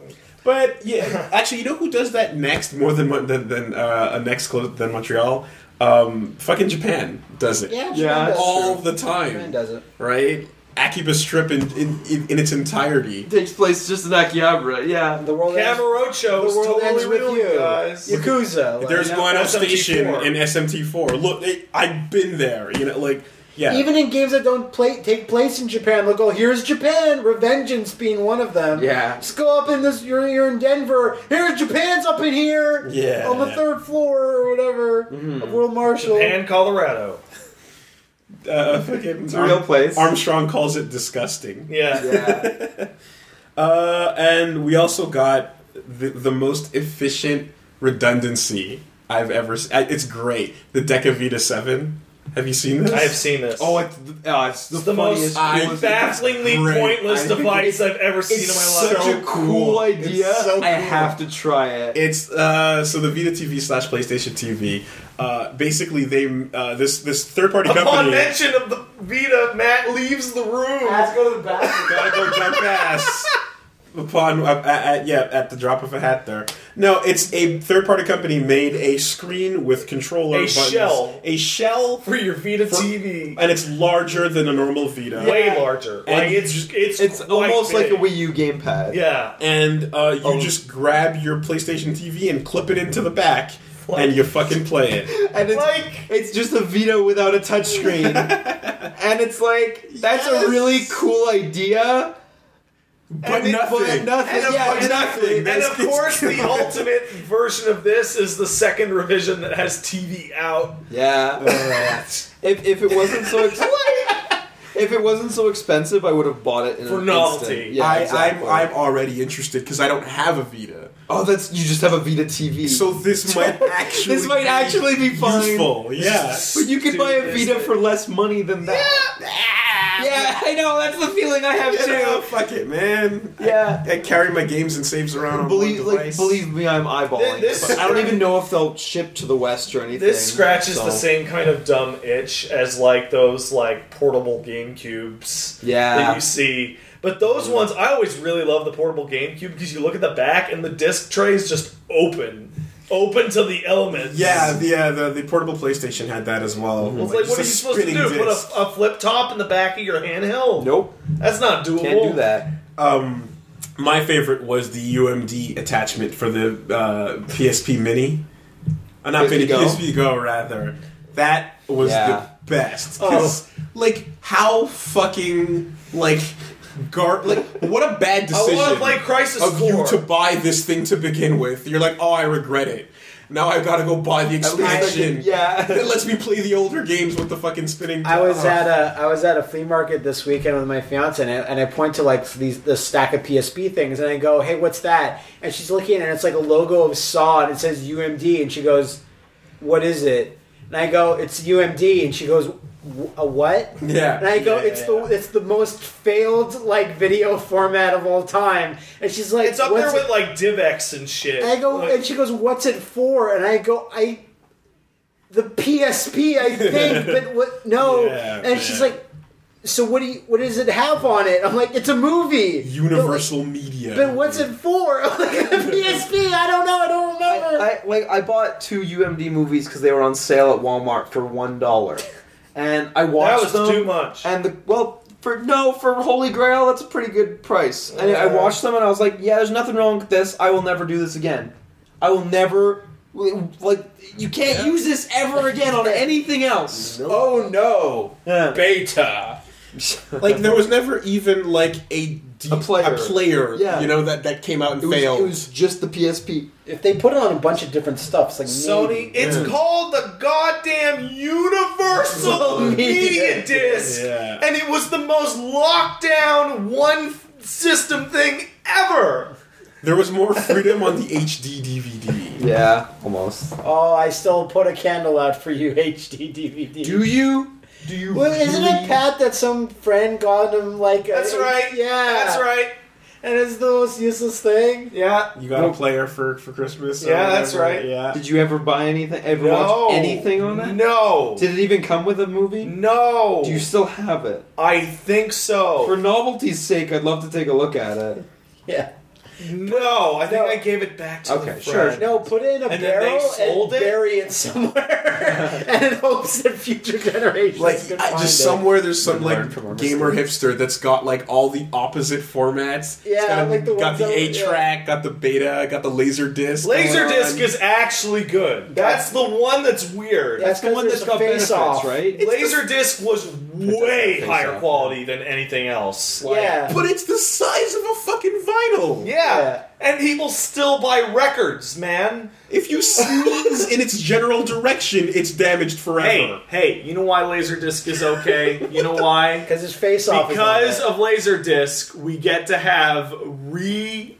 S3: But yeah, actually, you know who does that next more than Mon- than, than uh, uh, next close than Montreal? Um, fucking Japan does it.
S4: yeah,
S2: Yeah,
S4: Japan does.
S3: all the
S4: Japan
S3: time,
S4: does it.
S3: right? Akiba Strip in in, in, in its entirety.
S2: Takes place just in Akihabara, yeah.
S4: The world ends,
S1: Camarocho
S4: the
S1: is
S4: world
S1: totally
S4: ends with
S1: real,
S4: you,
S1: guys.
S4: Yakuza. like-
S3: There's
S2: yeah,
S3: Guano
S1: SMT4.
S3: Station in SMT4. Look, they, I've been there. You know, like yeah.
S4: Even in games that don't play, take place in Japan, look, oh, here's Japan, Revengeance being one of them.
S5: Yeah.
S4: Just go up in this, you're, you're in Denver, here's Japan's up in here!
S3: Yeah. Mm-hmm.
S4: On the third floor or whatever of World Marshal.
S1: Japan, Colorado.
S3: uh, fucking
S2: It's a real place.
S3: Armstrong calls it disgusting.
S1: Yeah.
S5: Yeah.
S3: Uh, and we also got the, the most efficient redundancy I've ever seen. It's great. The Deca Vita 7. Have you seen this?
S1: I have seen this.
S2: Oh, it's the, uh, it's the,
S1: it's the
S2: funniest.
S1: most
S3: I-
S2: coolest-
S1: bafflingly
S3: Great.
S1: pointless
S3: I think
S1: device I've ever seen in
S3: it's
S1: my life.
S2: such a
S3: So
S2: cool
S3: cool.
S2: idea.
S3: It's so
S2: I
S3: cool.
S2: have to try it.
S3: It's uh, so the Vita TV slash PlayStation TV. Uh, basically, they uh, this this third party
S1: Upon
S3: company.
S1: mention of the Vita, Matt leaves the room.
S4: Let's go to the bathroom.
S3: gotta go jump ass. Upon uh, at, yeah, at the drop of a hat there. No, it's a third party company made a screen with controller
S1: A
S3: buttons.
S1: shell.
S3: a shell,
S1: for your Vita
S3: For-
S1: TV.
S3: and it's larger than a normal Vita.
S1: Way larger. Like
S3: And-
S1: it's it's
S2: It's
S1: quite
S2: almost like
S1: big.
S2: a Wii U gamepad.
S1: Yeah.
S3: And uh, you
S2: Oh.
S3: just grab your PlayStation TV and clip it into the back, and you fucking play it.
S2: And it's,
S1: Like
S2: it's just a Vita without a touchscreen. and it's like, that's
S3: Yes.
S2: a really cool idea.
S3: But
S2: it-
S3: nothing.
S2: But nothing.
S1: And
S2: yeah,
S1: of-
S2: exactly.
S1: And
S3: That's-
S1: of course, the ultimate version of this is the second revision that has TV out.
S2: yeah.
S3: Alright.
S2: If, if it wasn't so exciting. if it wasn't so expensive, I would have bought it in
S1: For
S2: an
S1: novelty.
S2: instant. Yeah,
S3: I,
S2: exactly.
S3: I'm, I'm already interested because I don't have a Vita.
S2: oh, that's you just have a Vita TV.
S3: So this might actually
S2: this might actually be fine.
S3: useful. Yeah.
S2: But you could buy a Vita for less money than that. Yeah, I know. That's the feeling I have
S3: You know,
S2: too.
S3: fuck it, man.
S2: Yeah.
S3: I carry my games and saves around. on
S2: Believe,
S3: one
S2: like,
S3: device.
S2: believe me, I'm eyeballing.
S1: This-
S2: This, I don't even know if they'll ship to the West or anything.
S1: This scratches
S2: so-
S1: the same kind of dumb itch as like those like portable GameCubes that
S2: Yeah,
S1: you see. But
S3: Mm.
S1: those ones, I always really love the portable GameCube because you look at the back and the disc tray is just open, open to the elements.
S3: Yeah,
S1: It's
S3: the, uh, the the portable PlayStation had that as well.
S1: like, what are you
S3: just a
S1: supposed to
S3: spinning
S1: do? Put
S3: disc.
S1: a, a flip top in the back of your handheld?
S2: nope,
S1: That's not doable.
S2: can't do that.
S3: Um, my favorite was the UMD attachment for the uh, PSP Mini. Uh, not
S2: PSP
S3: Mini,
S2: Go?
S3: PSP Go, rather. That was
S2: Yeah.
S3: the best.
S1: Oh.
S3: 'Cause, Like, how fucking, like, gar- like, what a bad
S1: I
S3: decision.
S1: want to play Crisis
S3: of you
S1: Core.
S3: to buy this thing to begin with. You're like, oh, I regret it. Now I've got to go buy the
S2: At least I
S3: expansion.
S2: can- yeah.
S3: that lets me play the older games with the fucking spinning.
S4: I was
S3: Oh.
S4: at a I was at a flea market this weekend with my fiance, and I, and I point to like these this stack of PSP things, and I go, "Hey, what's that?" And she's looking, at it, and it's like a logo of Saw, and it says UMD, and she goes, "What is it?" And I go, "It's UMD," and she goes, "Wh- "A what?"
S3: Yeah.
S4: And I go,
S1: Yeah,
S4: "It's
S1: yeah,
S4: the
S1: yeah.
S4: it's the most failed like video format of all time," and she's like,
S1: It's up
S4: "What's
S1: there
S4: it-
S1: with like DivX and shit.
S4: and I go,
S1: Like-
S4: and she goes, "What's it for?" And I go, "I, the PSP, I think." but what? No.
S3: Yeah,
S4: and she's
S3: man.
S4: like, "So what do you? What does it have on it?" I'm like, "It's a movie."
S3: Universal Media.
S4: But, like, but what's it for? I'm like, the PSP. I don't know. I don't remember.
S2: I, I like I bought two UMD movies because they were on sale at Walmart for one dollar, and I
S1: that
S2: watched
S1: was
S2: them.
S1: too much.
S2: And the well for no for Holy Grail that's a pretty good price. And I watched them and I was like, yeah, there's nothing wrong with this. I will never do this again. I will never like you can't use this ever again on anything else.
S5: Oh no!
S2: Yeah.
S1: Beta.
S3: like there was never even like a deep,
S2: A player.
S3: player,
S2: Yeah.
S3: you know that that came out and
S2: It was,
S3: failed.
S2: it was just the PSP.
S4: if they put it on a bunch of different stuff, it's like
S1: Sony, it's called the goddamn Universal Media Disc,
S3: Yeah.
S1: and it was the most locked down one f- system thing ever.
S3: there was more freedom on the HD DVD.
S2: Yeah, almost.
S4: Oh, I still put a candle out for you, HD DVD.
S2: Do you? Do you?
S4: well, isn't
S2: really-
S4: it Pat that some friend got him like? a-
S1: That's right.
S4: Yeah,
S1: That's right.
S4: And it's the most useless thing.
S1: Yeah.
S3: You got a player for for Christmas. or
S1: Yeah, that's
S3: whatever,
S1: right.
S3: Yeah.
S2: Did you ever buy anything? Ever
S1: No.
S2: watch anything on that?
S1: No.
S2: Did it even come with a movie?
S1: no.
S2: Do you still have it?
S1: I think so.
S2: For novelty's sake, I'd love to take a look at it.
S4: Yeah.
S1: no, I think
S4: No.
S1: I gave it back to
S2: Okay,
S1: the
S2: sure.
S1: friend.
S4: No, put it in a
S1: And then they
S4: barrel and
S1: sold it?
S4: bury it somewhere, and it hopes that future generations
S3: Like
S4: can
S3: I,
S4: find
S3: just
S4: it.
S3: somewhere there's some
S2: You
S3: like
S2: learn from our
S3: gamer hipster that's got like all the opposite formats. It's
S4: Yeah,
S3: got,
S4: like the
S3: got
S4: ones
S3: the
S4: that-
S3: A track, got the beta, got the laser disc.
S1: Laserdisc
S3: on.
S1: is actually good. That's the one that's weird.
S4: That's
S2: The one that's got benefits,
S4: off.
S2: right?
S1: Laserdisc was way
S2: Face
S1: higher
S2: Off.
S1: quality than anything else. Like,
S4: yeah.
S3: but it's the size of a fucking vinyl.
S1: yeah.
S4: Yeah.
S1: And people still buy records, man.
S3: If you sneeze in its general direction, it's damaged forever.
S1: Hey, hey, you know why Laserdisc is okay? You know why?
S4: Because his face off.
S1: Because
S4: is on
S1: of Laserdisc, we get to have re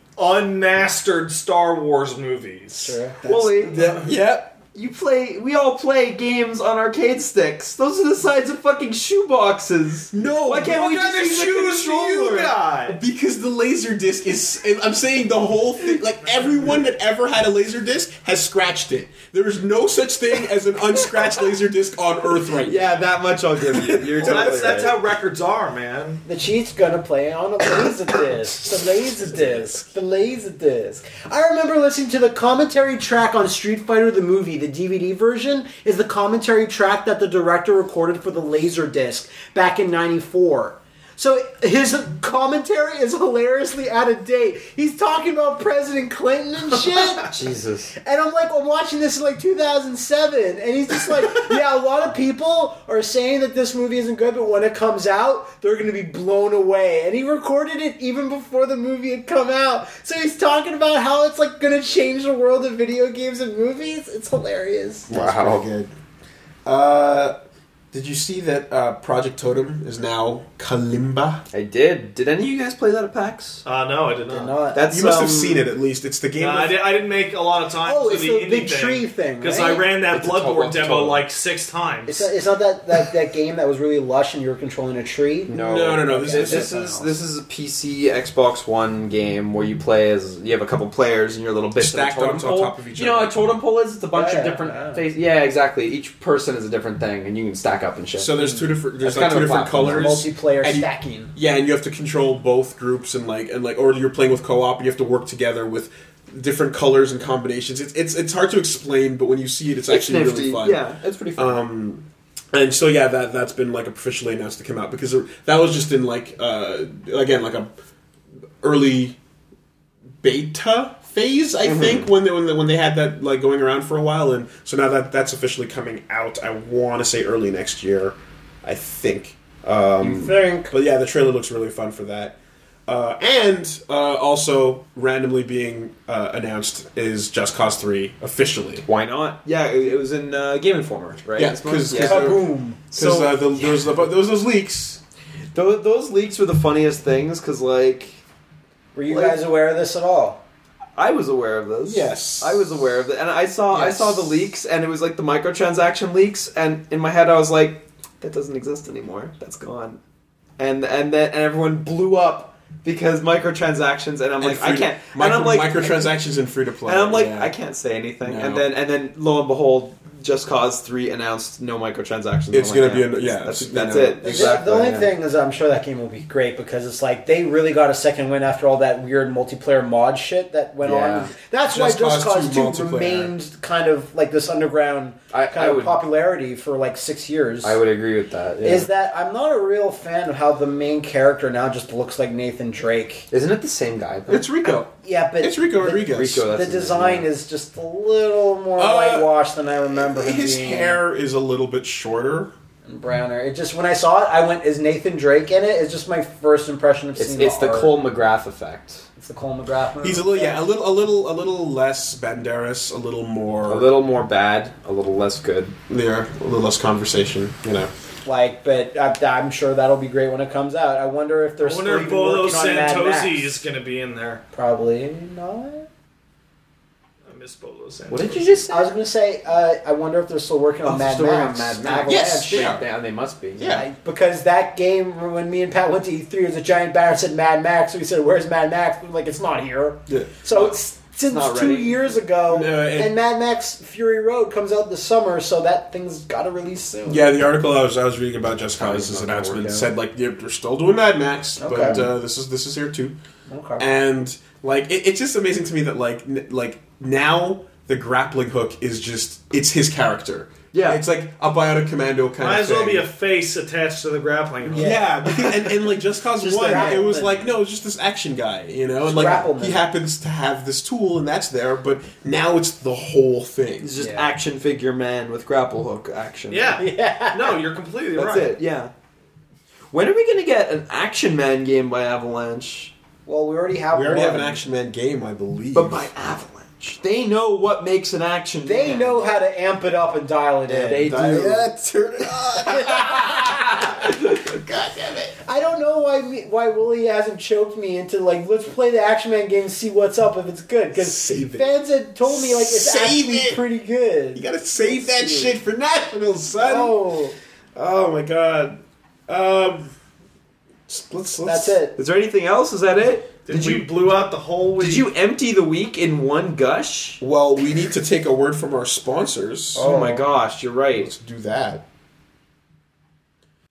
S1: unmastered Star Wars movies.
S4: Sure.
S2: Wooly,
S3: Yeah, yeah.
S2: you play. We all play games on arcade sticks. Those are the size of fucking shoeboxes.
S3: No,
S2: Why can't
S1: What
S2: we
S1: kind
S2: just
S1: of
S2: use a
S1: shoes do you
S2: controller?
S1: got?
S3: Because the laser disc is. I'm saying the whole thing. Like everyone that ever had a laser disc has scratched it. There is no such thing as an unscratched laser disc on Earth right now.
S2: Yeah, that much I'll give you. You're
S1: Well,
S2: totally
S1: that's, that's
S2: right.
S1: how records are, man.
S4: The cheat's gonna play on a laser disc. The laser disc. The laser disc. I remember listening to the commentary track on Street Fighter the movie. The DVD version is the commentary track that the director recorded for the laser disc back in '94. So his commentary is hilariously out of date. He's talking about President Clinton and shit.
S2: Jesus.
S4: And I'm like, I'm watching this in like 2007, and he's just like, yeah, a lot of people are saying that this movie isn't good, but when it comes out, they're gonna be blown away. And he recorded it even before the movie had come out, so he's talking about how it's like gonna change the world of video games and movies. It's hilarious.
S5: Wow.
S8: Pretty good. Uh,
S3: Did you see that uh, Project Totem is now Kalimba?
S5: I did. Did any of you guys play that at PAX?
S1: Uh, no, I did not.
S7: Didn't know that.
S5: That's
S3: You must have
S5: um,
S3: seen it at least. It's the game.
S1: No, I,
S3: of,
S1: did, I didn't make a lot of time
S4: Oh,
S1: for
S4: it's
S1: the,
S4: the
S1: indie
S4: big
S1: thing,
S4: tree thing,
S1: because
S4: right?
S1: I ran that
S5: It's a total-
S1: Bloodborne
S5: it's a
S1: demo
S5: total.
S1: like six times.
S4: It's, it's not that, that that game that was really lush and you were controlling a tree.
S5: No,
S3: No, no, no, this
S5: This,
S3: is-
S5: this is this is a PC Xbox One game where you play as you have a couple players and you're a little bit
S3: Stacked
S5: of a totem
S3: on
S5: pole.
S3: top of each
S5: You know
S3: other.
S5: what a totem pole is? It's a bunch
S4: Yeah,
S5: of different
S4: yeah.
S5: faces. Yeah, exactly. Each person is a different thing, and you can stack up and shit.
S3: so there's two different. There's
S5: That's
S3: like
S5: kind
S3: two
S5: of a
S3: different
S5: platform.
S3: colors.
S4: Multiplayer
S3: And you-
S4: stacking.
S3: Yeah, and you have to control both groups and like and like or you're playing with co-op and you have to work together with different colors and combinations. It's it's, it's hard to explain, but when you see it, it's actually really fun.
S5: Yeah, it's pretty fun.
S3: Um, and so yeah, that that's been like officially announced to come out because that was just in like uh, again like a early beta phase, I think when they, when they, when they had that like going around for a while, and so now that that's officially coming out, I want to say early next year, I think. Um,
S7: think.
S3: but yeah, the trailer looks really fun for that. Uh, and uh, also randomly being uh, announced is Just Cause Three officially.
S5: Why not?
S2: Yeah, it, it was in uh, Game Informer, right?
S3: Yeah,
S2: This month?
S3: because
S5: Yeah.
S4: Kaboom!
S2: So-
S3: uh, the, there was the, there was those leaks.
S2: Those, those leaks were the funniest things because, like,
S4: Were you
S2: Like-
S4: guys aware of this at all?
S2: I was aware of this.
S3: Yes.
S2: I was aware of it, and I saw
S3: Yes.
S2: I saw the leaks, and it was like the microtransaction leaks, and in my head I was like, that doesn't exist anymore. That's gone, and and then and everyone blew up because microtransactions, and I'm like, I can't,
S3: Micro,
S2: and I'm like,
S3: microtransactions and free to play.
S2: and I'm like,
S3: yeah.
S2: I can't say anything,
S3: No.
S2: and then and then lo and behold. Just Cause Three announced no microtransactions.
S3: It's
S2: I'm
S3: gonna
S2: like,
S3: be an- yeah,
S2: That's,
S3: it's-
S2: that's
S3: you know,
S2: it.
S4: The-
S2: Exactly.
S4: The only
S2: yeah.
S4: thing is, I'm sure that game will be great because it's like they really got a second win after all that weird multiplayer mod shit that went
S5: Yeah.
S4: on. That's
S3: Just
S4: why Just
S3: Cause
S4: Cause
S3: 2
S4: Two
S3: multiplayer.
S4: remained kind of like this underground
S5: I-
S4: kind
S5: I
S4: of
S5: would-
S4: popularity for like six years.
S5: I would agree with that. Yeah.
S4: Is that I'm not a real fan of how the main character now just looks like Nathan Drake.
S5: Isn't it the same guy? Though?
S3: it's Rico.
S4: Yeah, but
S3: It's Rico
S4: the-
S3: Rodriguez.
S5: Rico,
S4: The
S5: that's his name,
S4: design
S5: yeah.
S4: is just a little more
S3: Uh,
S4: whitewashed than I remember. him
S3: His
S4: being.
S3: hair is a little bit shorter.
S4: browner. It just when I saw it, I went, "Is Nathan Drake in it?" It's just my first impression of
S5: It's,
S4: seeing.
S5: it's the
S4: art.
S5: Cole McGrath effect.
S4: It's the Cole McGrath. Movie.
S3: He's a little yeah, a little a little a little less Banderas, a little more
S5: A little more bad, a little less good.
S3: yeah, a little less conversation. You know,
S4: like, but I, I'm sure that'll be great when it comes out. I wonder if
S1: I
S4: there's
S1: wonder if
S4: still even
S1: Bolo
S4: working on Mad
S1: Santosi
S4: Max.
S1: is going to be in there.
S4: Probably not.
S1: I miss Bolo Santosi.
S5: What did you just say?
S4: I was gonna say, uh, I wonder if they're still working on,
S5: Oh,
S4: Mad,
S5: still working on
S4: Max.
S5: Mad Max.
S3: Yes,
S5: They,
S3: they are.
S5: they- they must be.
S3: Yeah.
S4: I- because that game, when me and Pat went to E3, there was a giant banner that said Mad Max. We said, "Where's Mad Max?" We were like, "It's not here."
S3: Yeah.
S4: So it's since
S5: not
S4: two
S5: ready.
S4: years ago,
S3: No, it-
S4: and Mad Max Fury Road comes out this summer, so that thing's got to release soon.
S3: yeah. The article I was I was reading about Just
S5: Probably
S3: Cause's
S5: not gonna work
S3: announcement
S5: out.
S3: said like yeah, they're still doing Mad Max, but
S4: Okay.
S3: uh, this is this is here too.
S4: Okay.
S3: and like it, it's just amazing to me that like n- like now the grappling hook is just it's his character.
S2: Yeah.
S3: it's like a biotic commando kind
S1: Might
S3: of
S1: as well
S3: thing.
S1: be a face attached to the grappling hook.
S3: yeah, because, and, and like just cause
S4: Just the
S3: one, it
S4: grapple
S3: was
S4: thing.
S3: like no, it's just this action guy, you know, and
S4: Just
S3: like
S4: grapple
S3: he
S4: man.
S3: happens to have this tool and that's there, but now it's the whole thing.
S2: He's just
S4: Yeah.
S2: action figure man with grapple hook action.
S1: Yeah.
S4: Yeah.
S1: No, you're completely
S2: That's
S1: right.
S2: it, yeah. When are we going to get an Action Man game by Avalanche?
S4: Well, we already have.
S3: We already
S4: one.
S3: have an Action Man game, I believe.
S2: But by Avalanche. They know what makes an action
S4: They
S2: man.
S4: know how to amp it up and dial it in.
S2: They
S3: Dial-
S2: do.
S3: Yeah, turn it on.
S4: I don't know why me, why Willie hasn't choked me into like let's play the Action Man game and see what's up if it's good because
S3: Save it.
S4: fans had told me like it's
S3: Save
S4: actually
S3: it.
S4: pretty
S3: you
S4: good.
S3: gotta save that shit for nationals, son.
S4: Oh,
S3: Oh my god. Um, let's, let's
S4: that's it.
S2: Is there anything else? Is that it?
S1: Did we blew out the whole week.
S2: Did you empty the week in one gush?
S3: Well, we need to take a word from our sponsors.
S2: Oh, my gosh, you're right.
S3: Let's do that.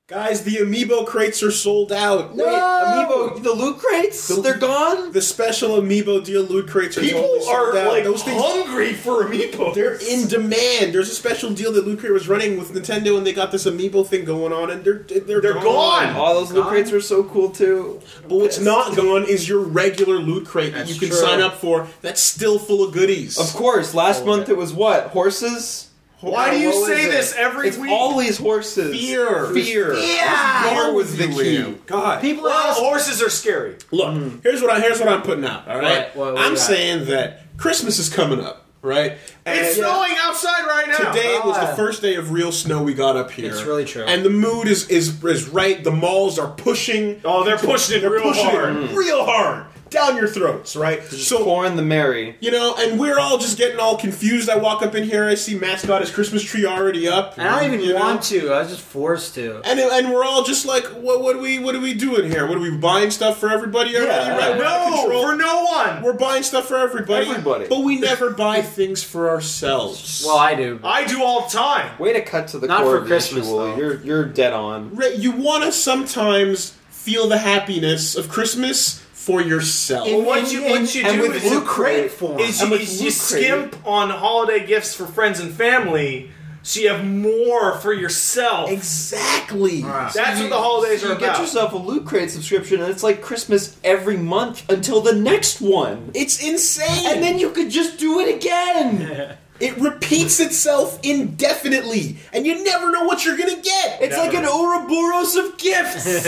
S3: Guys, the amiibo crates are sold out.
S2: Wait, Amiibo, the loot crates?
S3: The-
S2: They're gone?
S3: The special amiibo deal loot crates are totally
S1: People
S3: sold
S1: are
S3: out.
S1: like
S3: Those things
S1: hungry for amiibo.
S3: they're in demand. There's a special deal that Loot Crate was running with Nintendo, and they got this amiibo thing going on, and they're they're,
S1: They're gone.
S2: All those loot
S5: Gone?
S2: crates were so cool too.
S3: But what's not gone is your regular Loot Crate that
S7: That's
S3: you can
S7: true.
S3: sign up for. That's still full of goodies.
S2: Of course, last month it was what? Horses?
S1: Why do you
S3: What was
S1: say
S3: it?
S1: this every
S2: It's
S1: week?
S2: always horses.
S3: Fear.
S2: Fear.
S4: Yeah.
S2: Fear was the key.
S3: God.
S4: People are
S1: well,
S4: asking-
S1: horses are scary.
S3: Look, here's what I here's what I'm putting out. All right,
S7: What- what- what
S3: I'm
S7: you got?
S3: saying that Christmas is coming up. right?
S1: It's
S3: And-
S1: snowing outside right now.
S3: Today was the
S4: God.
S3: first day of real snow we got up here.
S7: It's really true.
S3: And the mood is is is right. The malls are pushing.
S1: Oh, they're pushing it
S3: They're
S1: real
S3: pushing it
S1: hard. Mm.
S3: real hard down your throats, right? So
S2: Pouring the Mary.
S3: you know, and we're all just getting all confused. I walk up in here, I see Matt's got his Christmas tree already up.
S7: And I don't even
S3: you know?
S7: want to. I was just forced to.
S3: And, and we're all just like, what, what are we what are we doing here? What are we buying stuff for everybody? already? Right, we're out of
S1: No,
S3: control.
S1: for no one.
S3: We're buying stuff for everybody,
S2: Everybody.
S3: but we never buy things for ourselves.
S7: Well, I do.
S1: I do all the time.
S2: Way to cut to the
S7: Not
S2: core
S7: for
S2: of the
S7: Christmas,
S2: issue, Wooly.
S7: though.
S2: You're you're dead on.
S3: Right, you want to sometimes feel the happiness of Christmas for yourself.
S1: Well, what you what you
S2: and
S1: do
S2: with
S1: is
S2: Loot
S1: you,
S2: Crate
S4: form.
S1: is you,
S2: and with
S1: is you
S2: Loot Crate-
S1: skimp on holiday gifts for friends and family, so you have more for yourself.
S3: Exactly.
S1: That's what the holidays
S2: So
S1: are
S2: you
S1: about.
S2: get yourself a loot crate subscription, and it's like Christmas every month until the next one,
S3: It's insane.
S2: and then you could just do it again.
S3: it repeats itself indefinitely, and you never know what you're gonna get.
S2: It's like an Ouroboros of gifts.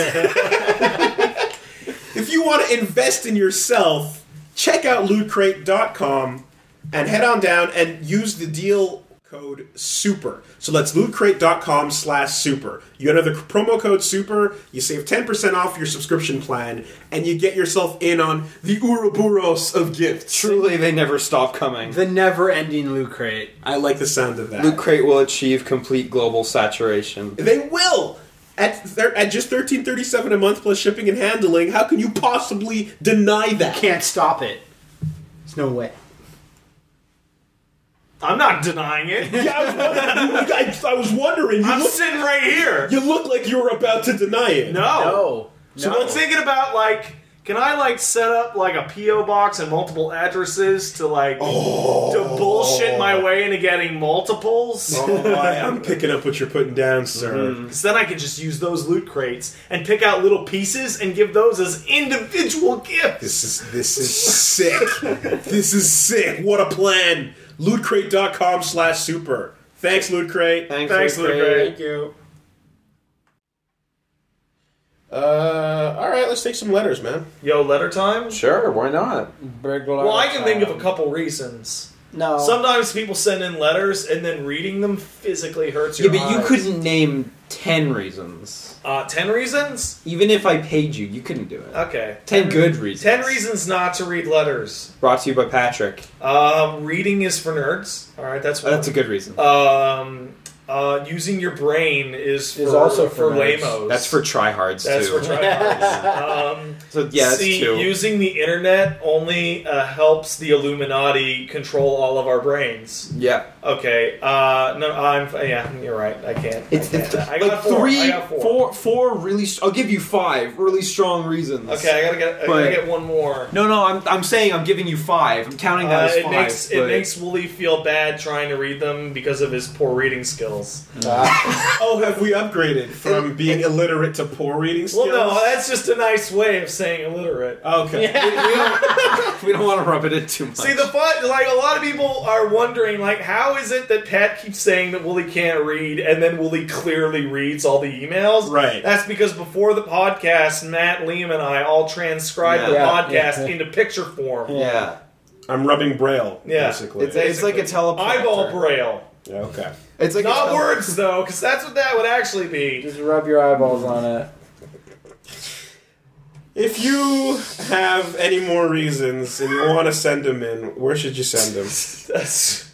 S3: If you want to invest in yourself, check out lootcrate.com and head on down and use the deal code super. So that's lootcrate.com slash super. You enter the promo code super, you save 10% off your subscription plan, and you get yourself in on the Ouroboros of gifts.
S2: Truly, they never stop coming.
S7: The never-ending loot crate.
S3: I like the sound of that.
S2: Loot Crate will achieve complete global saturation.
S3: They will! At, thir- at just thirteen thirty seven a month plus shipping and handling, how can you possibly deny that?
S4: Can't stop it. There's no way.
S1: I'm not denying it.
S3: Yeah, I, was wondering, I, I was wondering. You
S1: I'm
S3: look-
S1: sitting right here.
S3: You look like you were about to deny it.
S1: No.
S7: Oh.
S1: So I'm thinking about like, can I like set up like a PO box and multiple addresses to like to bullshit my way into getting multiples?
S3: Oh, I am Mm-hmm. picking up what you're putting down, sir.
S1: Because then I can just use those loot crates and pick out little pieces and give those as individual gifts.
S3: This is this is sick. this is sick. What a plan. Lootcrate.com slash super. Thanks, Loot Crate.
S1: Thanks, Loot Crate.
S2: you.
S3: Uh, all right, let's take some letters, man.
S1: Yo, letter time?
S5: Sure, why not?
S7: Burglar.
S1: Well, I can think of a couple reasons.
S7: No.
S1: Sometimes people send in letters and then reading them physically hurts
S2: Yeah,
S1: your
S2: but you
S1: eyes.
S2: couldn't name ten reasons.
S1: Uh, ten reasons?
S2: Even if I paid you, you couldn't do it.
S1: Okay.
S2: ten good reasons.
S1: Uh, Ten reasons not to read letters.
S2: Brought to you by Patrick.
S1: Um, reading is for nerds. All right, that's
S2: Oh,
S1: one.
S2: that's a good reason.
S1: um, uh, using your brain is for,
S7: Is also for nerds.
S1: lamos.
S2: That's for tryhards
S1: that's
S2: too.
S1: for tryhards. um,
S2: so yeah, that's
S1: See,
S2: two.
S1: using the internet only uh, helps the Illuminati control all of our brains.
S2: yeah,
S1: Okay. Uh, no, I'm. Yeah, you're right. I can't.
S2: it's,
S1: I,
S2: it's
S1: can't. I got
S2: like
S1: four.
S2: three,
S1: I got four.
S2: four, four really. St- I'll give you five really strong reasons.
S1: Okay, I gotta get. I gotta
S2: But-
S1: get one more.
S2: No, no, I'm, I'm saying I'm giving you five. I'm counting that
S1: Uh,
S2: as
S1: it
S2: five.
S1: makes it
S2: but-
S1: makes Wooly feel bad trying to read them because of his poor reading skills.
S3: Oh, have we upgraded from being illiterate to poor reading
S1: Well,
S3: skills?
S1: no, that's just a nice way of saying illiterate.
S3: okay.
S2: we, we don't, we don't want to rub it in too much.
S1: See the fun, like a lot of people are wondering, like how is it that Pat keeps saying that Wooly can't read, and then Wooly clearly reads all the emails?
S3: Right.
S1: That's because before the podcast, Matt Liam and I all transcribed the
S2: Yeah.
S1: podcast into picture form.
S2: yeah,
S3: I'm rubbing braille,
S1: Yeah.
S3: basically.
S2: it's, it's like a teleprompter.
S1: Eyeball braille,
S3: Yeah, okay.
S2: It's like a
S1: not
S2: tele-
S1: words though, because that's what that would actually be.
S7: Just rub your eyeballs on it.
S3: If you have any more reasons and you want to send them in, where should you send them?
S1: That's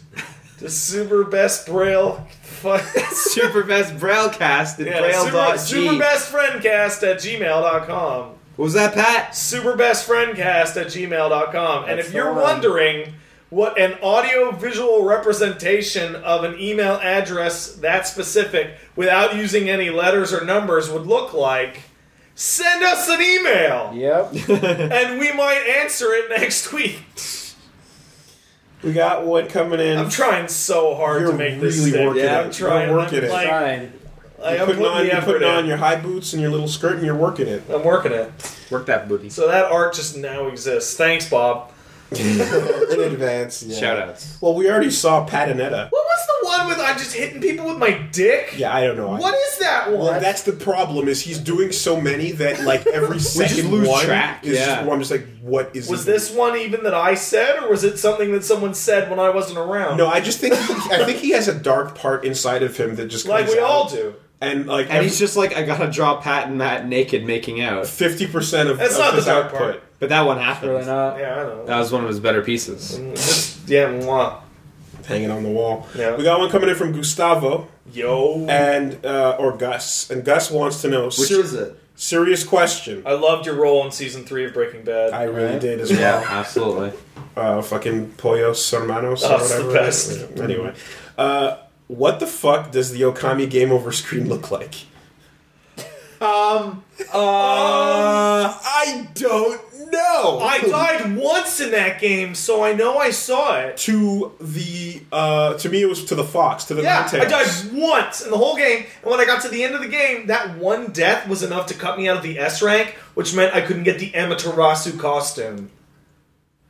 S1: the super best braille. Fuck.
S2: Super best Braillecast at
S1: Yeah, super,
S2: Braille.g.
S1: super best friendcast at gmail.com.
S2: What was that, Pat?
S1: superbestfriendcast at gmail.com. And if you're wondering what an audio visual representation of an email address that specific without using any letters or numbers would look like, send us an email
S7: Yep.
S1: and we might answer it next week.
S3: We got one coming in.
S1: I'm trying so hard
S3: You're
S1: to make this
S3: really
S1: stick.
S3: working
S2: Yeah,
S3: it.
S2: I'm
S1: I'm trying.
S3: You're working
S1: I'm
S3: it.
S1: like-
S7: Fine.
S1: Like,
S3: you're
S1: I'm
S3: putting,
S1: putting,
S3: on,
S1: the
S3: you're
S1: effort
S3: putting on
S1: in.
S3: your high boots and your little skirt, and you're working it.
S1: I'm working it.
S2: Work that booty.
S1: So that art just now exists. Thanks, Bob.
S3: in advance. Yeah.
S2: Shoutouts.
S3: Well, we already saw Patinetta.
S1: What was the one one with I'm just hitting people with my dick?
S3: Yeah, I don't know.
S1: What is that one?
S3: Well, that's the problem. Is he's doing so many that like every second
S2: lose
S3: one
S2: track,
S3: is
S2: yeah.
S3: just, I'm just like, what is
S1: was
S3: even-
S1: this one even that I said, or was it something that someone said when I wasn't around?
S3: No, I just think he, I think he has a dark part inside of him that just
S1: like
S3: comes
S1: we
S3: out.
S1: all do.
S3: and like
S2: And he's just like, I gotta draw Pat and Matt naked making out.
S3: fifty percent of
S1: That's
S3: of
S1: not the
S3: his
S1: dark
S3: output.
S1: part.
S2: But that one happened.
S7: Really not.
S1: Yeah, I don't know.
S2: That was one of his better pieces.
S1: Mm-hmm. Just, yeah, mwah.
S3: hanging on the wall.
S1: Yeah.
S3: We got one coming in from Gustavo
S1: Yo.
S3: and uh, or Gus, and Gus wants to know
S5: Which
S3: ser-
S5: is it?
S3: serious question.
S1: I loved your role in season three of Breaking Bad.
S3: I really
S7: Right.
S3: did as
S5: Yeah,
S3: well.
S5: absolutely.
S3: Uh, fucking pollos hermanos or
S1: Oh, it's the
S3: whatever.
S1: best.
S3: Anyway, uh, what the fuck does the Okami game over screen look like?
S4: Um,
S3: I don't know.
S1: Um, I died once in that game, so I know I saw it.
S3: to the uh, to me it was to the fox to the
S1: Yeah, I
S3: Ninetales.
S1: died once in the whole game, and when I got to the end of the game, that one death was enough to cut me out of the S rank, which meant I couldn't get the Amaterasu costume.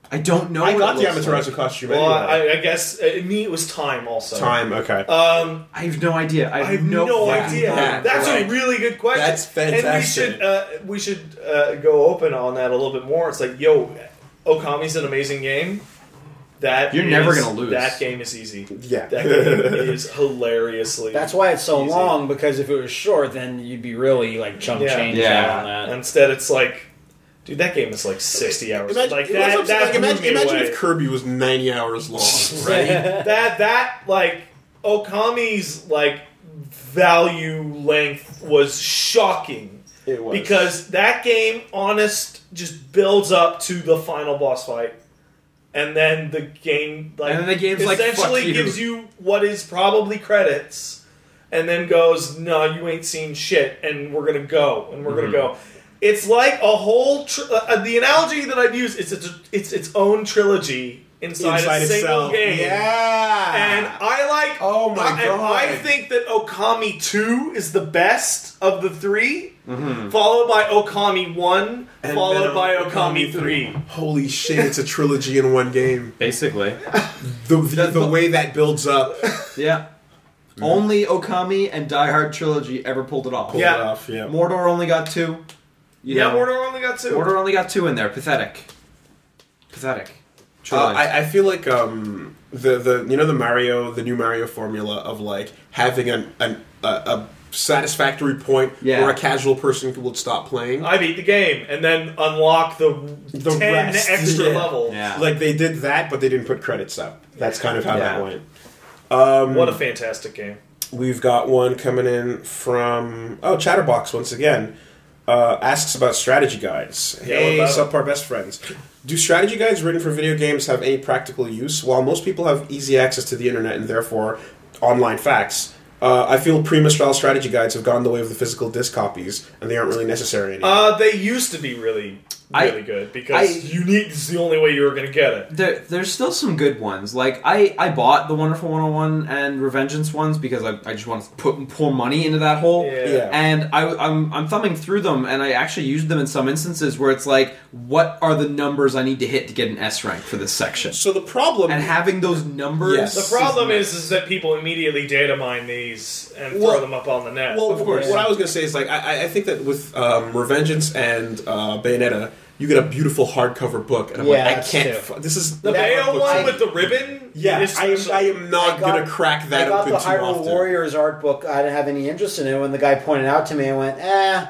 S2: I don't know.
S3: I
S2: what
S3: got
S2: it
S3: the
S2: looks
S3: Amaterasu
S2: like.
S3: costume
S1: Well,
S3: anyway.
S1: I, I guess uh, me it was time also.
S3: Time okay.
S1: Um,
S2: I have no idea.
S1: I
S2: I have,
S1: have no,
S2: fucking
S1: idea.
S2: clue.
S1: That's
S3: Right.
S1: a really good question.
S3: That's
S1: And we
S3: fantastic.
S1: should uh, we should uh, go open on that a little bit more. It's like, yo, Okami's an amazing game. That
S2: You're never
S1: is-
S2: gonna lose.
S1: That game is easy.
S3: yeah.
S1: That game is hilariously.
S4: that's why it's so
S1: Easy.
S4: long because if it was short, then you'd be really like chump
S1: Yeah.
S4: change
S2: Yeah.
S4: out on that.
S1: Instead, it's like, dude, that game is like sixty hours.
S3: Imagine,
S1: like
S3: that's what
S1: that.
S3: I'm
S1: That
S3: saying, like,
S1: blew
S3: imagine,
S1: me
S3: imagine
S1: away.
S3: if Kirby was ninety hours long, right?
S1: that that like Okami's like value length was shocking
S3: it was
S1: because that game honest just builds up to the final boss fight and then the game like
S2: And then the game's like,
S1: essentially
S2: "Fuck you."
S1: gives you what is probably credits and then goes no you ain't seen shit and we're gonna go and we're
S3: Mm-hmm.
S1: gonna go it's like a whole tr- uh, uh, the analogy that i've used is it's, it's its own trilogy inside,
S3: inside
S1: a single
S3: itself.
S1: game
S3: Yeah,
S1: and I like.
S3: Oh my
S1: I, and
S3: God.
S1: I think that Okami Two is the best of the 3 followed by Okami One,
S3: Mm-hmm. And
S1: followed
S3: then
S1: by
S3: Okami
S1: Okami
S3: 3.
S1: Three.
S3: holy shit! It's a trilogy in one game.
S2: Basically.
S3: The the,
S2: That's
S3: the
S2: the-
S3: way that builds up.
S2: Yeah. Only Okami and Die Hard Trilogy ever pulled it off.
S1: Yeah.
S3: Pulled off, yeah.
S2: Mordor only got two. You
S1: Yeah,
S2: know,
S1: Mordor only got two.
S2: Mordor only got two in there. Pathetic. Pathetic.
S3: Uh,
S2: Trilogy.
S3: I, I feel like um, the the you know the Mario the new Mario formula of like having an, an a, a satisfactory point
S2: Yeah. Oh,
S3: where a casual person would stop playing.
S1: I beat the game and then unlock the,
S3: The
S1: ten
S3: rest.
S1: extra
S3: Yeah.
S1: levels.
S2: Yeah.
S3: Like they did that, but they didn't put credits up. That's kind of how that
S2: Yeah.
S3: went. Um,
S1: What a fantastic game!
S3: we've got one coming in from oh Chatterbox once again. Uh, asks about strategy guides.
S1: Yeah,
S3: hey,
S1: what about
S3: subpar best friends. Do strategy guides written for video games have any practical use? While most people have easy access to the internet and therefore online facts, uh, I feel Primus style strategy guides have gone the way of the physical disc copies, and they aren't really necessary anymore.
S1: Uh, they used to be really,
S2: I-
S1: really good because
S2: I-
S1: unique is the only way you were going to get it.
S2: there, there's still some good ones. Like I, I bought the Wonderful 101 and Revengeance ones because I, I just want to put pour money into that hole.
S1: Yeah.
S3: Yeah.
S2: And I, I'm I'm thumbing through them, and I actually used them in some instances where it's like, what are the numbers I need to hit to get an S rank for this section?
S3: so the problem
S2: And having those numbers,
S3: Yes.
S1: The problem is, is that people immediately data mine these and
S3: Well-
S1: throw them up on the net.
S3: Well,
S2: Of course.
S3: What I was gonna say is like I, I- I think that with um, Revengeance and uh, Bayonetta, you get a beautiful hardcover book, and I'm
S4: Yeah,
S3: like, I
S4: that's
S3: can't.
S4: true.
S3: Fu- this is
S1: the
S4: That
S1: Mayo
S4: looks
S1: one
S4: like-
S1: with the ribbon.
S3: Yeah,
S1: is
S3: I am.
S1: special.
S3: I am not
S4: I got-
S3: gonna crack that
S4: I got
S3: open
S4: the
S3: too
S4: Hyrule
S3: often.
S4: Warriors art book. I didn't have any interest in it. When the guy pointed out to me, I went, eh.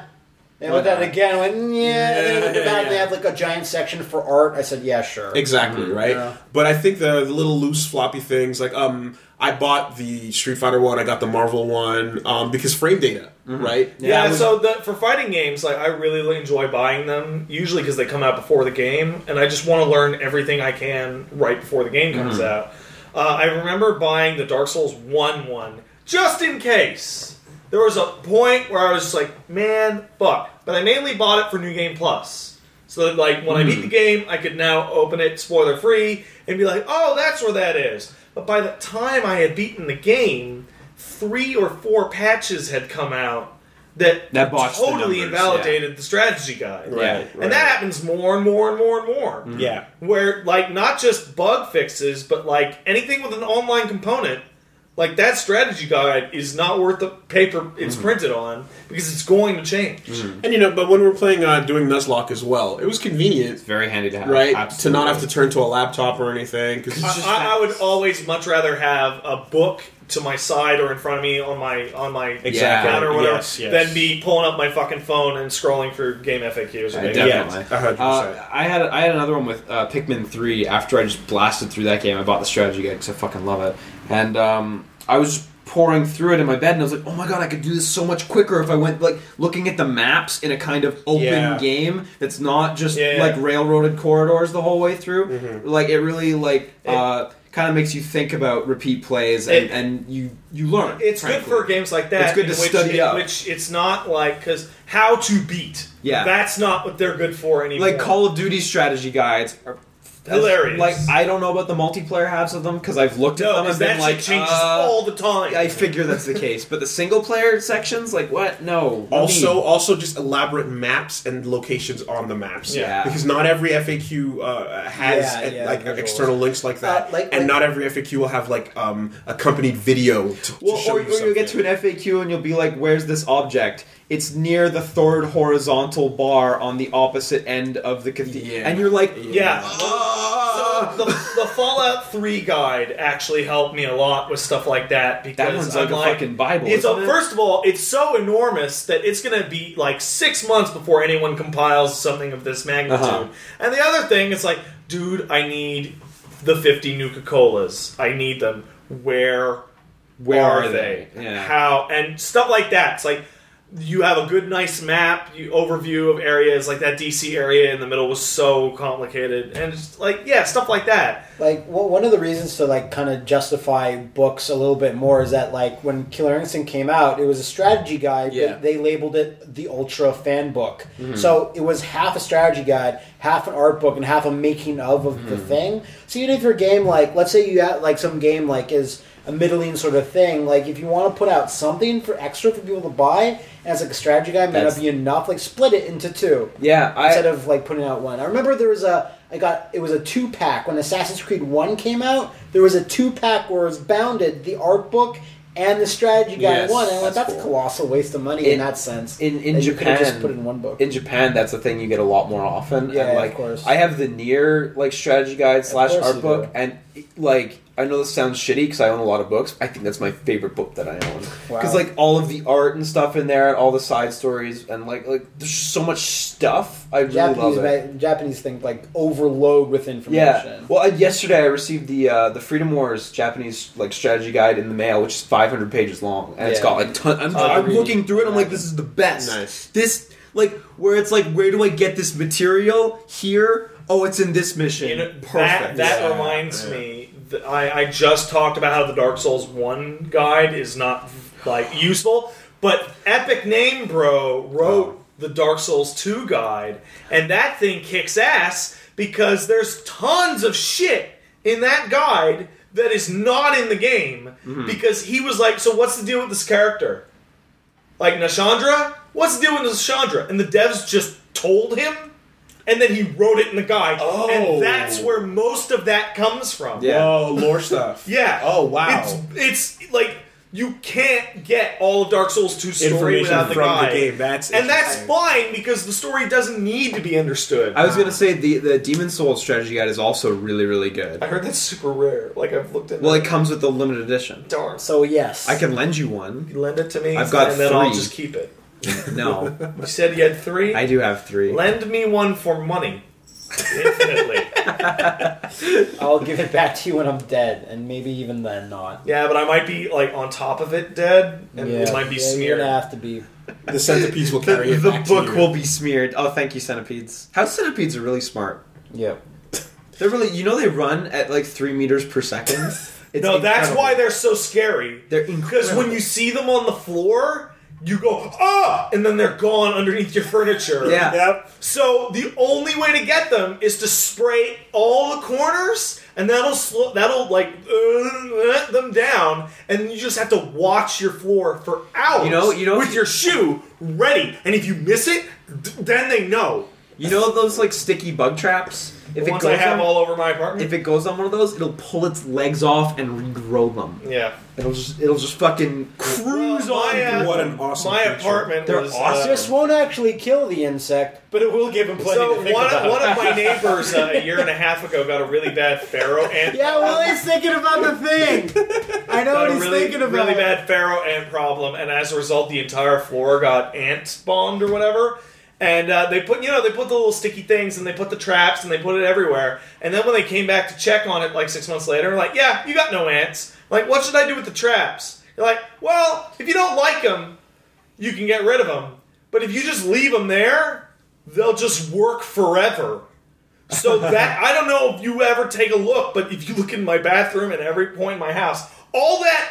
S4: And I looked at it again. I went, "Mm, yeah. And then I looked
S3: Yeah,
S4: back and they
S3: yeah.
S4: had like a giant section for art. I said, yeah, sure.
S3: Exactly
S1: Mm-hmm.
S3: right.
S4: Yeah.
S3: But I think the, the little loose floppy things like um, I bought the Street Fighter one, I got the Marvel one um, because frame data,
S1: Mm-hmm.
S3: right?
S1: Yeah,
S3: That was-
S1: so the, for fighting games, like I really enjoy buying them, usually because they come out before the game, and I just want to learn everything I can right before the game comes out. Uh, I remember buying the Dark Souls one one just in case. There was a point where I was just like, man, fuck. But I mainly bought it for New Game Plus, so that like when I beat
S2: Hmm.
S1: the game, I could now open it spoiler free and be like, oh, that's where that is. But by the time I had beaten the game, three or four patches had come out that,
S2: That botched the
S1: totally
S2: numbers,
S1: invalidated the strategy guide.
S3: right,
S2: yeah.
S3: right.
S1: And that happens more and more and more and more.
S2: Mm-hmm.
S3: yeah.
S1: Where, like, not just bug fixes, but, like, anything with an online component Like that strategy guide is not worth the paper it's
S2: Mm-hmm.
S1: printed on because it's going to change.
S3: And you know, but when we're playing uh, doing Nuzlocke as well, it was convenient,
S2: Very handy to have,
S3: right? To
S2: absolutely.
S3: not have to turn to a laptop or anything because
S1: I, I, I would always much rather have a book to my side or in front of me on my on my
S2: Exactly.
S1: counter or whatever
S3: Yes, yes.
S1: than be pulling up my fucking phone and scrolling through game FAQs. Or
S2: Yeah,
S1: anything.
S2: definitely.
S3: hundred percent.
S2: Uh, I had I had another one with uh, Pikmin three. After I just blasted through that game, I bought the strategy guide because I fucking love it. And um, I was just pouring through it in my bed, and I was like, "Oh my god, I could do this so much quicker if I went like looking at the maps in a kind of open
S3: Yeah.
S2: game that's not just
S1: Yeah, yeah.
S2: like railroaded corridors the whole way through." Like it really like uh, kind of makes you think about repeat plays, and,
S1: It-
S2: and you you learn.
S1: It's
S2: frankly.
S1: good for games like that.
S2: It's good
S1: in
S2: to
S1: which
S2: study
S1: in
S2: up.
S1: Which it's not like because how to beat.
S2: Yeah.
S1: that's not what they're good for anymore.
S2: like Call of Duty strategy guides are
S1: Hilarious.
S2: Like I don't know about the multiplayer halves of them because I've looked at
S1: no,
S2: them
S1: because
S2: and
S1: that shit
S2: been like,
S1: changes
S2: uh,
S1: all the time.
S2: I figure that's the case, but the single player sections, like what? No. no
S3: Also,
S2: need.
S3: also just elaborate maps and locations on the maps.
S2: Yeah.
S3: Because not every FAQ uh, has
S4: Yeah,
S3: uh,
S4: yeah,
S3: like
S4: visuals.
S3: external links like that,
S4: Uh, like-
S3: and
S4: like-
S3: not every FAQ will have like um, accompanied video. To, to
S2: well,
S3: show
S2: or,
S3: you
S2: you or you'll get to
S3: something.
S2: an FAQ and you'll be like, "Where's this object? It's near the third horizontal bar on the opposite end of the cathedral."
S3: Yeah.
S2: And you're like,
S1: yeah.
S3: Ah!
S1: So the, the Fallout Three guide actually helped me a lot with stuff like that because
S2: "That one's
S1: I'm
S2: like a fucking Bible."
S1: It's
S2: isn't
S1: a,
S2: it?
S1: first of all, it's so enormous that it's going to be like six months before anyone compiles something of this magnitude.
S2: Uh-huh.
S1: And the other thing is like, dude, I need the fifty Nuka Colas. I need them. Where?
S2: Where
S1: are,
S2: are
S1: they?
S2: they? Yeah.
S1: How? And stuff like that. It's like you have a good, nice map, you overview of areas. Like that DC area in the middle was so complicated, and it's like yeah, stuff like that.
S4: like well, one of the reasons to like kind of justify books a little bit more is that like when Killer Instinct came out, it was a strategy guide.
S2: Yeah. Mm-hmm.
S4: But they labeled it the Ultra Fan Book, so it was half a strategy guide, half an art book, and half a making of of the
S2: Mm-hmm.
S4: thing. So even if your game, like let's say you had like some game like is a middling sort of thing, like if you want to put out something for extra for people to buy as like a strategy guide, may
S2: That's-
S4: not be enough. Like split it into two
S2: Yeah, I
S4: instead of like putting out one. I remember there was a I got it was a two pack when Assassin's Creed One came out. There was a two pack where it was bounded the art book and the strategy guide
S2: Yes,
S4: one. And I went,
S2: that's
S4: that's
S2: cool.
S4: a colossal waste of money
S2: In-
S4: in that sense.
S2: in in
S4: that you could
S2: Japan.
S4: have just put it in one book.
S2: in Japan, that's a thing you get a lot more often.
S4: Yeah,
S2: and, like,
S4: of course.
S2: I have the near like strategy guide slash
S4: course
S2: art
S4: you
S2: book,
S4: do.
S2: and like I know this sounds shitty because I own a lot of books. I think that's my favorite book that I own
S4: Wow.
S2: because like all of the art and stuff in there, and all the side stories, and like like there's just so much stuff. I really
S4: Japanese
S2: love it.
S4: ma- Japanese think like overload with
S2: Yeah.
S4: information.
S2: Well, I, yesterday I received the uh, the Freedom Wars Japanese like strategy guide in the mail, which is 500 pages long, and it's
S4: Yeah.
S2: got like ton. I'm,
S1: Oh,
S2: I'm
S1: really?
S2: looking through it. I'm like, this is the best.
S3: Nice.
S2: This like where it's like, where do I get this material here? Oh, it's in this mission.
S1: You know,
S2: Perfect.
S1: that that
S3: Yeah,
S1: reminds
S3: yeah.
S1: me. That I, I just talked about how the Dark Souls One guide is not like useful, but Epic Name Bro wrote the Dark Souls Two guide, and that thing kicks ass because there's tons of shit in that guide that is not in the game
S3: Mm-hmm.
S1: because he was like, so what's the deal with this character? Like Nashandra, what's the deal with Nashandra? And the devs just told him, and then he wrote it in the guide.
S3: Oh.
S1: And that's where most of that comes from.
S2: Yeah.
S3: Oh, lore stuff.
S1: Yeah.
S3: Oh wow.
S1: It's, it's like you can't get all of Dark Souls 2 story
S3: Information
S1: without the
S3: from the
S1: guide.
S3: game. That's
S1: and that's
S3: interesting.
S1: fine because the story doesn't need to be understood.
S2: I was gonna say the the Demon Souls strategy guide is also really really good.
S1: I heard that's super rare. Like I've looked at
S2: Well,
S1: that.
S2: it comes with the limited edition.
S1: darn. So
S4: So yes,
S2: I can lend you one.
S1: you lend it to me.
S2: I've got
S1: and then I'll
S2: three.
S1: just keep it.
S2: No,
S1: You said you had three.
S2: I do have three.
S1: Lend me one for money. Infinitely.
S4: I'll give it back to you when I'm dead, and maybe even then not.
S1: Yeah, but I might be like on top of it dead, and it might be
S4: yeah,
S1: smeared.
S4: You're gonna have to be.
S3: the centipedes will carry
S2: The,
S3: it
S2: the
S3: back to
S2: book
S3: you.
S2: will be smeared. Oh, thank you, centipedes. How centipedes are really smart.
S4: Yeah.
S2: They're really, you know, they run at like three meters per second. It's
S1: no, that's
S2: incredible.
S1: why they're so scary.
S2: They're
S1: Because when you see them on the floor, you go ah, and then they're gone underneath your furniture.
S2: Yeah.
S3: Yep.
S1: So the only way to get them is to spray all the corners, and that'll slow, that'll like uh, them down, and you just have to watch your floor for hours.
S2: You know- you know-
S1: with your shoe ready, and if you miss it, d- then they know.
S2: You know those like sticky bug traps? If
S1: the ones I have
S2: on,
S1: all over my apartment.
S2: if it goes on one of those, it'll pull its legs off and regrow them.
S1: yeah.
S2: It'll just it'll just fucking cruise
S1: Well,
S2: on.
S1: my, uh,
S3: What an awesome
S1: My
S3: creature.
S1: apartment
S2: They're
S1: was
S2: awesome.
S1: uh,
S9: This won't actually kill the insect, but it will give him plenty
S1: so
S9: to think
S1: one,
S9: about.
S1: of, one of my neighbors uh, a year and a half ago got a really bad pharaoh ant.
S4: Yeah, Willie's thinking about the thing. I know
S1: got
S4: what
S1: a
S4: he's
S1: really,
S4: thinking about.
S1: really bad pharaoh ant problem, and as a result, the entire floor got ant spawned or whatever. And uh, they put, you know, they put the little sticky things, and they put the traps, and they put it everywhere. And then when they came back to check on it, like six months later, like, yeah, you got no ants. Like, what should I do with the traps? They're like, well, if you don't like them, you can get rid of them. But if you just leave them there, they'll just work forever. So that I don't know if you ever take a look, but if you look in my bathroom and every point in my house, all that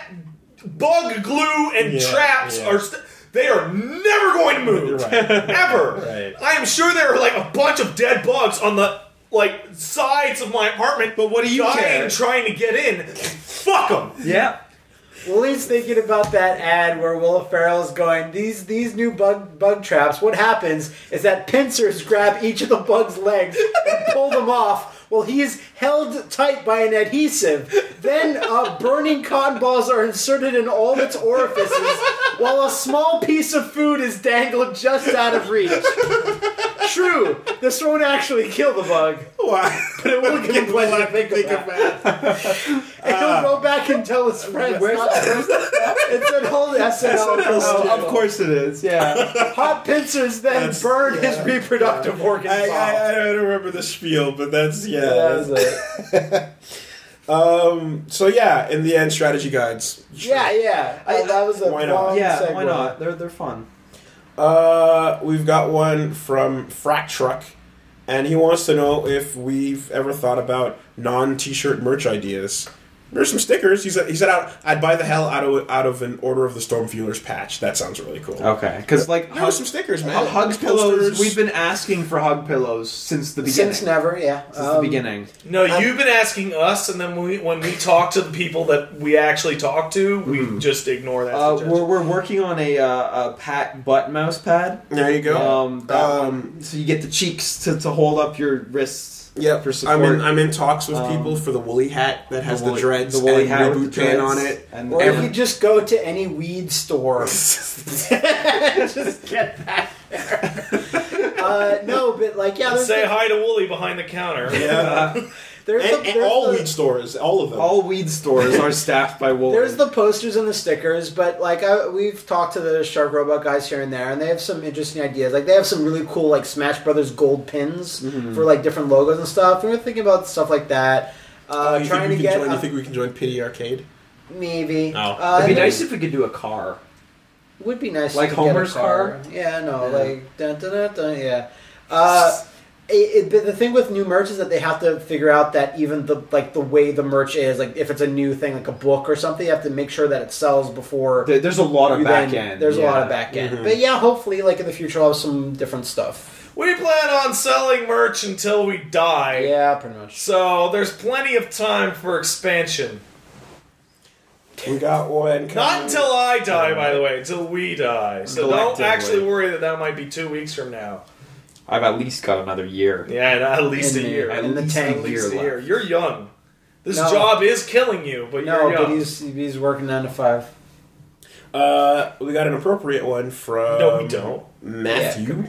S1: bug glue and
S3: Yeah,
S1: traps
S3: yeah.
S1: are st- they are never going to move
S3: Right.
S1: ever.
S3: Right.
S1: I am sure there are like a bunch of dead bugs on the like sides of my apartment, but what are you dying
S2: care?
S1: trying to get in? Fuck them.
S2: Yeah.
S4: Willie's thinking about that ad where Will Ferrell's going, these these new bug bug traps, what happens is that pincers grab each of the bug's legs and pull them off. Well, he is held tight by an adhesive. Then uh, burning cotton balls are inserted in all its orifices, while a small piece of food is dangled just out of reach. True, this won't actually kill the bug,
S3: Why?
S4: but it will give him pleasure to think
S3: Think
S4: about.
S3: about
S4: And he'll go back and tell his friends. not- it's an old SNL.
S2: Oh,
S4: costume.
S2: of course it is. Yeah.
S4: Hot pincers then
S3: That's-
S4: burn
S3: yeah,
S4: his reproductive organs
S3: I,
S4: off.
S3: I, I don't remember the spiel, but that's yeah.
S9: That was it.
S3: um. So yeah, in the end, strategy guides.
S4: yeah, yeah.
S2: I-
S4: Oh, that was a
S3: why not?
S4: long
S2: yeah.
S4: segue.
S2: Why not? They're they're fun.
S3: Uh, we've got one from Frack Truck, and he wants to know if we've ever thought about non-T-shirt merch ideas. There's some stickers. He said. He said, "Out, I'd buy the hell out of out of an Order of the Stormfuelers patch. That sounds really cool."
S2: Okay. Because like
S3: There were
S2: hug,
S3: some stickers, man.
S2: hug,
S3: Posters.
S2: pillows. We've been asking for hug pillows since the beginning.
S4: Since never, yeah.
S2: Since the
S4: Um,
S2: beginning.
S1: No, you've been asking us, and then we, when we talk to the people that we actually talk to, we just ignore that.
S2: Uh,
S1: suggestion.
S2: we're, we're working on a, uh, a pat butt mouse pad.
S3: There you go.
S2: Um, that
S1: Oh,
S3: Um,
S2: one, so you get the cheeks to, to hold up your wrists.
S3: Yeah,
S2: for
S3: I'm
S2: support.
S3: in, I'm in talks with
S2: Um,
S3: people for the woolly hat that has the,
S2: woolly-
S3: dreads
S2: the woolly
S3: and
S2: hat
S3: reboot
S2: with the
S3: pan
S2: dreads
S3: on it.
S2: and
S4: Or if
S2: every-
S4: you just go to any weed store, just get that. There. Uh, no, but like yeah, there's
S1: Say
S4: the-
S1: hi to Wooly behind the counter.
S3: Yeah,
S4: there's
S3: and,
S4: the,
S3: and
S4: there's
S3: all
S4: the-
S3: weed stores, all of them.
S2: all weed stores are staffed by wool.
S4: There's the posters and the stickers, but like I, we've talked to the Shark Robot guys here and there, and they have some interesting ideas. Like they have some really cool like Smash Brothers gold pins
S2: Mm-hmm.
S4: for like different logos and stuff. And we're thinking about stuff like that. Uh,
S2: Oh,
S3: Oh, you think
S4: trying
S3: we can
S4: to get
S3: join,
S4: a-
S3: you think we can join Pity Arcade?
S4: maybe.
S3: No.
S4: Uh,
S2: It'd Oh, be
S4: it
S2: nice if we could do a car.
S4: Would be nice.
S2: Like
S4: to get a
S2: Homer's car?
S4: Yeah. No.
S2: Yeah.
S4: Like dun dun dun dun. Yeah. Uh, it, it, but the thing with new merch is that they have to figure out that even the like the way the merch is like if it's a new thing like a book or something you have to make sure that it sells before
S2: There- There's a lot of
S4: You
S2: back
S4: then-
S2: end.
S4: There's a lot
S2: yeah. Mm-hmm.
S4: of back end. But yeah, hopefully, like in the future, I'll have some different stuff.
S1: We plan on selling merch until we die.
S4: Yeah, pretty much.
S1: So there's plenty of time for expansion.
S3: We got one.
S1: Not
S3: coming.
S1: until I die, by the way, until we die. So don't
S2: Collectively.
S1: actually worry that that might be two weeks from now.
S2: I've at least got another year.
S1: Yeah, and at least
S4: In
S1: a
S4: the-
S1: year.
S4: in the
S1: at least,
S4: tank
S1: at least
S2: year
S1: a year.
S2: left.
S1: You're young. This
S4: No.
S1: job is killing you, but
S4: No,
S1: you're young.
S4: but he's he's working nine to five.
S3: uh, we got an appropriate one from
S1: no, we don't.
S3: Matthew,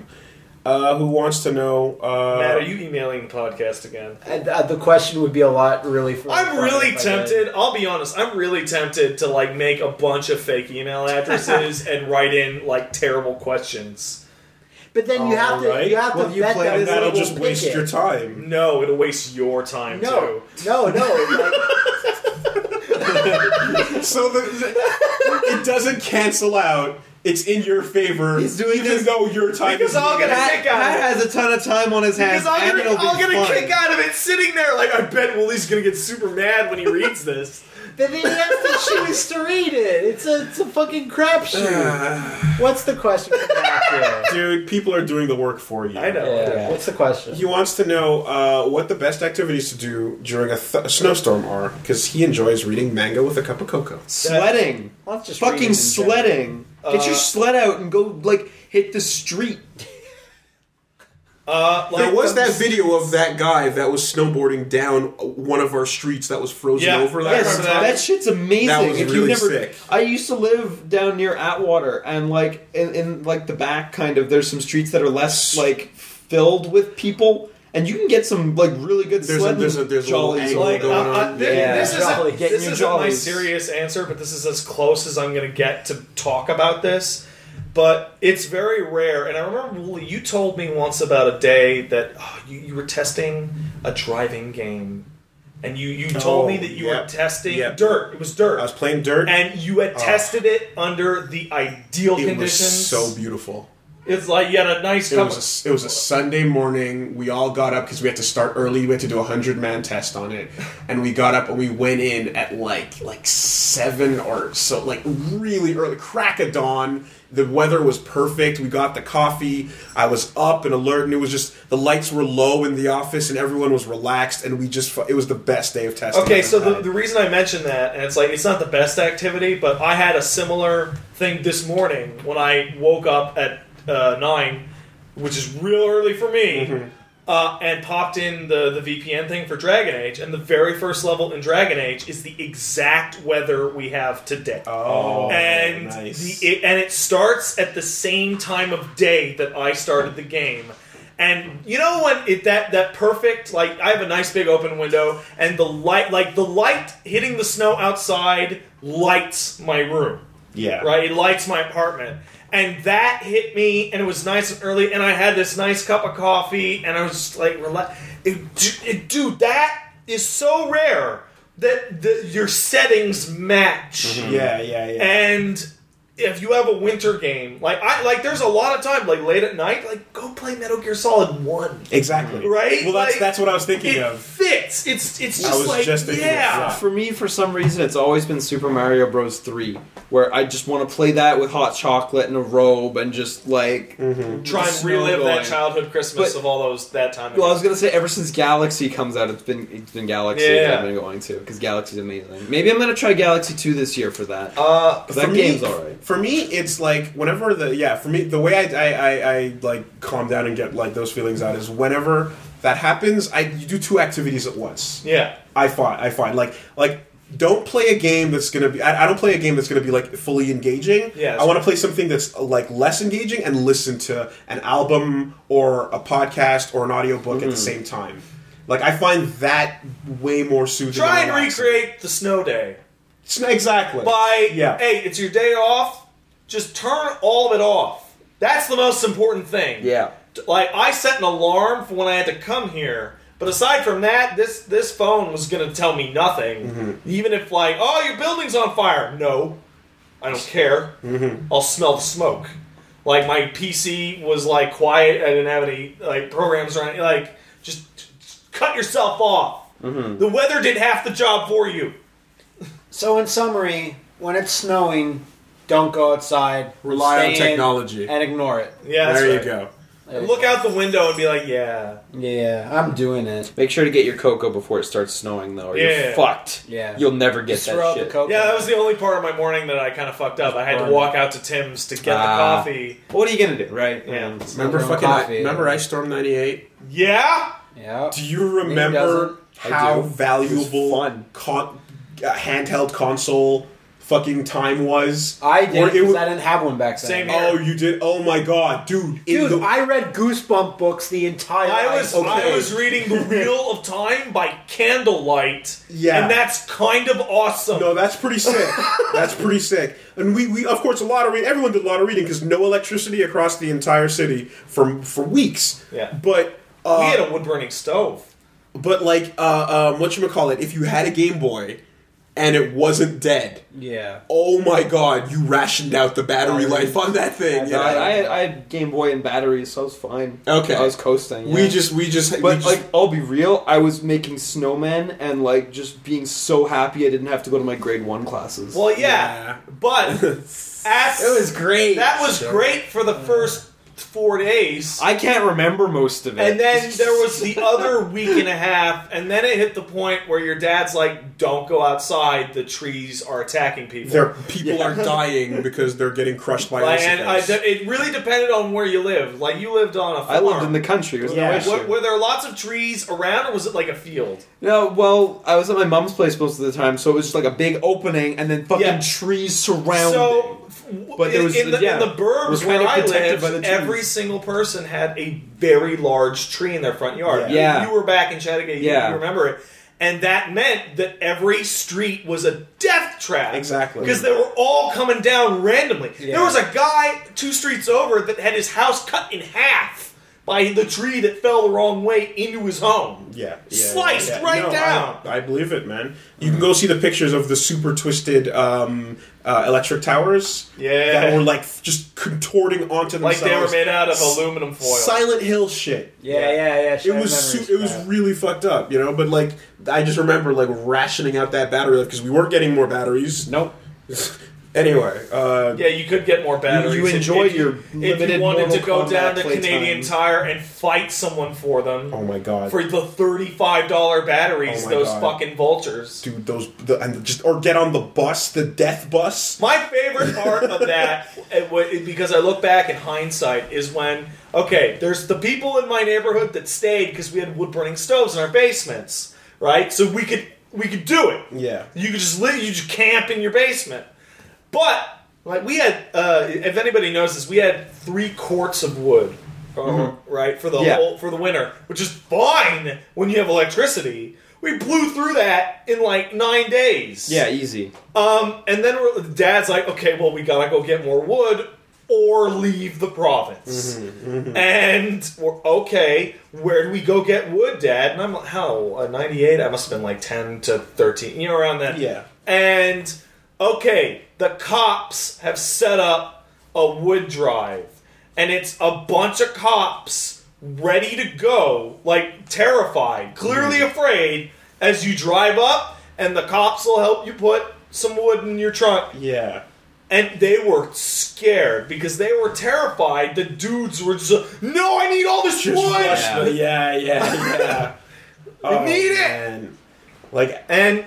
S3: uh, who wants to know. Uh,
S1: Matt, are you emailing the podcast again?
S4: And, uh, the question would be a lot, really. For
S1: I'm
S4: for
S1: really
S4: if I did.
S1: tempted. I'll be honest. I'm really tempted to like make a bunch of fake email addresses and write in like terrible questions.
S4: but then you have to
S3: Alright.
S4: you have to
S2: Well, you
S4: bet
S2: play
S4: that
S2: this,
S3: and that'll
S4: Will
S3: just
S4: will
S3: waste
S4: pick
S3: your
S4: it.
S3: time.
S1: No, it'll waste your time
S4: No, no, no. like,
S3: So the, it doesn't cancel out. It's in your favor.
S2: He's doing
S3: even
S2: this-
S3: though your time
S1: Because
S3: is
S1: I'll get a
S2: Pat,
S1: kick out of
S2: Pat
S1: it.
S2: has a ton of time on his hands.
S1: Because I'm
S2: and
S1: gonna,
S2: it'll be
S1: I'll get
S2: fun.
S1: a kick out of it sitting there. Like I bet Willie's gonna get super mad when he reads this.
S4: but then he has to choose to read it. It's a it's a fucking crapshoot. What's the question? For Matthew?
S3: dude. People are doing the work for you.
S1: I know.
S4: yeah. What's the question?
S3: He wants to know uh, what the best activities to do during a, th- a snowstorm are because he enjoys reading manga with a cup of cocoa.
S2: Sledding.
S4: Let's just read it
S2: Fucking
S4: in general.
S2: sledding. Get
S1: Uh,
S2: your sled out and go, like, hit the street.
S1: Uh, like
S3: There was
S1: the-
S3: that video of that guy that was snowboarding down one of our streets that was frozen
S1: Yeah.
S3: over.
S1: Yes,
S3: That
S1: that-
S3: time.
S2: That shit's amazing.
S3: That was
S2: if
S3: really
S2: you've never,
S3: sick.
S2: I used to live down near Atwater, and like in, in like the back, kind of. There's some streets that are less like filled with people, and you can get some like really good
S3: There's a-
S2: sledding
S3: there's a- there's a little
S2: jollies.
S3: angle
S2: like,
S3: going
S2: uh,
S3: on.
S1: Uh, thi-
S2: Yeah.
S1: this is
S2: Jolly.
S1: not
S2: Get
S1: this
S2: new
S1: isn't my
S2: jollies.
S1: serious answer, but this is as close as I'm going to get to talk about this. But it's very rare, and I remember Wooly, you told me once about a day that oh, you, you were testing a driving game, and you, you told
S3: Oh,
S1: me that you were
S3: yep.
S1: testing
S3: Yep.
S1: dirt. It was dirt,
S3: I was playing dirt.
S1: and you had tested it under the ideal
S3: it was
S1: conditions.
S3: so beautiful.
S1: It's like you had a nice
S3: It
S1: cup of-
S3: was a, it was a Sunday morning. We all got up because we had to start early. We had to do a hundred man test on it, and we got up and we went in at like like seven or so, like really early, crack of dawn. The weather was perfect. We got the coffee. I was up and alert, and it was just the lights were low in the office, and everyone was relaxed, and we just fu- it was the best day of testing.
S1: Okay,
S3: I've
S1: so the,
S3: had.
S1: the reason I mentioned that, and it's like it's not the best activity, but I had a similar thing this morning when I woke up at uh, nine, which is real early for me,
S3: Mm-hmm.
S1: uh, and popped in the the VPN thing for Dragon Age, and the very first level in Dragon Age is the exact weather we have today,
S3: oh
S1: and
S3: nice.
S1: the it, and it starts at the same time of day that I started the game. And you know when it that that perfect like I have a nice big open window and the light like the light hitting the snow outside lights my room.
S3: yeah
S1: Right? It lights my apartment. And that hit me and it was nice and early and I had this nice cup of coffee and I was just like relax it, it, dude that is so rare that the, your settings match.
S3: yeah yeah yeah.
S1: And if you have a winter game, like I like, there's a lot of time, like late at night, like go play Metal Gear Solid One.
S3: Exactly.
S1: Right?
S3: Well, that's
S1: Like,
S3: that's what I was thinking
S1: It
S3: of.
S1: fits. It's it's
S3: I
S1: just
S3: was
S1: like
S3: just thinking of
S1: yeah.
S3: that.
S2: For me, for some reason, it's always been Super Mario Bros. Three, where I just want to play that with hot chocolate and a robe and just like.
S3: Mm-hmm.
S1: Try and
S2: Snow
S1: relive that
S2: going.
S1: childhood Christmas
S2: But-
S1: of all those that time.
S2: Well, I was gonna say ever since Galaxy comes out, it's been it's been Galaxy
S1: Yeah.
S2: that I've been going to because Galaxy's amazing. Maybe I'm gonna try Galaxy Two this year for that.
S1: uh,
S2: That
S3: For
S2: game's
S3: me,
S2: alright.
S3: For me, it's like whenever the yeah. For me, the way I, I, I, I like calm down and get like those feelings out is whenever that happens. I you do two activities at once.
S1: yeah.
S3: I find I find like like don't play a game that's gonna be I, I don't play a game that's gonna be like fully engaging.
S1: Yeah, that's
S3: I want
S1: right.
S3: to play something that's uh, like less engaging and listen to an album or a podcast or an audiobook
S1: Mm.
S3: at the same time. Like I find that way more soothing.
S1: Try and
S3: relaxing.
S1: recreate the snow day
S3: It's- exactly
S1: by
S3: Yeah.
S1: hey, it's your day off. Just turn all of it off. That's the most important thing.
S2: yeah,
S1: like I set an alarm for when I had to come here. But aside from that, this this phone was gonna tell me nothing.
S3: Mm-hmm.
S1: Even if like, oh, your building's on fire. No, I don't care.
S3: Mm-hmm.
S1: I'll smell the smoke. Like my PC was like quiet. I didn't have any like programs or anything. Like just cut yourself off.
S3: Mm-hmm.
S1: The weather did half the job for you.
S4: So, in summary, when it's snowing, don't go outside.
S3: Rely on
S4: Stay in
S3: technology.
S4: and ignore it.
S1: Yeah, that's
S3: there you
S1: right.
S3: go.
S1: Look out the window and be like, yeah.
S4: Yeah, I'm doing it.
S2: make sure to get your cocoa before it starts snowing though, or
S1: Yeah.
S2: you're fucked.
S4: Yeah.
S2: you'll never get
S4: Just throw
S2: that
S4: out the
S2: shit.
S4: cocoa.
S1: Yeah, that was the only part of my morning that I kind of fucked up. I had to
S4: Burn.
S1: walk out to Tim's to get the
S2: Ah.
S1: coffee.
S2: what are you gonna do, right?
S1: Yeah.
S2: Um,
S3: Remember
S4: Smoking
S3: fucking
S4: coffee.
S3: remember Ice Storm '98?
S1: Yeah,
S4: Yeah.
S3: Do you
S4: doesn't.
S3: remember how
S2: I do.
S3: valuable
S2: It was fun.
S3: Con- uh, handheld console fucking time was?
S4: I did
S3: Or it
S4: because
S3: would-
S4: I didn't have one back then.
S1: Same here.
S3: oh, you did! Oh my god, dude!
S4: Dude,
S3: in the-
S4: I read Goosebump books the entire.
S1: I was
S3: okay.
S1: I was reading The Wheel of Time by candlelight.
S3: Yeah.
S1: and that's kind of awesome.
S3: no, that's pretty sick. that's pretty sick. And we, we of course, a lot of reading. Everyone did a lot of reading because no electricity across the entire city for for weeks.
S1: Yeah.
S3: but.
S1: we
S3: Uh,
S1: had a wood burning stove.
S3: but like, uh, um, what you call it? If you had a Game Boy, and it wasn't dead,
S4: Yeah.
S3: oh my god, you rationed out the battery life on that thing. you
S2: No,
S3: know?
S2: I, I, had, I had Game Boy and batteries, so I was fine.
S3: Okay.
S2: I was coasting.
S3: We
S2: yeah.
S3: just, we just, we
S2: But
S3: just-
S2: like, I'll be real. I was making snowmen and like just being so happy I didn't have to go to my grade one classes.
S1: Well, yeah,
S3: Yeah.
S1: but as,
S3: great.
S1: that was
S3: Sure.
S1: great for the first four days.
S2: I can't remember most of it.
S1: and then there was the other week and a half, and then it hit the point where your dad's like, "Don't go outside. The trees are attacking people."
S3: Their people are dying because they're getting crushed by
S1: Like, and I,
S3: icicles.
S1: it really depended on where you lived. Like you lived on a farm.
S2: I lived in the country. It was
S4: Yeah.
S2: no
S1: Were,
S2: issue.
S1: were there lots of trees around, or was it like a field?
S2: No, well, I was at my mom's place most of the time, so it was just like a big opening and then fucking
S1: Yeah.
S2: trees surrounding.
S1: So, f-
S2: But there
S1: in,
S2: was
S1: in,
S2: the-
S1: the,
S2: yeah,
S1: in the burbs
S2: was
S1: where
S2: kinda
S1: I
S2: protected
S1: lived,
S2: by the trees.
S1: every single person had a very large tree in their front yard.
S2: Yeah. Yeah.
S1: You were back in Chattagay,
S2: Yeah.
S1: you remember it. And that meant that every street was a death trap.
S3: Exactly.
S1: Because they were all coming down randomly. There was a guy two streets over that had his house cut in half by the tree that fell the wrong way into his home.
S3: Yeah, yeah,
S1: Sliced
S3: yeah.
S1: right
S3: No, I-
S1: down.
S3: I, believe it, man. You can go see the pictures of the super twisted um, uh, electric towers.
S1: Yeah.
S3: that were like just contorting onto
S1: Like
S3: themselves.
S1: they were made out of
S3: S-
S1: aluminum foil.
S3: Silent Hill shit.
S10: Yeah, yeah, yeah.
S3: It was su- it was really fucked up, you know. But like, I just remember like rationing out that battery because we weren't getting more batteries.
S2: Nope.
S3: Anyway, uh,
S1: Yeah, you could get more batteries.
S2: You- you
S1: if-
S2: enjoy
S1: if
S2: your
S1: you, if
S2: limited
S1: you wanted to
S2: Mortal
S1: go
S2: Kombat
S1: down to
S2: playtime.
S1: Canadian Tire and fight someone for them
S3: oh my god,
S1: for the thirty-five dollar batteries.
S3: Oh my
S1: those
S3: God.
S1: fucking vultures.
S3: dude, those the, and just or get on the bus, the death bus.
S1: My favorite part of that, it wa- it- because I look back in hindsight, is when okay, there's the people in my neighborhood that stayed because we had wood burning stoves in our basements, right? So we could we could do it.
S3: Yeah.
S1: You could just live, you just camp in your basement. But like we had, uh, if anybody knows this, we had three quarts of wood, uh, right for the
S2: Mm-hmm. Yeah.
S1: whole for the winter, which is fine when you have electricity. We blew through that in like nine days.
S2: Yeah, easy.
S1: Um, and then we're, Dad's like, okay, well, we gotta go get more wood or leave the province.
S2: Mm-hmm.
S1: And we're okay. Where do we go get wood, Dad? And I'm like, how? Uh, 98? I must have been like 10 to 13, you know, around that.
S3: Yeah.
S1: And okay, the cops have set up a wood drive, and it's a bunch of cops ready to go, like terrified, clearly afraid, as you drive up, and the cops will help you put some wood in your trunk.
S3: Yeah,
S1: And they were scared because they were terrified. The dudes were just, no, I need all this
S3: Just
S1: wood!
S3: rush the- yeah, yeah, yeah. Oh,
S1: need it!
S3: man. Like
S1: And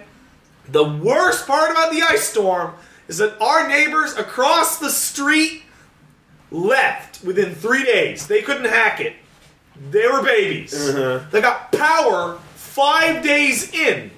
S1: the worst part about the ice storm is that our neighbors across the street left within three days. They couldn't hack it. They were babies.
S3: Uh-huh.
S1: They got power five days in.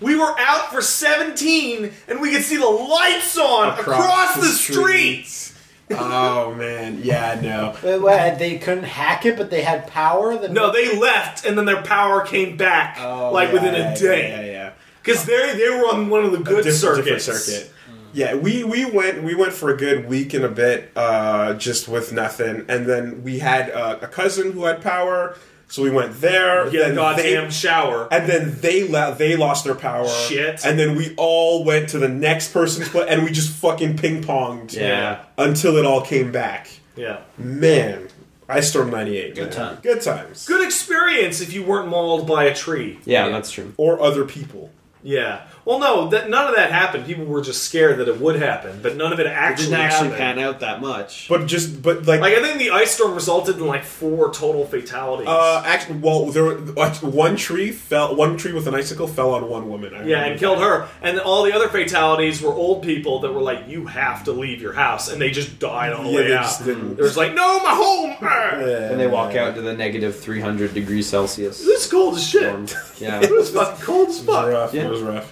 S1: We were out for 17 and we could see the lights on across, the, street.
S3: Oh man, yeah, no.
S4: But what, they couldn't hack it, but they had power. Then
S1: No, they left and then their power came back like within a
S3: Oh, Yeah, yeah.
S1: day.
S3: yeah.
S1: Because they, they were on one of the good
S3: Diff- different
S1: circuits.
S3: circuit. Yeah, we, we went we went for a good week and a bit, uh, just with nothing, and then we had uh, a cousin who had power, so we went there.
S1: Yeah,
S3: then
S1: goddamn
S3: they-
S1: shower.
S3: and then they la- they lost their power.
S1: Shit.
S3: And then we all went to the next person's place, and we just fucking ping ponged.
S1: Yeah.
S3: Until it all came back.
S1: Yeah.
S3: Man, I stormed ninety eight.
S10: Good time.
S3: Good times.
S1: good experience if you weren't mauled by a tree.
S2: Yeah, that's true.
S3: Or other people.
S1: Yeah. Well, no, that none of that happened. People were just scared that it would happen, but none of it
S2: It
S1: actually
S2: didn't actually
S1: happened.
S2: pan out that much.
S3: But just but like
S1: Like I think the ice storm resulted in like four total fatalities.
S3: Uh, actually, well, there were- one tree fell. One tree with an icicle fell on one woman. I
S1: yeah,
S3: remember
S1: and killed
S3: that.
S1: her. And all the other fatalities were old people that were like, "You have to leave your house," and they just died on the
S3: Yeah,
S1: way
S3: they
S1: out.
S3: just didn't.
S1: It was like, "No, my home." Ah!
S2: and they walk out to the negative 300 degrees Celsius.
S1: This is cold as
S2: storm.
S1: shit.
S2: Yeah.
S1: It was fucking cold as
S3: It was
S1: fuck.
S3: rough.
S2: Yeah.
S3: It was rough.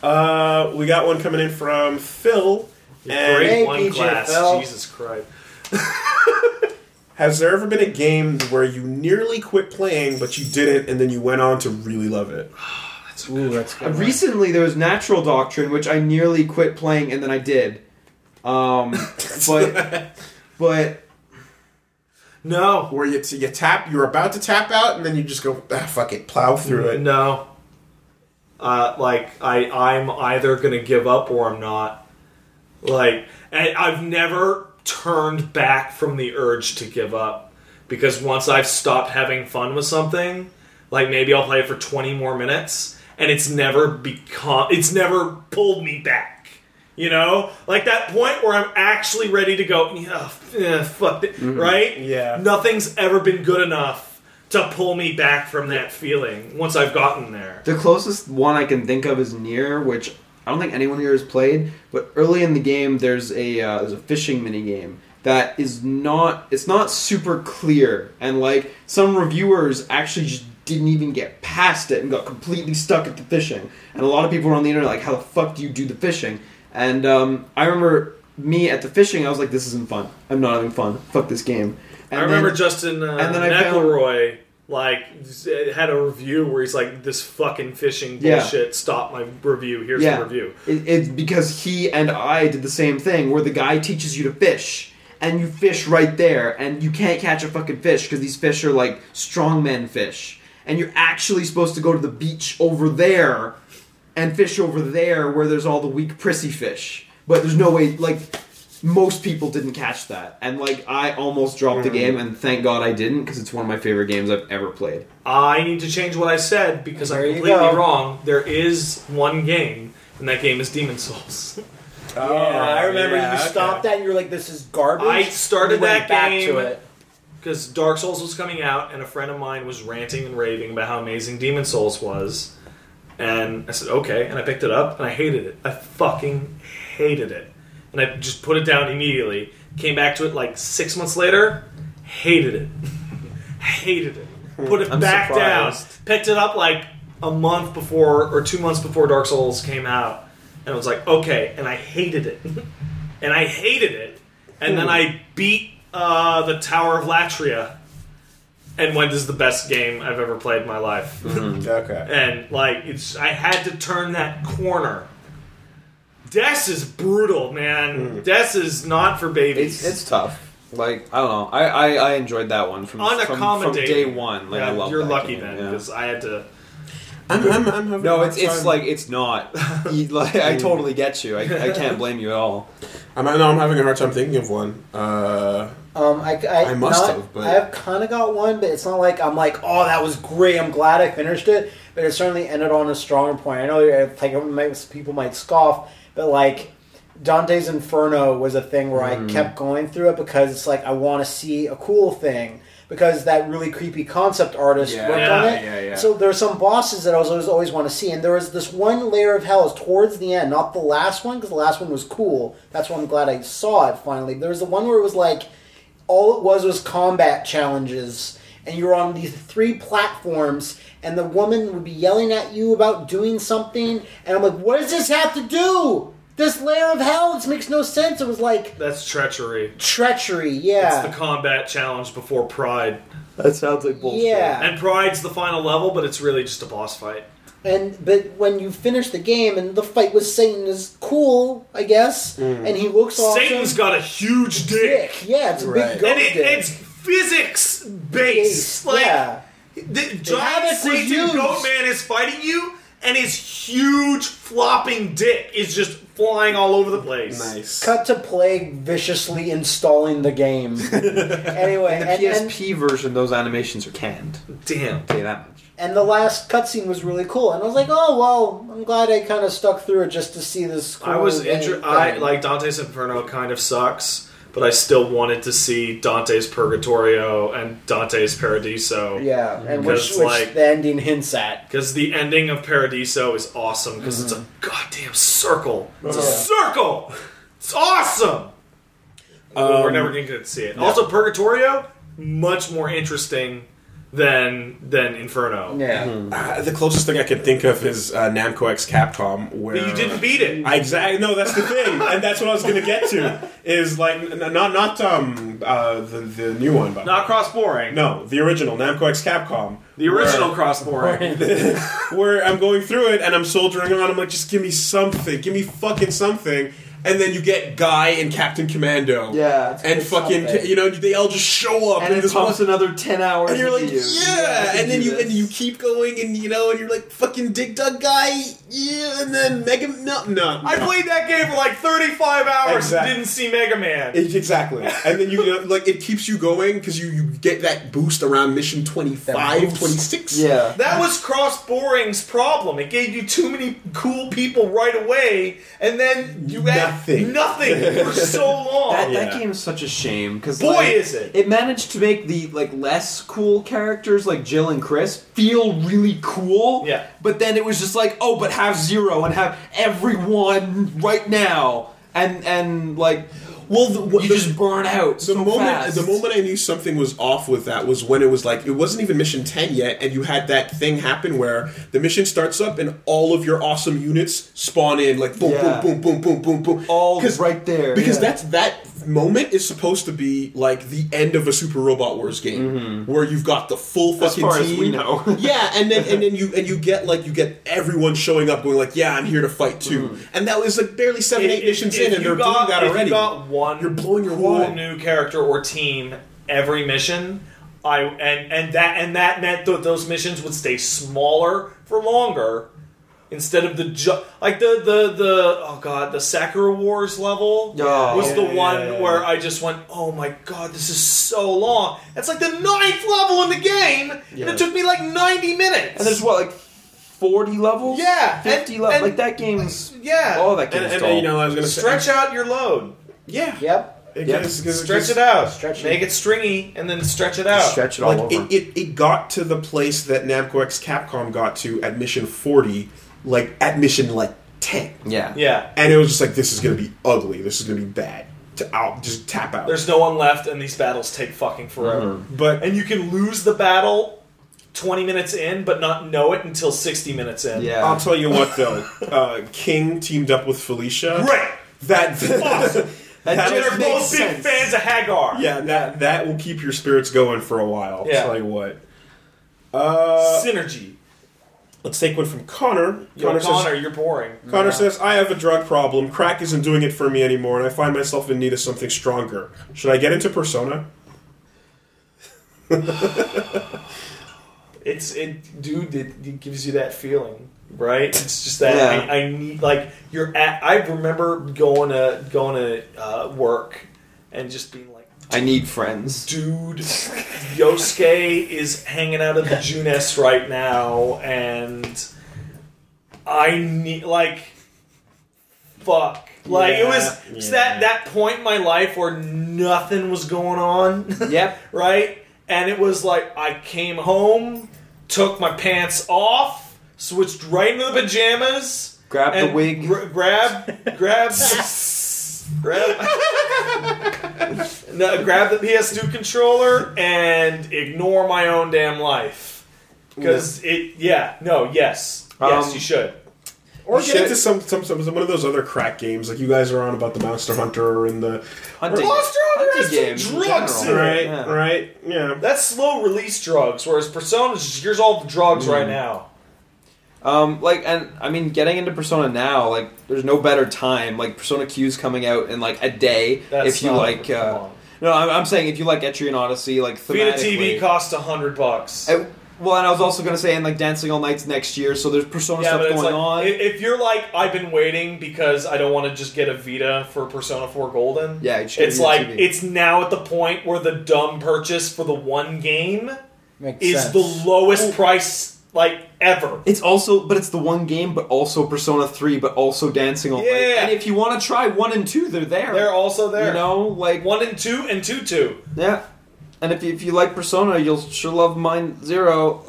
S3: Uh, we got one coming in from Phil. And
S1: Grade
S4: Hey,
S1: one
S4: PJ
S1: class.
S4: Phil.
S1: Jesus Christ.
S3: has there ever been a game where you nearly quit playing, but you didn't, and then you went on to really love it?
S10: Ooh, that's good.
S2: Recently, there was Natural Doctrine, which I nearly quit playing, and then I did. Um, but but
S1: No.
S3: Where you you tap, you're about to tap out, and then you just go, ah, fuck it, plow through it.
S1: No. Uh, like I, I'm either gonna give up or I'm not. Like, and I've never turned back from the urge to give up because once I've stopped having fun with something, like maybe I'll play it for 20 more minutes, and it's never become, it's never pulled me back. You know, like that point where I'm actually ready to go. Yeah, f- eh, fuck it, right?
S11: Yeah.
S1: nothing's ever been good enough to pull me back from that feeling once I've gotten there.
S2: The closest one I can think of is near, which I don't think anyone here has played. But early in the game, there's a uh, there's a fishing mini game that is not it's not super clear, and like some reviewers actually just didn't even get past it and got completely stuck at the fishing. And a lot of people were on the internet like, "How the fuck do you do the fishing?" And um, I remember me at the fishing, I was like, "This isn't fun. I'm not having fun. Fuck this game." And
S1: I remember
S2: then-
S1: Justin uh,
S2: and then I found-
S1: McElroy like z- had a review where he's like, "This fucking fishing
S2: Yeah.
S1: bullshit. Stop my review. Here's
S2: Yeah.
S1: the review."
S2: It, it's because he and I did the same thing, where the guy teaches you to fish, and you fish right there, and you can't catch a fucking fish because these fish are like strongman fish, and you're actually supposed to go to the beach over there, and fish over there where there's all the weak prissy fish. But there's no way, like most people didn't catch that, and like I almost dropped
S1: Mm-hmm.
S2: the game, and thank God I didn't because it's one of my favorite games I've ever played.
S1: I need to change what I said because
S4: There
S1: I'm
S4: you
S1: completely
S4: go.
S1: wrong. There is one game, and that game is Demon Souls.
S3: Oh,
S4: Yeah, I remember
S11: yeah,
S4: you
S11: okay.
S4: stopped that and you were like, "This is garbage."
S1: I
S4: And
S1: started
S4: you went
S1: that
S4: back
S1: game-
S4: to it.
S1: Because Dark Souls was coming out, and a friend of mine was ranting and raving about how amazing Demon Souls was. And I said, okay. And I picked it up, and I hated it. I fucking hated it. And I just put it down immediately. Came back to it like six months later, hated it. hated it. Put it
S12: I'm
S1: back down.
S12: surprised.
S1: Picked it up like a month before or two months before Dark Souls came out, and I was like, okay, and I hated it, and I hated it, and
S12: Hmm.
S1: then I beat uh, the Tower of Latria, and went this is the best game I've ever played in my life,
S12: Mm-hmm.
S11: Okay.
S1: and like it's I had to turn that corner. Death is brutal,
S4: Hmm.
S1: man. Death is not for babies.
S12: It's it's tough.
S2: Like I don't know, I I, I enjoyed that one from from, from
S1: unaccommodating.
S2: day one. Like
S1: Yeah,
S2: I love
S1: you're
S2: that
S1: lucky
S2: game,
S1: then
S2: yeah.
S1: because I had to.
S3: I'm, I'm, I'm having
S2: No,
S3: a
S2: it's
S3: hard
S2: it's
S3: time-
S2: like it's not. You- like, I totally get you. I, I can't blame you at all.
S3: I'm, no, I'm having a hard time thinking of one. Uh,
S4: Um, I, I,
S3: I must
S4: not-
S3: have, but-
S4: I've kind of got one, but it's not like I'm like, oh, that was great. I'm glad I finished it, but it certainly ended on a stronger point. I know uh, like it might- people might scoff, but like Dante's Inferno was a thing where
S3: Mm.
S4: I kept going through it because it's like I want to see a cool thing because that really creepy concept artist
S11: Yeah.
S4: worked
S1: Yeah,
S4: on it.
S11: yeah, yeah.
S4: So there are some bosses that I was always always want to see, and there was this one layer of hell is towards the end, not the last one because the last one was cool. That's why I'm glad I saw it finally. There was the one where it was like all it was was combat challenges and you were on these three platforms and the woman would be yelling at you about doing something and i'm like what does this have to do this layer of hell this makes no sense it was like
S1: That's treachery.
S4: treachery yeah
S1: It's the combat challenge before Pride.
S2: That sounds like bullshit.
S4: yeah
S1: And Pride's the final level, but it's really just a boss fight.
S4: And but when you finish the game and the fight with Satan is cool, I guess, and he looks awesome.
S1: Satan's got a huge dick.
S4: Yeah, it's a
S3: Right.
S4: big goat
S1: And it,
S4: dick.
S1: it's physics
S4: Ace,
S1: based. Like,
S4: yeah.
S1: the
S4: have it
S1: giant
S4: for
S1: Satan
S4: use.
S1: goat man is fighting you, and his huge flopping dick is just flying all over the place.
S3: nice.
S4: Cut to Plague viciously installing the game. anyway,
S2: The
S4: and, and,
S2: PSP version, those animations are canned.
S1: Damn.
S2: Say that much.
S4: and the last cutscene was really cool, and I was like, oh well, I'm glad I kind of stuck through it just to see this. Cool
S1: I was
S4: game
S1: inter- I
S4: thing.
S1: like Dante's Inferno kind of sucks, but I still wanted to see Dante's Purgatorio and Dante's Paradiso.
S4: yeah, and
S1: Because,
S4: which, which
S1: like-
S4: the ending hints at.
S1: Because the ending of Paradiso is awesome because it's a goddamn circle. It's a
S4: Mm-hmm. Yeah.
S1: circle. It's awesome. But We're
S3: Um,
S1: never going to see it. Also, Purgatorio much more interesting than than Inferno.
S4: Yeah,
S3: Uh, the closest thing I could think of is uh, Namco X Capcom, where
S1: But you didn't beat it.
S3: I exactly no, that's the thing, and that's what I was gonna get to. Is like n- n- not not um uh, the the new one, but
S1: Not cross boring.
S3: no, the original Namco X Capcom.
S1: The original cross boring.
S3: where I'm going through it and I'm soldiering on. I'm like, just give me something, give me fucking something. and then you get Guy and Captain Commando.
S2: Yeah, it's
S3: And
S2: gonna
S3: fucking,
S2: something.
S3: you know, they all just show up
S2: and it
S3: this
S2: pumps another ten hours.
S3: and you're like,
S2: into you. I
S3: yeah,
S2: can
S3: and then
S2: do
S3: you
S2: this.
S3: and you keep going, and you know, and you're like, fucking Dig Dug guy, yeah, and then Mega, no, no,
S1: I played that game for like 35 hours
S3: Exactly.
S1: and didn't see Mega Man.
S3: It- exactly, and then you, you know, like it keeps you going because you, you get that boost around mission 25, 26.
S2: yeah.
S1: That was Cross Boring's problem. It gave you too many cool people right away, and then you had
S3: Nothing.
S1: nothing for so long.
S13: That, that
S3: Oh, Yeah.
S13: game is such a shame because
S1: Boy, is it.
S13: It managed to make the like less cool characters like Jill and Chris feel really cool.
S1: Yeah.
S13: But then it was just like, oh, but have zero and have everyone right now, and and like
S3: Well, the, what,
S13: you
S3: the,
S13: just burn out.
S3: the
S13: so
S3: moment
S13: fast.
S3: the moment I knew something was off with that was when it was like it wasn't even mission ten yet, and you had that thing happen where the mission starts up and all of your awesome units spawn in, like boom,
S13: Yeah.
S3: boom, boom, boom, boom, boom, boom,
S13: all
S3: 'Cause-
S13: right there
S3: because
S13: yeah.
S3: that's that moment is supposed to be like the end of a Super Robot Wars game, where you've got the full
S13: Mm-hmm. as
S3: fucking
S13: far
S3: team.
S13: as we know.
S3: yeah, and then and then you and you get like you get everyone showing up, going like, "Yeah, I'm here to fight too,"
S13: Mm-hmm.
S3: and that was like barely seven,
S1: If-
S3: eight
S1: if-
S3: missions
S1: if
S3: in, and
S1: you
S3: they're
S1: got-
S3: doing that
S1: if
S3: already.
S1: You got one
S3: You're blowing your
S1: cool
S3: wad.
S1: new character or team every mission. I and and that and that meant that those missions would stay smaller for longer. Instead of the ju- like the the the oh god the Sakura Wars level
S13: Yeah.
S1: was the
S3: Yeah, yeah,
S1: one
S3: yeah.
S1: where I just went oh my god this is so long that's like the ninth level in the game and
S13: Yeah.
S1: it took me like ninety minutes
S13: and there's what like forty levels.
S1: Yeah,
S13: fifty
S1: and-
S13: levels.
S1: and-
S13: Like that game's.
S1: yeah
S13: Oh, that
S3: And,
S13: game's
S3: and,
S13: dull.
S3: you know, I was gonna say-
S1: stretch out your load
S3: yeah,
S4: Yep.
S3: It
S13: Yep.
S3: gets- gets-
S1: stretch
S3: gets-
S1: it out
S4: Stretch it.
S1: make it stringy and then stretch it out
S13: stretch it all
S3: like
S13: over.
S3: it, it, it got to the place that Namco X Capcom got to at mission forty, like at mission like ten,
S13: yeah.
S1: yeah
S3: and it was just like this is gonna be ugly, this is gonna be bad. To out, just tap out.
S1: There's no one left, and these battles take fucking forever.
S3: but
S1: And you can lose the battle 20 minutes in, but not know it until 60 minutes in.
S13: Yeah.
S3: I'll tell you what though, uh, King teamed up with Felicia.
S1: Great!
S3: That
S1: Awesome.
S3: that
S1: And
S3: was-
S1: they're both big
S13: sense.
S1: fans of Hagar.
S3: yeah, that that will keep your spirits going for a while.
S1: Yeah.
S3: I'll tell you what. Uh,
S1: Synergy.
S3: let's take one from Connor.
S1: Yo, Connor,
S3: says,
S1: you're boring.
S3: Connor says, I have a drug problem. Crack isn't doing it for me anymore, and I find myself in need of something stronger. Should I get into Persona?
S1: It's it, dude. It, it gives you that feeling, right? It's just that
S13: Yeah.
S1: I, I need like you're at. I remember going to going to uh, work and just being like,
S2: I need friends.
S1: dude, Yosuke is hanging out at the Juness right now, and I need like, fuck, like it was
S3: Yeah,
S1: it's
S3: yeah.
S1: that that point in my life where nothing was going on,
S2: Yep.
S1: right? And it was like I came home, took my pants off, switched right into the pajamas,
S2: Grab the
S1: and
S2: wig.
S1: gr- grab, grab. Grab, no, grab the PS2 controller and ignore my own damn life. Because it, yeah, no, yes, yes,
S2: Um,
S1: you should.
S3: Or
S2: You
S3: get
S2: should-
S3: into some, some, some, some one of those other crack games, like you guys are on about the Monster Hunter and the
S2: Hunting.
S1: Monster Hunter
S2: Hunting
S1: has some
S2: games in
S1: drugs
S2: general.
S1: in it.
S3: right,
S2: Yeah.
S3: right, yeah.
S1: That's slow release drugs, whereas Persona's just here's all the drugs right
S2: Mm.
S1: now.
S2: Um, like, and I mean, getting into Persona now, like, there's no better time. Like, Persona Q's coming out in like a day.
S1: That's
S2: if you
S1: not-
S2: like,
S1: come
S2: uh,
S1: on.
S2: no, I'm, I'm saying if you like Etrian Odyssey, like
S1: Vita
S2: thematically.
S1: TV costs a hundred bucks.
S2: I- well, and I was also gonna say, and like Dancing All Night's next year, so there's Persona
S1: Yeah,
S2: stuff
S1: but it's
S2: going
S1: like
S2: on.
S1: i- if you're like I've been waiting because I don't want to just get a Vita for Persona 4 Golden.
S2: Yeah, it should
S1: it's
S2: be a
S1: like
S2: TV.
S1: it's now at the point where the dumb purchase for the one game
S4: Makes
S1: is
S4: sense.
S1: the lowest price like ever.
S2: It's also, but it's the one game, but also Persona Three, but also Dancing All Night.
S1: Yeah.
S2: And if you want to try one and two, they're there.
S1: They're also there.
S2: You know, like
S1: One and two and two two.
S2: yeah. And if you, if you like Persona, you'll sure love Mine Zero.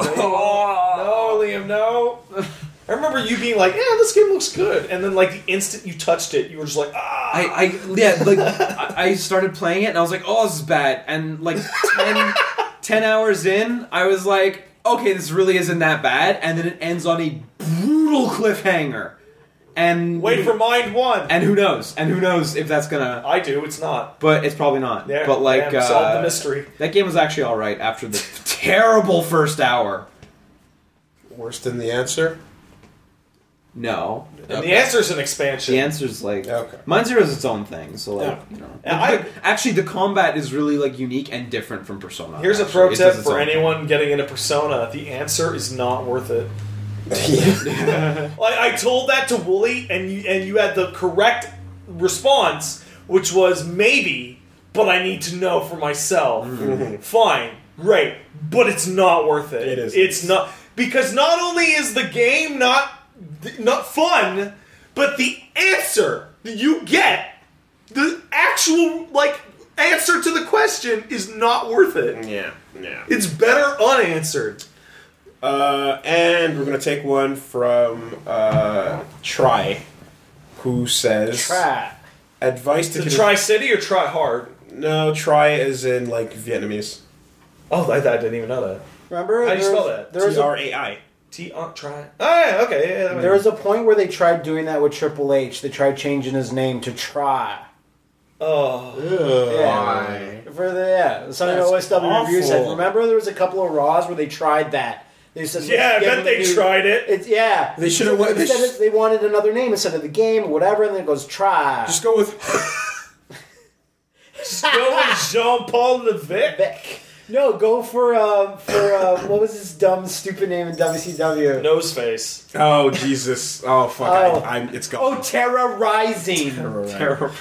S1: No, Liam, no. I remember you being like, "Yeah, this game looks good," and then like the instant you touched it, you were just like, "Ah."
S2: I, I yeah, like I I started playing it and I was like, oh, this is bad. And like 10, 10 hours in, I was like, okay, this really isn't that bad. And then it ends on a brutal cliffhanger. And
S1: Wait for Mind One.
S2: and who knows? And who knows if that's gonna?
S1: I do. It's not.
S2: But it's probably not.
S1: There,
S2: but like,
S1: damn, solved the
S2: uh,
S1: mystery.
S2: that game was actually all right after the terrible first hour.
S3: Worse than the answer.
S2: No.
S1: And the answer is an expansion.
S2: The answer's like
S3: Okay.
S2: Mine Zero is its own thing, so like
S3: Yeah.
S2: you know.
S1: And I-
S2: actually, the combat is really like unique and different from Persona.
S1: Here's a
S2: actually.
S1: pro
S2: It
S1: tip
S2: does its
S1: for
S2: own thing.
S1: anyone getting into Persona: the answer is not worth it. Like I told that to Wooly, and you and you had the correct response, which was maybe, but I need to know for myself. Fine, great, but it's not worth it.
S3: It is.
S1: It's not because not only is the game not not fun, but the answer that you get, the actual like answer to the question is not worth it.
S3: Yeah, yeah.
S1: It's better unanswered.
S3: Uh, and we're gonna take one from uh, Try, who says
S4: Crap.
S3: advice to
S1: To
S3: con-
S1: try city or try hard.
S3: No, Try as in like Vietnamese.
S1: Oh, I, I didn't even know that.
S4: Remember?
S1: How do you
S4: there
S1: spell
S4: was-
S1: that?
S4: There was
S3: T
S4: a
S3: R A I.
S1: T on try. Oh, yeah, okay. Yeah, yeah,
S4: There was a point where they tried doing that with Triple H. They tried changing his name to Try.
S1: oh,
S14: Why?
S4: For the yeah, some
S3: That's
S4: OSW review said.
S3: awful.
S4: Remember, there was a couple of Raws where they tried that. They said, "Let's
S1: yeah. I
S4: give
S1: bet
S4: him a
S1: they
S4: new-"
S1: tried it.
S4: It's yeah.
S3: They should've went- they
S4: Instead
S3: sh-
S4: of- they wanted another name instead of the game, or whatever, and then it goes try.
S3: Just go with.
S1: Go with Jean Paul Levic.
S4: Vic. No, go for uh, for uh, what was his dumb stupid name in WCW?
S1: Nose face.
S3: Oh Jesus! Oh fuck!
S4: Oh.
S3: I, I'm. It's
S4: Oh,
S3: gone.
S4: Terra Rising.
S3: terrible.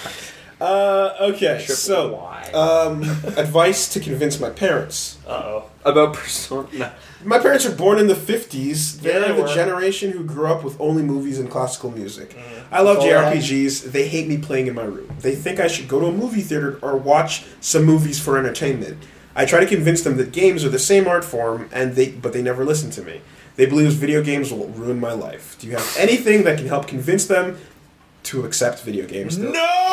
S3: Uh, okay, so um, advice to convince my parents.
S1: Uh oh.
S2: about Persona. No.
S3: My parents were born in the 50s. They're
S1: Yeah, they
S3: the
S1: were.
S3: generation who grew up with only movies and classical music.
S1: Mm-hmm.
S3: I love
S4: That's all I
S3: JRPGs. They hate me playing in my room. They think I should go to a movie theater or watch some movies for entertainment. I try to convince them that games are the same art form, and they but they never listen to me. They believe video games will ruin my life. Do you have anything that can help convince them to accept video games? They're-
S1: No.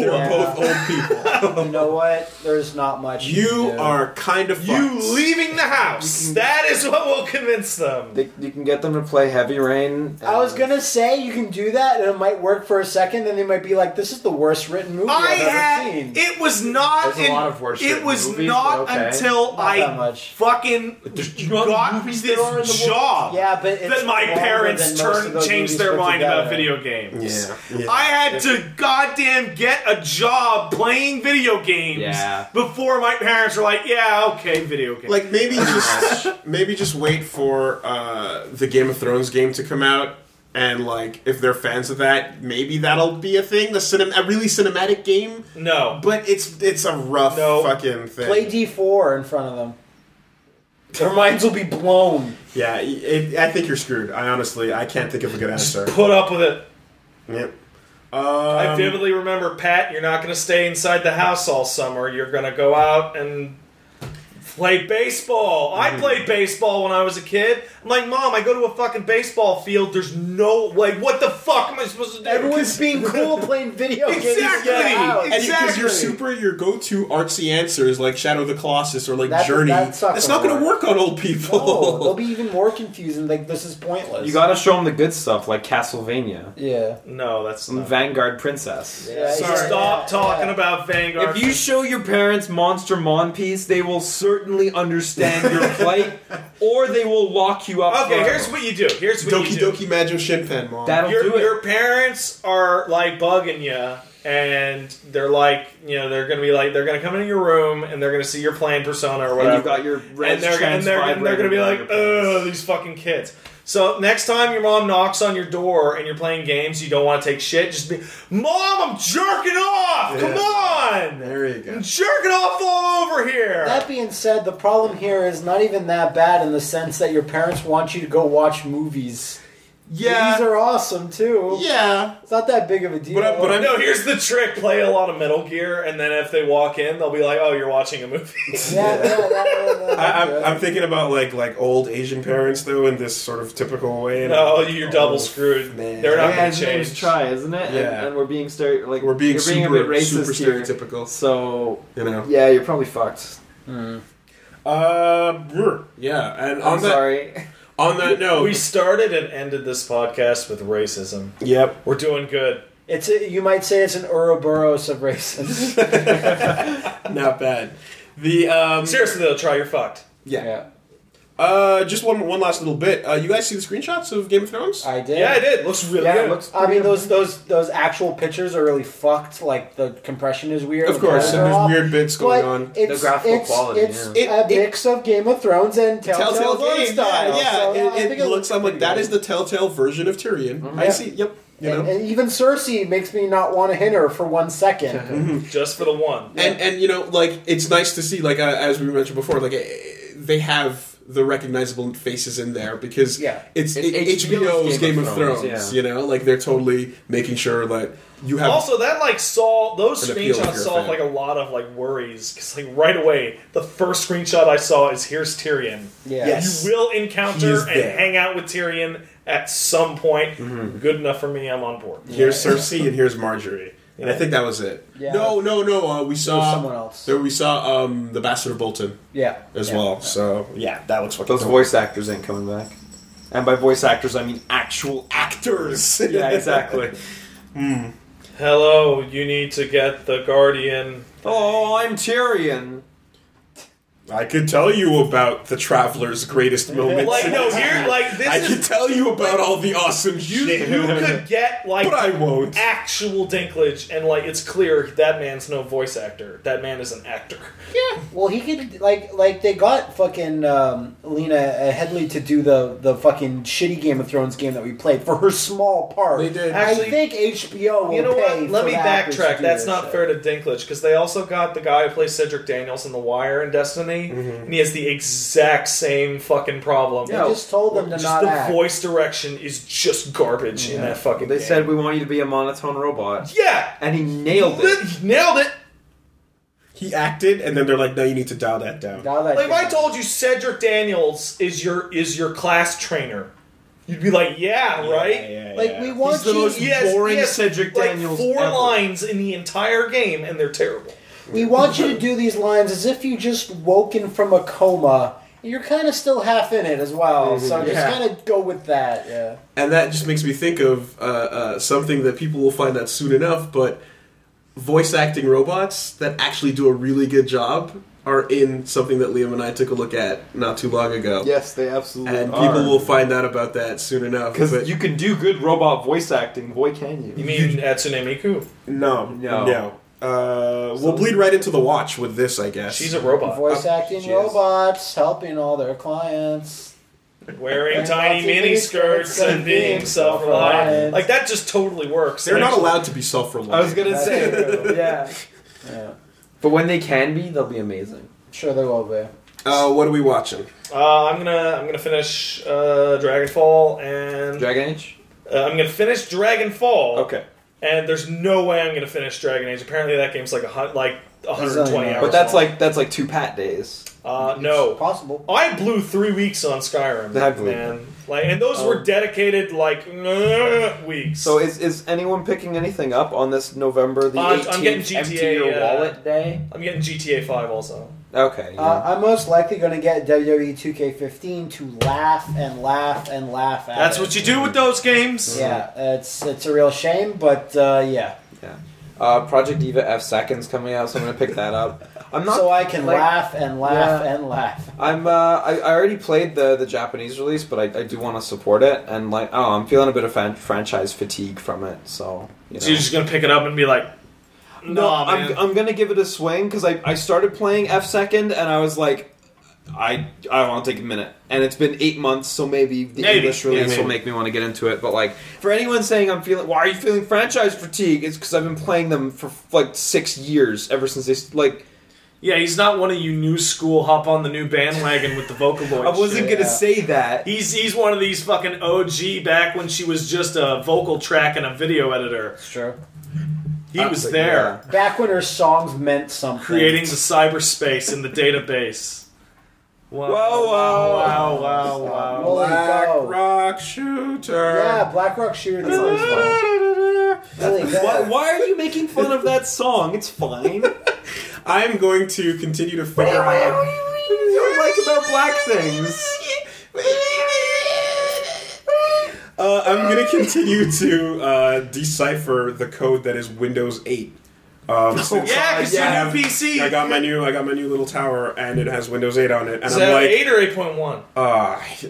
S3: They're
S4: Yeah.
S3: both old people.
S4: You know what? There's not much.
S3: you
S4: can do.
S3: are kind of
S1: you
S3: fucks.
S1: leaving the house. That is what will convince them.
S14: They, you can get them to play Heavy Rain.
S4: I was
S14: and-
S4: gonna say you can do that, and it might work for a second. Then they might be like, "This is the worst written movie
S1: I
S4: I've ever
S1: had.
S4: seen."
S1: It was not.
S14: There's a
S1: in-
S14: lot of worse
S1: It was
S14: movies,
S1: not
S14: but okay.
S1: until I
S4: that much.
S1: fucking
S2: you know how many
S1: got
S2: movies there are in the
S1: this
S2: world?
S1: job
S4: yeah, but it's
S1: that my
S4: longer than
S1: parents
S4: most of
S1: turned
S4: those
S1: changed
S4: movies
S1: their
S4: put
S1: mind about
S4: together.
S1: video games.
S3: Yeah, yeah.
S1: I had to goddamn get a job playing video games
S2: Yeah.
S1: before my parents were like, "Yeah, okay, video games."
S3: Like maybe just maybe just wait for uh, the Game of Thrones game to come out, and like if they're fans of that, maybe that'll be a thing. The cinem- a really cinematic game,
S1: no,
S3: but it's it's a rough
S1: No.
S3: fucking thing.
S4: Play D four in front of them. Their minds will be blown.
S3: yeah, it, I think you're screwed. I honestly I can't think of a good answer.
S1: put up with it.
S3: Yep.
S1: I
S3: Um,
S1: vividly remember, Pat, you're not going to stay inside the house all summer. You're going to go out and play baseball.
S2: Mm-hmm.
S1: I played baseball when I was a kid. I'm like, Mom, I go to a fucking baseball field. There's no, like, what the fuck am I supposed to do?
S4: Everyone's being cool playing video games.
S1: Exactly.
S4: Get out.
S3: and because your
S1: Exactly.
S3: super your go to artsy answer is like Shadow of the Colossus or like
S4: That's-
S3: Journey,
S4: that's not
S3: that's
S4: gonna
S3: not going to
S4: work.
S3: work on old people.
S4: No, Oh, they'll be even more confused and like this is pointless.
S2: You gotta show them the good stuff, like Castlevania,
S4: yeah.
S1: No, that's
S2: some
S1: not.
S2: Vanguard Princess.
S4: yeah
S3: Sorry.
S1: Stop
S4: yeah,
S1: talking
S4: yeah.
S1: about Vanguard.
S2: If you show your parents Monster Mon piece, they will certainly understand your plight, or they will lock you up.
S1: okay,
S2: forever.
S1: here's what you do. Here's what
S3: Doki
S1: you do.
S3: Doki Magic Shinpen, mom.
S2: that'll do
S1: your,
S2: it.
S1: your parents are like bugging you and they're like you know they're gonna be like they're gonna come into your room and they're gonna see your playing persona or
S2: and
S1: whatever
S2: you've got your red
S1: and they're, and they're, and they're gonna be like oh these fucking kids so next time your mom knocks on your door and you're playing games you don't want to take shit just be mom i'm jerking off come on
S3: there you go.
S1: i'm jerking off all over here
S4: That being said, the problem here is not even that bad in the sense that your parents want you to go watch movies.
S3: Yeah,
S4: Movies are awesome too.
S3: yeah.
S4: It's not that big of a deal.
S3: But I- but I
S1: no, here's the trick. Play a lot of Metal Gear, and then if they walk in, they'll be like, "Oh, you're watching a movie."
S4: yeah, yeah, yeah, yeah, yeah,
S3: I,
S4: yeah.
S3: I'm, I'm thinking about like like old Asian parents though in this sort of typical way. and
S1: No,
S3: I'm like,
S1: you're
S3: oh,
S1: double screwed.
S3: man.
S1: They're not
S2: yeah,
S1: going
S2: his
S1: to
S2: name's
S1: change.
S2: Try, isn't it? And-
S3: Yeah.
S2: And, we're being stere- like
S3: We're being
S2: you're being
S3: super,
S2: a bit
S3: super
S2: racist here.
S3: stereotypical.
S2: So
S3: You know.
S14: Yeah, you're probably fucked.
S3: Uh, brr. yeah. And on
S14: I'm
S3: that
S14: sorry.
S3: on that note,
S1: We started and ended this podcast with racism.
S3: yep.
S1: We're doing good.
S4: It's a, you might say it's an Ouroboros of races.
S3: Not bad. The um,
S1: Seriously though, Try, you're fucked.
S3: yeah. Uh, just one one last little bit. Uh, you guys see the screenshots of Game of Thrones?
S4: I did.
S1: Yeah, I did. Looks really
S4: Yeah,
S1: good.
S2: looks
S4: I
S2: pretty
S4: mean those those those actual pictures are really fucked. Like the compression is weird.
S3: Of
S4: the
S3: course,
S4: colors
S3: and
S4: are
S3: there's
S4: off,
S3: weird bits
S4: but
S3: going on.
S4: It's,
S2: graphical
S4: it's,
S2: quality,
S4: It's
S3: yeah.
S4: a
S3: It- it-
S4: mix of Game of Thrones and Telltale,
S3: Telltale
S4: Game
S3: Game,
S4: style.
S3: yeah,
S4: so,
S3: yeah.
S4: I
S3: it-
S4: think
S3: it, looks. I'm like
S4: pretty
S3: that
S4: good.
S3: is the Telltale version of Tyrion. I
S4: Yeah.
S3: see. Yep. You know.
S4: And, and even Cersei makes me not want to hit her for one second.
S3: Mm-hmm.
S1: Just for the one.
S3: and and you know like it's nice to see like uh, as we mentioned before like uh, they have the recognizable faces in there because
S4: Yeah.
S3: it's,
S2: It's
S3: it- HBO's, Game, of Thrones,
S2: yeah.
S3: you know like they're totally making sure that you have
S1: Also, that like solved those
S3: An appeal if
S1: screenshots
S3: you're a
S1: solved
S3: fan.
S1: like a lot of like worries because like right away the first screenshot I saw is here's Tyrion.
S4: Yeah.
S3: Yes.
S1: you will
S3: He
S1: encounter
S3: is
S1: and
S3: there. Mm-hmm.
S1: hang out with Tyrion at some point. Good enough for me. I'm on board.
S3: here's Cersei and here's Marjorie and I
S1: Yeah.
S3: think that was it
S4: Yeah.
S3: no no no uh, we saw
S4: someone else.
S3: there, we saw um, the Bastard of Bolton
S4: Yeah.
S3: as
S4: Yeah.
S3: well so yeah that looks fucking
S2: Those
S3: cool.
S2: voice actors ain't coming back. And by voice actors, I mean actual.
S3: actors
S2: Yeah, exactly.
S1: Hello, you need to get the Guardian.
S2: oh, I'm Tyrion.
S3: I could tell you about the Traveler's greatest moments
S1: Like
S3: in
S1: no,
S3: his
S1: here like this
S3: I
S1: is
S3: can tell you about all the awesome
S1: you,
S3: shit,
S1: you could get like
S3: but I won't.
S1: actual Dinklage, and like it's clear that man's no voice actor. That man is an actor.
S4: Yeah. Well, he could like like they got fucking um, Lena uh, Headley to do the the fucking shitty Game of Thrones game that we played for her small part.
S3: They did.
S1: Actually-
S4: I think HBO will
S1: You know
S4: pay.
S1: what? Let
S4: for
S1: me
S4: that
S1: backtrack. That's not fair to
S4: To-
S1: Dinklage because they also got the guy who plays Cedric Daniels in The Wire and Destiny,
S15: Mm-hmm.
S1: and he has the exact same fucking problem.
S4: do shit. they just told them to
S1: Just
S4: not
S1: the
S4: act.
S1: voice direction is just garbage in that fucking.
S2: They
S1: game.
S2: said we want you to be a monotone robot,
S1: yeah,
S2: and he nailed it.
S1: Li- nailed it.
S3: He acted, and then they're like, "No, you need to dial that down."
S4: Now that
S1: Like if I
S4: they-
S1: told you Cedric Daniels is your is your class trainer, you'd be like, yeah, right.
S4: like we want
S15: the
S4: you,
S15: most- boring Cedric
S1: like
S15: Daniels
S1: Four
S15: ever.
S1: lines in the entire game, and they're terrible.
S4: we want you to do these lines as if you just woken from a coma. and You're kind of still half in it as well, so
S3: Yeah.
S4: just kind of go with that. Yeah.
S3: and that just makes me think of uh, uh, something that people will find out soon enough. But voice acting robots that actually do a really good job are in something that Liam and I took a look at not too long ago.
S2: Yes, they absolutely
S3: and people will find out about that soon enough. but-
S2: Because you can do good robot voice acting. Boy, can you?
S1: You mean Atsunemi Ku?
S3: no,
S2: No.
S3: no. Uh, we'll bleed right into the watch with this, I guess.
S1: She's a robot
S4: Voice acting
S3: jeez.
S4: robots helping all their clients.
S1: wearing
S4: And
S1: tiny
S4: lots of
S1: mini skirts
S4: miniskirts
S1: and being self-reliant. Like that just totally works.
S3: They're
S1: And
S3: not
S1: actually-
S3: allowed to be self-reliant.
S2: I was gonna
S4: That's
S2: say,
S4: true.
S2: yeah.
S4: Yeah.
S2: But when they can be, they'll be amazing.
S4: Sure, they will be.
S3: Uh, what are we watching?
S1: Uh, I'm gonna I'm gonna finish uh, Dragonfall and
S2: Dragon Age.
S1: uh, I'm gonna finish Dragonfall.
S2: Okay,
S1: And there's no way I'm gonna finish Dragon Age. Apparently that game's like a hun- like 120
S4: not-
S1: hours.
S2: but that's
S1: long.
S2: like that's like two pat days.
S1: uh, no.
S4: It's possible.
S1: I blew three weeks on Skyrim,
S2: I believe
S1: man. Like, and those were dedicated like weeks.
S2: So is is anyone picking anything up on this November the
S1: Uh, I'm
S2: 18th?
S1: getting
S2: empty
S1: GTA,
S2: your
S1: uh,
S2: wallet day.
S1: I'm getting GTA Five also.
S2: Okay. yeah.
S4: Uh, I'm most likely going to get E WWE 2K15 to laugh and laugh and laugh at.
S1: That's
S4: it.
S1: what you do with those games.
S4: Yeah, it's it's a real shame, but uh, yeah,
S2: Uh, Project Diva F Seconds coming out, so I'm gonna pick that up. I'm not.
S4: so I can
S2: like-
S4: laugh and laugh
S2: Yeah.
S4: and laugh.
S2: I'm. Uh, I, I already played the the Japanese release, but I, I do want to support it, and like, oh, I'm feeling a bit of fan- franchise fatigue from it. So. You know.
S1: So you're just gonna pick it up and be like,
S2: no,
S1: Nah, man.
S2: I'm, I'm gonna give it a swing because I, I started playing F Second and I was like, I I want to take a minute, and it's been eight months, so maybe the
S1: Maybe.
S2: English release
S3: Yeah, maybe.
S2: will make me want to get into it. But like, for anyone saying I'm feeling, why are you feeling franchise fatigue? It's because I've been playing them for like six years ever since they s- like.
S1: Yeah, he's not one of you new school hop on the new bandwagon with the Vocaloid.
S2: I wasn't
S1: shit.
S2: gonna say that.
S1: He's he's one of these fucking OG back when she was just a vocal track and a video editor.
S4: Sure.
S1: He was there
S4: Back when her songs meant something.
S1: creating the cyberspace in the database. Wow,
S2: Whoa, whoa.
S1: wow, wow,
S4: Wow.
S1: wow.
S4: Holy
S3: Black
S4: cow.
S3: Rock Shooter.
S4: Yeah, Black Rock Shooter. That's always fun. Really good.
S2: Why, why are you making fun of that song? It's fine. what
S3: I'm going to continue to figure out.
S2: do you like about black things?
S3: Uh, I'm going to continue to uh, decipher the code that is Windows 8 Um, since
S1: Yeah, because
S2: Yeah.
S1: your new PC.
S3: I got my new I got my new little tower and it has Windows 8 on it and
S1: is
S3: I'm
S1: that
S3: like
S1: eight or eight point one?
S3: uh I
S1: Is,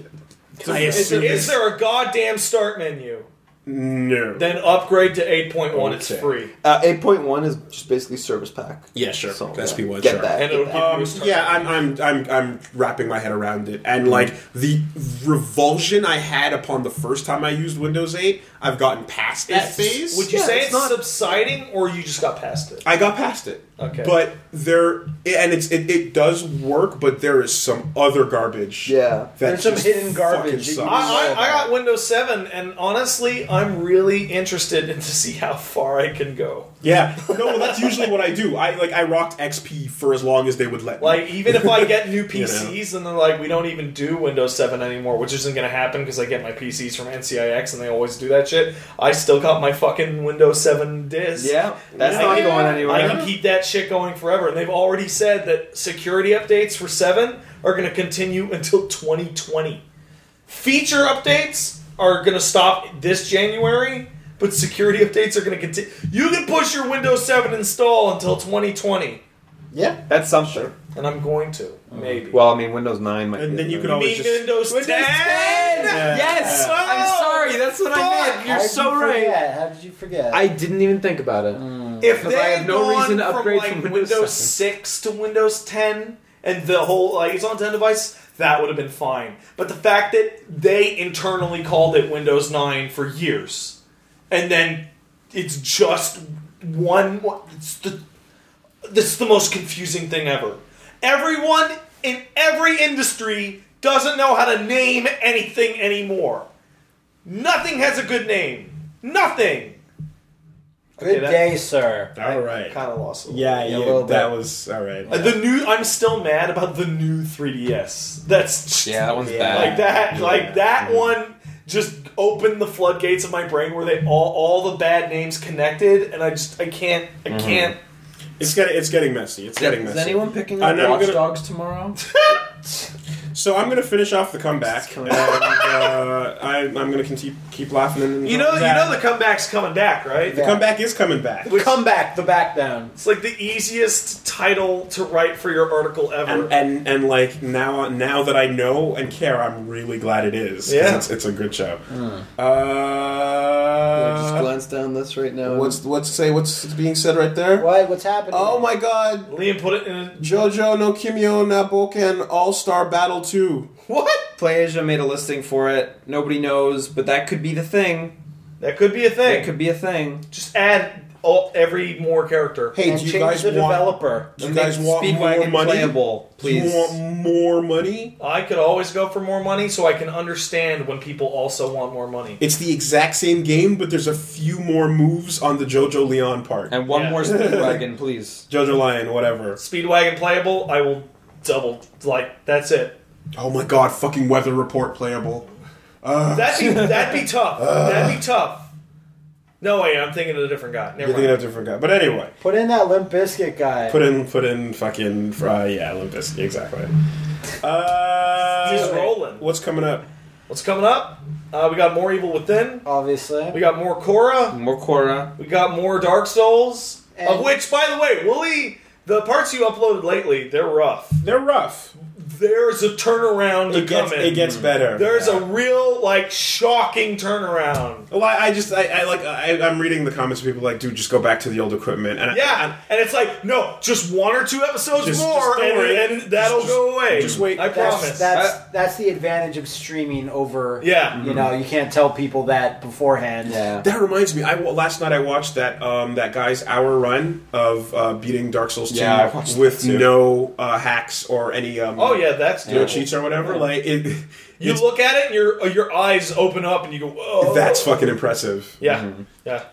S1: there-
S3: assume
S1: is there a goddamn start menu?
S3: no.
S1: Then upgrade to eight point one. It's
S3: Okay.
S1: free,
S2: Uh, Eight point one is just basically service pack.
S3: yeah, sure. That's
S2: yeah,
S3: SP1
S2: Get
S3: sure.
S2: that.
S1: and it'll give you
S3: Um,
S1: a start
S3: yeah,
S1: menu.
S3: I'm, I'm, I'm, I'm wrapping my head around it, and like the revulsion I had upon the first time I used Windows 8, I've gotten past that
S1: It's-
S3: phase.
S1: Would you
S2: Yeah,
S1: say
S2: it's
S1: it's,
S2: not-
S1: subsiding, or you just got past it?
S3: I got past it.
S1: Okay.
S3: But there, and it's it, it does work, but there is some other garbage.
S2: Yeah.
S3: that
S4: There's some
S3: just
S4: hidden garbage
S3: fucking
S4: that you-
S3: sucks.
S1: I, I, I got Windows 7, and honestly, I'm really interested in to see how far I can go.
S3: yeah, no, well, that's usually what I do. I like I rocked XP for as long as they would let. me.
S1: Like, e- even if I get new
S3: You know.
S1: PCs, and they're like, we don't even do Windows 7 anymore, which isn't going to happen because I get my PCs from NCIX and they always do that shit, I still got my fucking Windows 7 disk.
S16: Yeah, that's
S1: I
S16: not
S1: can-
S16: going anywhere.
S1: I can keep that shit going forever. And they've already said that security updates for 7 are going to continue until 2020. Feature updates are going to stop this January, but security updates are going to continue. You can push your Windows 7 install until 2020,
S2: Yeah.
S16: That's something.
S1: and I'm going to. Maybe.
S16: Oh. Well, I mean, Windows 9 might
S3: and
S16: be
S3: then you
S16: a
S3: could
S16: thing.
S3: always
S1: mean
S3: just
S1: Windows 10?
S3: Yeah.
S16: Yes! I'm sorry, that's what I meant. You're
S4: How did
S16: so
S4: you
S16: right.
S4: forget? How did you forget?
S16: I didn't even think about it.
S2: Mm.
S1: If
S16: Because
S1: they
S16: I have
S1: had
S16: no
S1: gone
S16: reason to upgrade
S1: from, like,
S16: from Windows
S1: Windows, 6 to Windows 10 and the whole like it's on 10 device, that would have been fine. But the fact that they internally called it Windows 9 for years and then it's just one it's the this is the most confusing thing ever. Everyone in every industry doesn't know how to name anything anymore. Nothing has a good name. Nothing.
S4: Good
S1: Okay, that-
S4: day, sir.
S3: all right.
S1: Kind of lost. A little
S3: Yeah,
S4: a
S3: yeah,
S4: little
S3: that
S4: bit.
S3: was all right.
S1: Uh, The new, I'm still mad about the new 3DS. That's just,
S16: Yeah, that one's
S4: Yeah.
S16: bad.
S1: like that,
S3: Yeah.
S1: like that one just opened the floodgates of my brain where they all all the bad names connected, and I just I can't I can't.
S3: It's getting it's getting messy. It's getting
S16: Is
S3: messy.
S16: anyone picking
S3: I
S16: up
S3: know, I'm
S16: Watch
S3: gonna-
S16: Dogs tomorrow?
S3: So I'm gonna finish off the comeback, and uh, I, I'm gonna continue, keep laughing. And
S1: You know you know the comeback's coming back, right?
S3: the comeback is coming back.
S4: Come back, the back down.
S1: It's like the easiest title to write for your article ever.
S3: And, and and like now now that I know and care, I'm really glad it is. 'cause
S1: Yeah.
S3: it's, it's a good show.
S4: Hmm.
S3: Uh,
S16: glance down this right now.
S3: what's what's say what's being said right there?
S4: What? What's happening?
S3: Oh my God!
S1: Liam put it in. A,
S3: JoJo no Kimio na Boken All Star Battle Two.
S1: what?
S2: PlayAsia made a listing for it. Nobody knows, but that could be the thing.
S1: That could be a thing.
S2: That could be a thing.
S1: just add all, every more character.
S3: Hey,
S4: And
S3: do you
S4: change
S3: guys
S4: the
S3: want?
S4: developer.
S3: Do you guys want more
S2: Speedwagon
S3: money?
S2: playable,
S3: Do you
S2: please.
S3: want more money?
S1: I could always go for more money, so I can understand when people also want more money.
S3: It's the exact same game, but there's a few more moves on the JoJo Leon part.
S2: And one
S1: Yeah.
S2: more Speedwagon, please.
S3: JoJo Lion, whatever.
S1: Speedwagon playable, I will double like that's it.
S3: Oh my god, fucking weather report playable. Ugh.
S1: That'd be that'd be tough. That'd be tough. No wait, I'm thinking of a different guy.
S3: You're
S1: Never
S3: thinking
S1: mind.
S3: of a different guy. But anyway,
S4: Put in that Limp Biscuit guy.
S3: put in, put in fucking, uh, yeah, Olympus. Exactly.
S1: He's
S3: Uh,
S1: rolling.
S3: what's coming up?
S1: What's coming up? Uh, we got more Evil Within.
S4: obviously.
S1: We got more Korra.
S2: More Korra.
S1: We got more Dark Souls.
S4: And-
S1: of which, by the way, Wooly, the parts you uploaded lately, they're rough.
S3: They're rough.
S1: There's a turnaround to
S3: It gets,
S1: come in.
S3: it gets better.
S1: There's a real like shocking turnaround.
S3: Well, I, I just, I, I like, I, I'm reading the comments of people like, dude, just go back to the old equipment. And
S1: Yeah, and it's like no, just one or two episodes
S3: Just-
S1: more,
S3: just don't
S1: and,
S3: worry.
S1: and that'll
S3: Just-
S1: go away.
S3: just wait.
S1: I
S4: that's,
S1: promise.
S4: That's that's the advantage of streaming over.
S1: Yeah.
S4: You know, you can't tell people that beforehand.
S16: yeah.
S3: That reminds me. I wa- last night I watched that um, that guy's hour run of uh, beating Dark Souls two
S16: Yeah, I watched that
S3: with
S16: too.
S3: no uh, hacks or any um,
S1: oh yeah, that's
S3: no
S1: doable.
S3: cheats or whatever. Like it,
S1: You
S3: it's-
S1: look at it, and your uh, your eyes open up, and you go, "Whoa!"
S3: that's fucking impressive.
S1: yeah, yeah.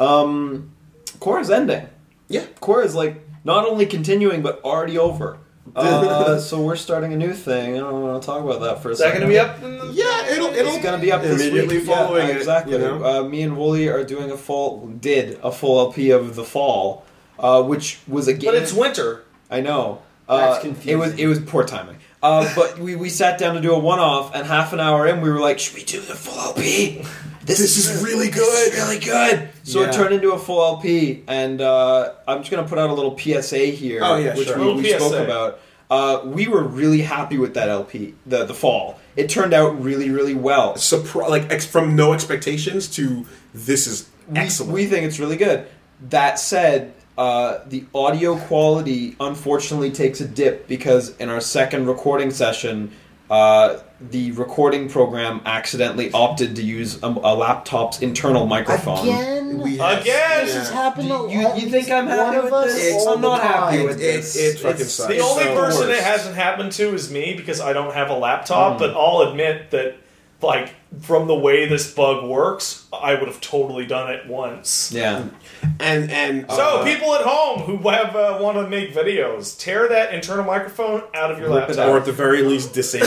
S2: Um, Korra's ending.
S3: Yeah.
S2: Korra's like not only continuing but already over. Uh, so we're starting a new thing. I don't want to talk about that for a
S1: Is that
S2: second.
S1: going to be up? In the-
S3: Yeah, it'll it'll
S2: It's gonna be up this
S3: immediately
S2: week.
S3: following
S2: yeah,
S3: it,
S2: exactly.
S3: you know?
S2: uh, me and Wooly are doing a full did a full LP of the fall, uh, which was a game.
S1: But it's winter.
S2: I know. Uh,
S4: That's confusing.
S2: It was it was poor timing. Uh, but we, we sat down to do a one off, and half an hour in, we were like, "Should we do the full LP?"
S3: This, is really good. Really good.
S2: So it turned into a full LP, and uh, I'm just gonna put out a little PSA here,
S3: Oh, yeah,
S2: which
S3: sure.
S2: we,
S1: Little
S2: we
S1: PSA.
S2: spoke about. Uh, we were really happy with that LP, the the fall. It turned out really, really well.
S3: Surpri- like ex- from no expectations to this is
S2: We-
S3: excellent.
S2: We, think it's really good. That said, uh, the audio quality unfortunately takes a dip because in our second recording session, uh, the recording program accidentally opted to use a, a laptop's internal microphone.
S3: We have-
S1: Again,
S4: This has happened
S2: Do
S4: to
S2: you-
S4: all-
S2: you think I'm happy
S4: one of
S2: with
S4: us
S2: this?
S4: all
S2: I'm not
S4: the time.
S2: happy with
S3: It,
S2: this.
S3: it fucking
S2: It's-
S3: sucks.
S1: The only
S3: So
S1: person
S3: worse.
S1: it hasn't happened to is me because I don't have a laptop, but I'll admit that, like, from the way this bug works, I would have totally done it once.
S2: Yeah.
S3: and and
S1: So,
S3: uh,
S1: people at home who have uh, want to make videos, tear that internal microphone out of your
S2: Rip it
S1: laptop.
S3: or at the very least disable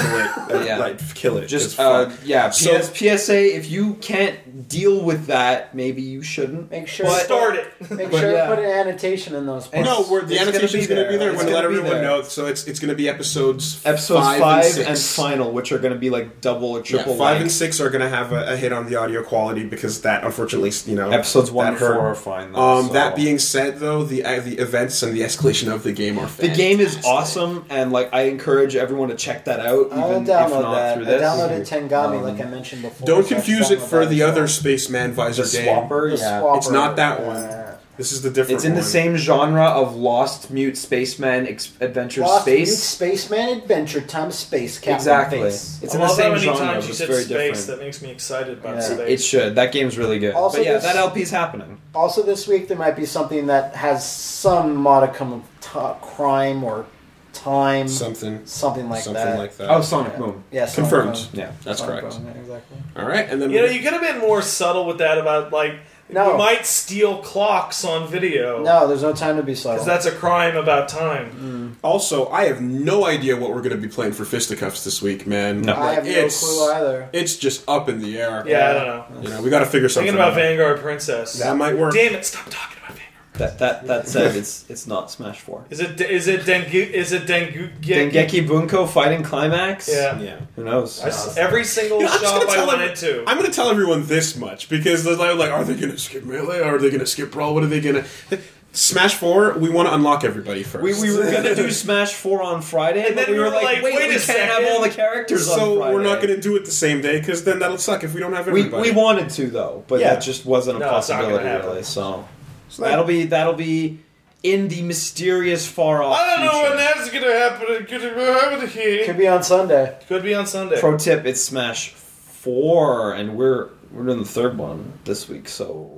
S3: it,
S2: Yeah.
S3: like kill it.
S2: Just
S3: fuck.
S2: uh, yeah.
S3: So-
S2: PS, PSA: If you can't deal with that, maybe you shouldn't.
S4: Make sure,
S2: But-
S1: Start it.
S4: make
S2: but
S4: sure
S2: yeah.
S4: to put an annotation in those
S2: And-
S4: parts.
S3: no, we're, the
S2: it's gonna
S3: annotation's
S2: be
S3: going to be
S2: there.
S3: there.
S2: It's
S3: We're going
S2: gonna
S3: to let
S2: be
S3: everyone
S2: there.
S3: know. So it's it's going to be episodes
S2: Episodes five, and,
S3: six.
S2: final, which are going to be like double or
S3: Yeah,
S2: triple.
S3: five
S2: length.
S3: and six are going to have a, a hit on the audio quality because that unfortunately you know
S2: Episodes one
S3: that
S2: and four
S3: hurt.
S2: are fine. Though,
S3: Um,
S2: so-
S3: That being said, though, the uh, the events and the escalation of the game are
S2: the game is awesome, and like I encourage everyone to check that out. Even
S4: I'll
S2: if
S4: download
S2: not
S4: that.
S2: through
S4: I
S2: this.
S4: downloaded Tengami
S2: Um,
S4: like I mentioned before.
S3: Don't
S4: so I
S3: confuse
S4: should
S3: it for
S4: download
S3: the
S4: that
S3: other
S4: as
S3: Spaceman Visor
S2: The
S3: game.
S2: Swapper,
S4: well. The
S2: yeah.
S4: Swapper.
S3: It's not that one.
S4: Yeah.
S3: This is the different.
S2: It's in the
S3: one.
S2: same genre of Lost Mute Spaceman ex- Adventure
S4: Lost Space.
S2: Space.
S4: Spaceman Adventure times Space Captain
S2: Exactly.
S4: Face.
S2: It's
S1: I
S2: in the
S1: love how
S2: same
S1: many
S2: genre,
S1: times
S2: but
S1: you
S2: it's
S1: said
S2: very
S1: space.
S2: different.
S1: That makes me excited about
S4: Yeah.
S1: space.
S2: It should. That game's really good.
S4: Also,
S2: but yeah,
S4: this-
S2: that LP's happening.
S4: Also, this week there might be something that has some modicum of t- crime or time,
S3: something
S4: something like
S3: something
S4: that.
S3: like that.
S2: Oh, Sonic
S4: Yeah.
S2: Boom.
S4: yeah, Sonic
S3: Confirmed.
S4: Boom.
S2: Yeah.
S3: That's
S4: Sonic
S3: correct.
S4: Boom, yeah, exactly.
S3: All right, and then
S1: You know, you could have been more subtle with that about like
S4: No.
S1: you might steal clocks on video.
S4: No, there's no time to be
S1: Because
S4: slow.
S1: that's a crime about time.
S3: also I have no idea what we're going to be playing for fisticuffs this week, man.
S2: No.
S4: I have no
S3: It's-
S4: clue either.
S3: It's just up in the air.
S1: Yeah, I don't know.
S3: you know, we got to figure something.
S1: Thinking about
S3: out.
S1: Vanguard Princess.
S3: That might work.
S1: Damn it! Stop talking about Vanguard.
S2: That that that said, it's it's not Smash Four.
S1: Is it is it Dengu is it Dengu?
S2: Dengeki Bunko fighting climax.
S1: Yeah.
S3: Yeah.
S2: Who knows?
S1: I s- every single
S3: You know, I'm just
S1: shop
S3: gonna
S1: I
S3: tell
S1: wanted
S3: every-
S1: to.
S3: I'm going to tell everyone this much because they're like, like, are they going to skip melee? Are they going to skip brawl? What are they going to? Smash four. We want to unlock everybody first.
S2: We, we were gonna do Smash Four on Friday,
S1: And
S2: but
S1: then
S2: we were like, wait,
S1: a
S2: we can't
S1: second.
S2: have all the characters on
S3: so
S2: Friday.
S3: we're not going to do it the same day because then that'll suck if we don't have
S2: We,
S3: everybody.
S2: we wanted to though, but
S3: Yeah.
S2: that just wasn't a
S1: No, it's not gonna
S2: possibility
S1: happen.
S2: really. So,
S3: So
S2: that'll be that'll be in the mysterious far off.
S1: I don't know
S2: future.
S1: when that's gonna happen. It could happen
S4: Could
S1: here.
S4: be on Sunday.
S1: Could be on Sunday.
S2: Pro tip: It's Smash Four, and we're we're doing the third one this week, so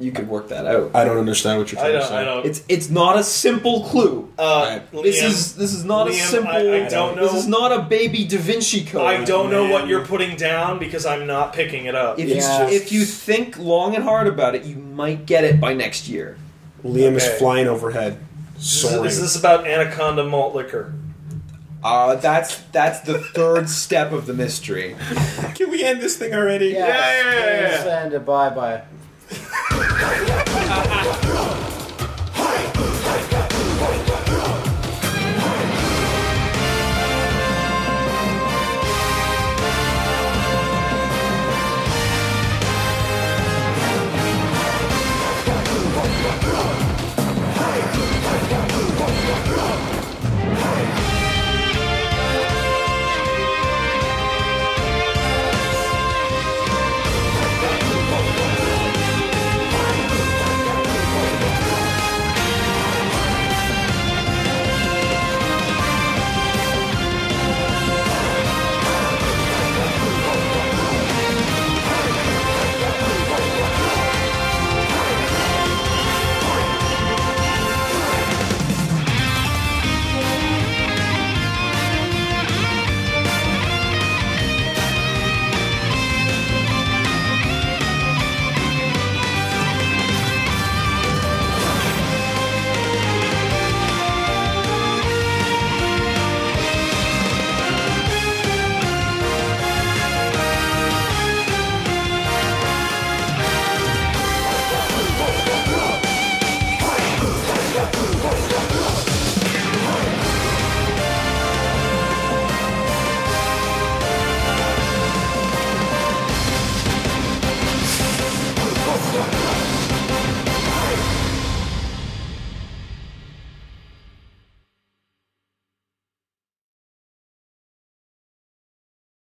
S2: you could work that out.
S3: I don't understand what you're
S1: I
S3: trying to
S1: don't.
S3: say.
S1: I don't.
S2: It's it's not a simple clue.
S1: uh, Liam,
S2: This is this is not a
S1: Liam, I-
S2: simple.
S1: I don't
S2: This
S1: know.
S2: is not a baby Da Vinci Code.
S1: I don't know what
S3: man.
S1: you're putting down because I'm not picking it up.
S2: If
S4: Yeah.
S2: you if you think long and hard about it, you might get it by next year.
S3: Liam is
S1: Okay.
S3: flying overhead,
S1: Is this-
S3: soaring.
S1: Is this about Anaconda malt liquor?
S2: Uh, that's that's the third step of the mystery.
S3: Can we end this thing already?
S4: Yeah,
S1: yeah, yeah,
S4: please, And a bye bye.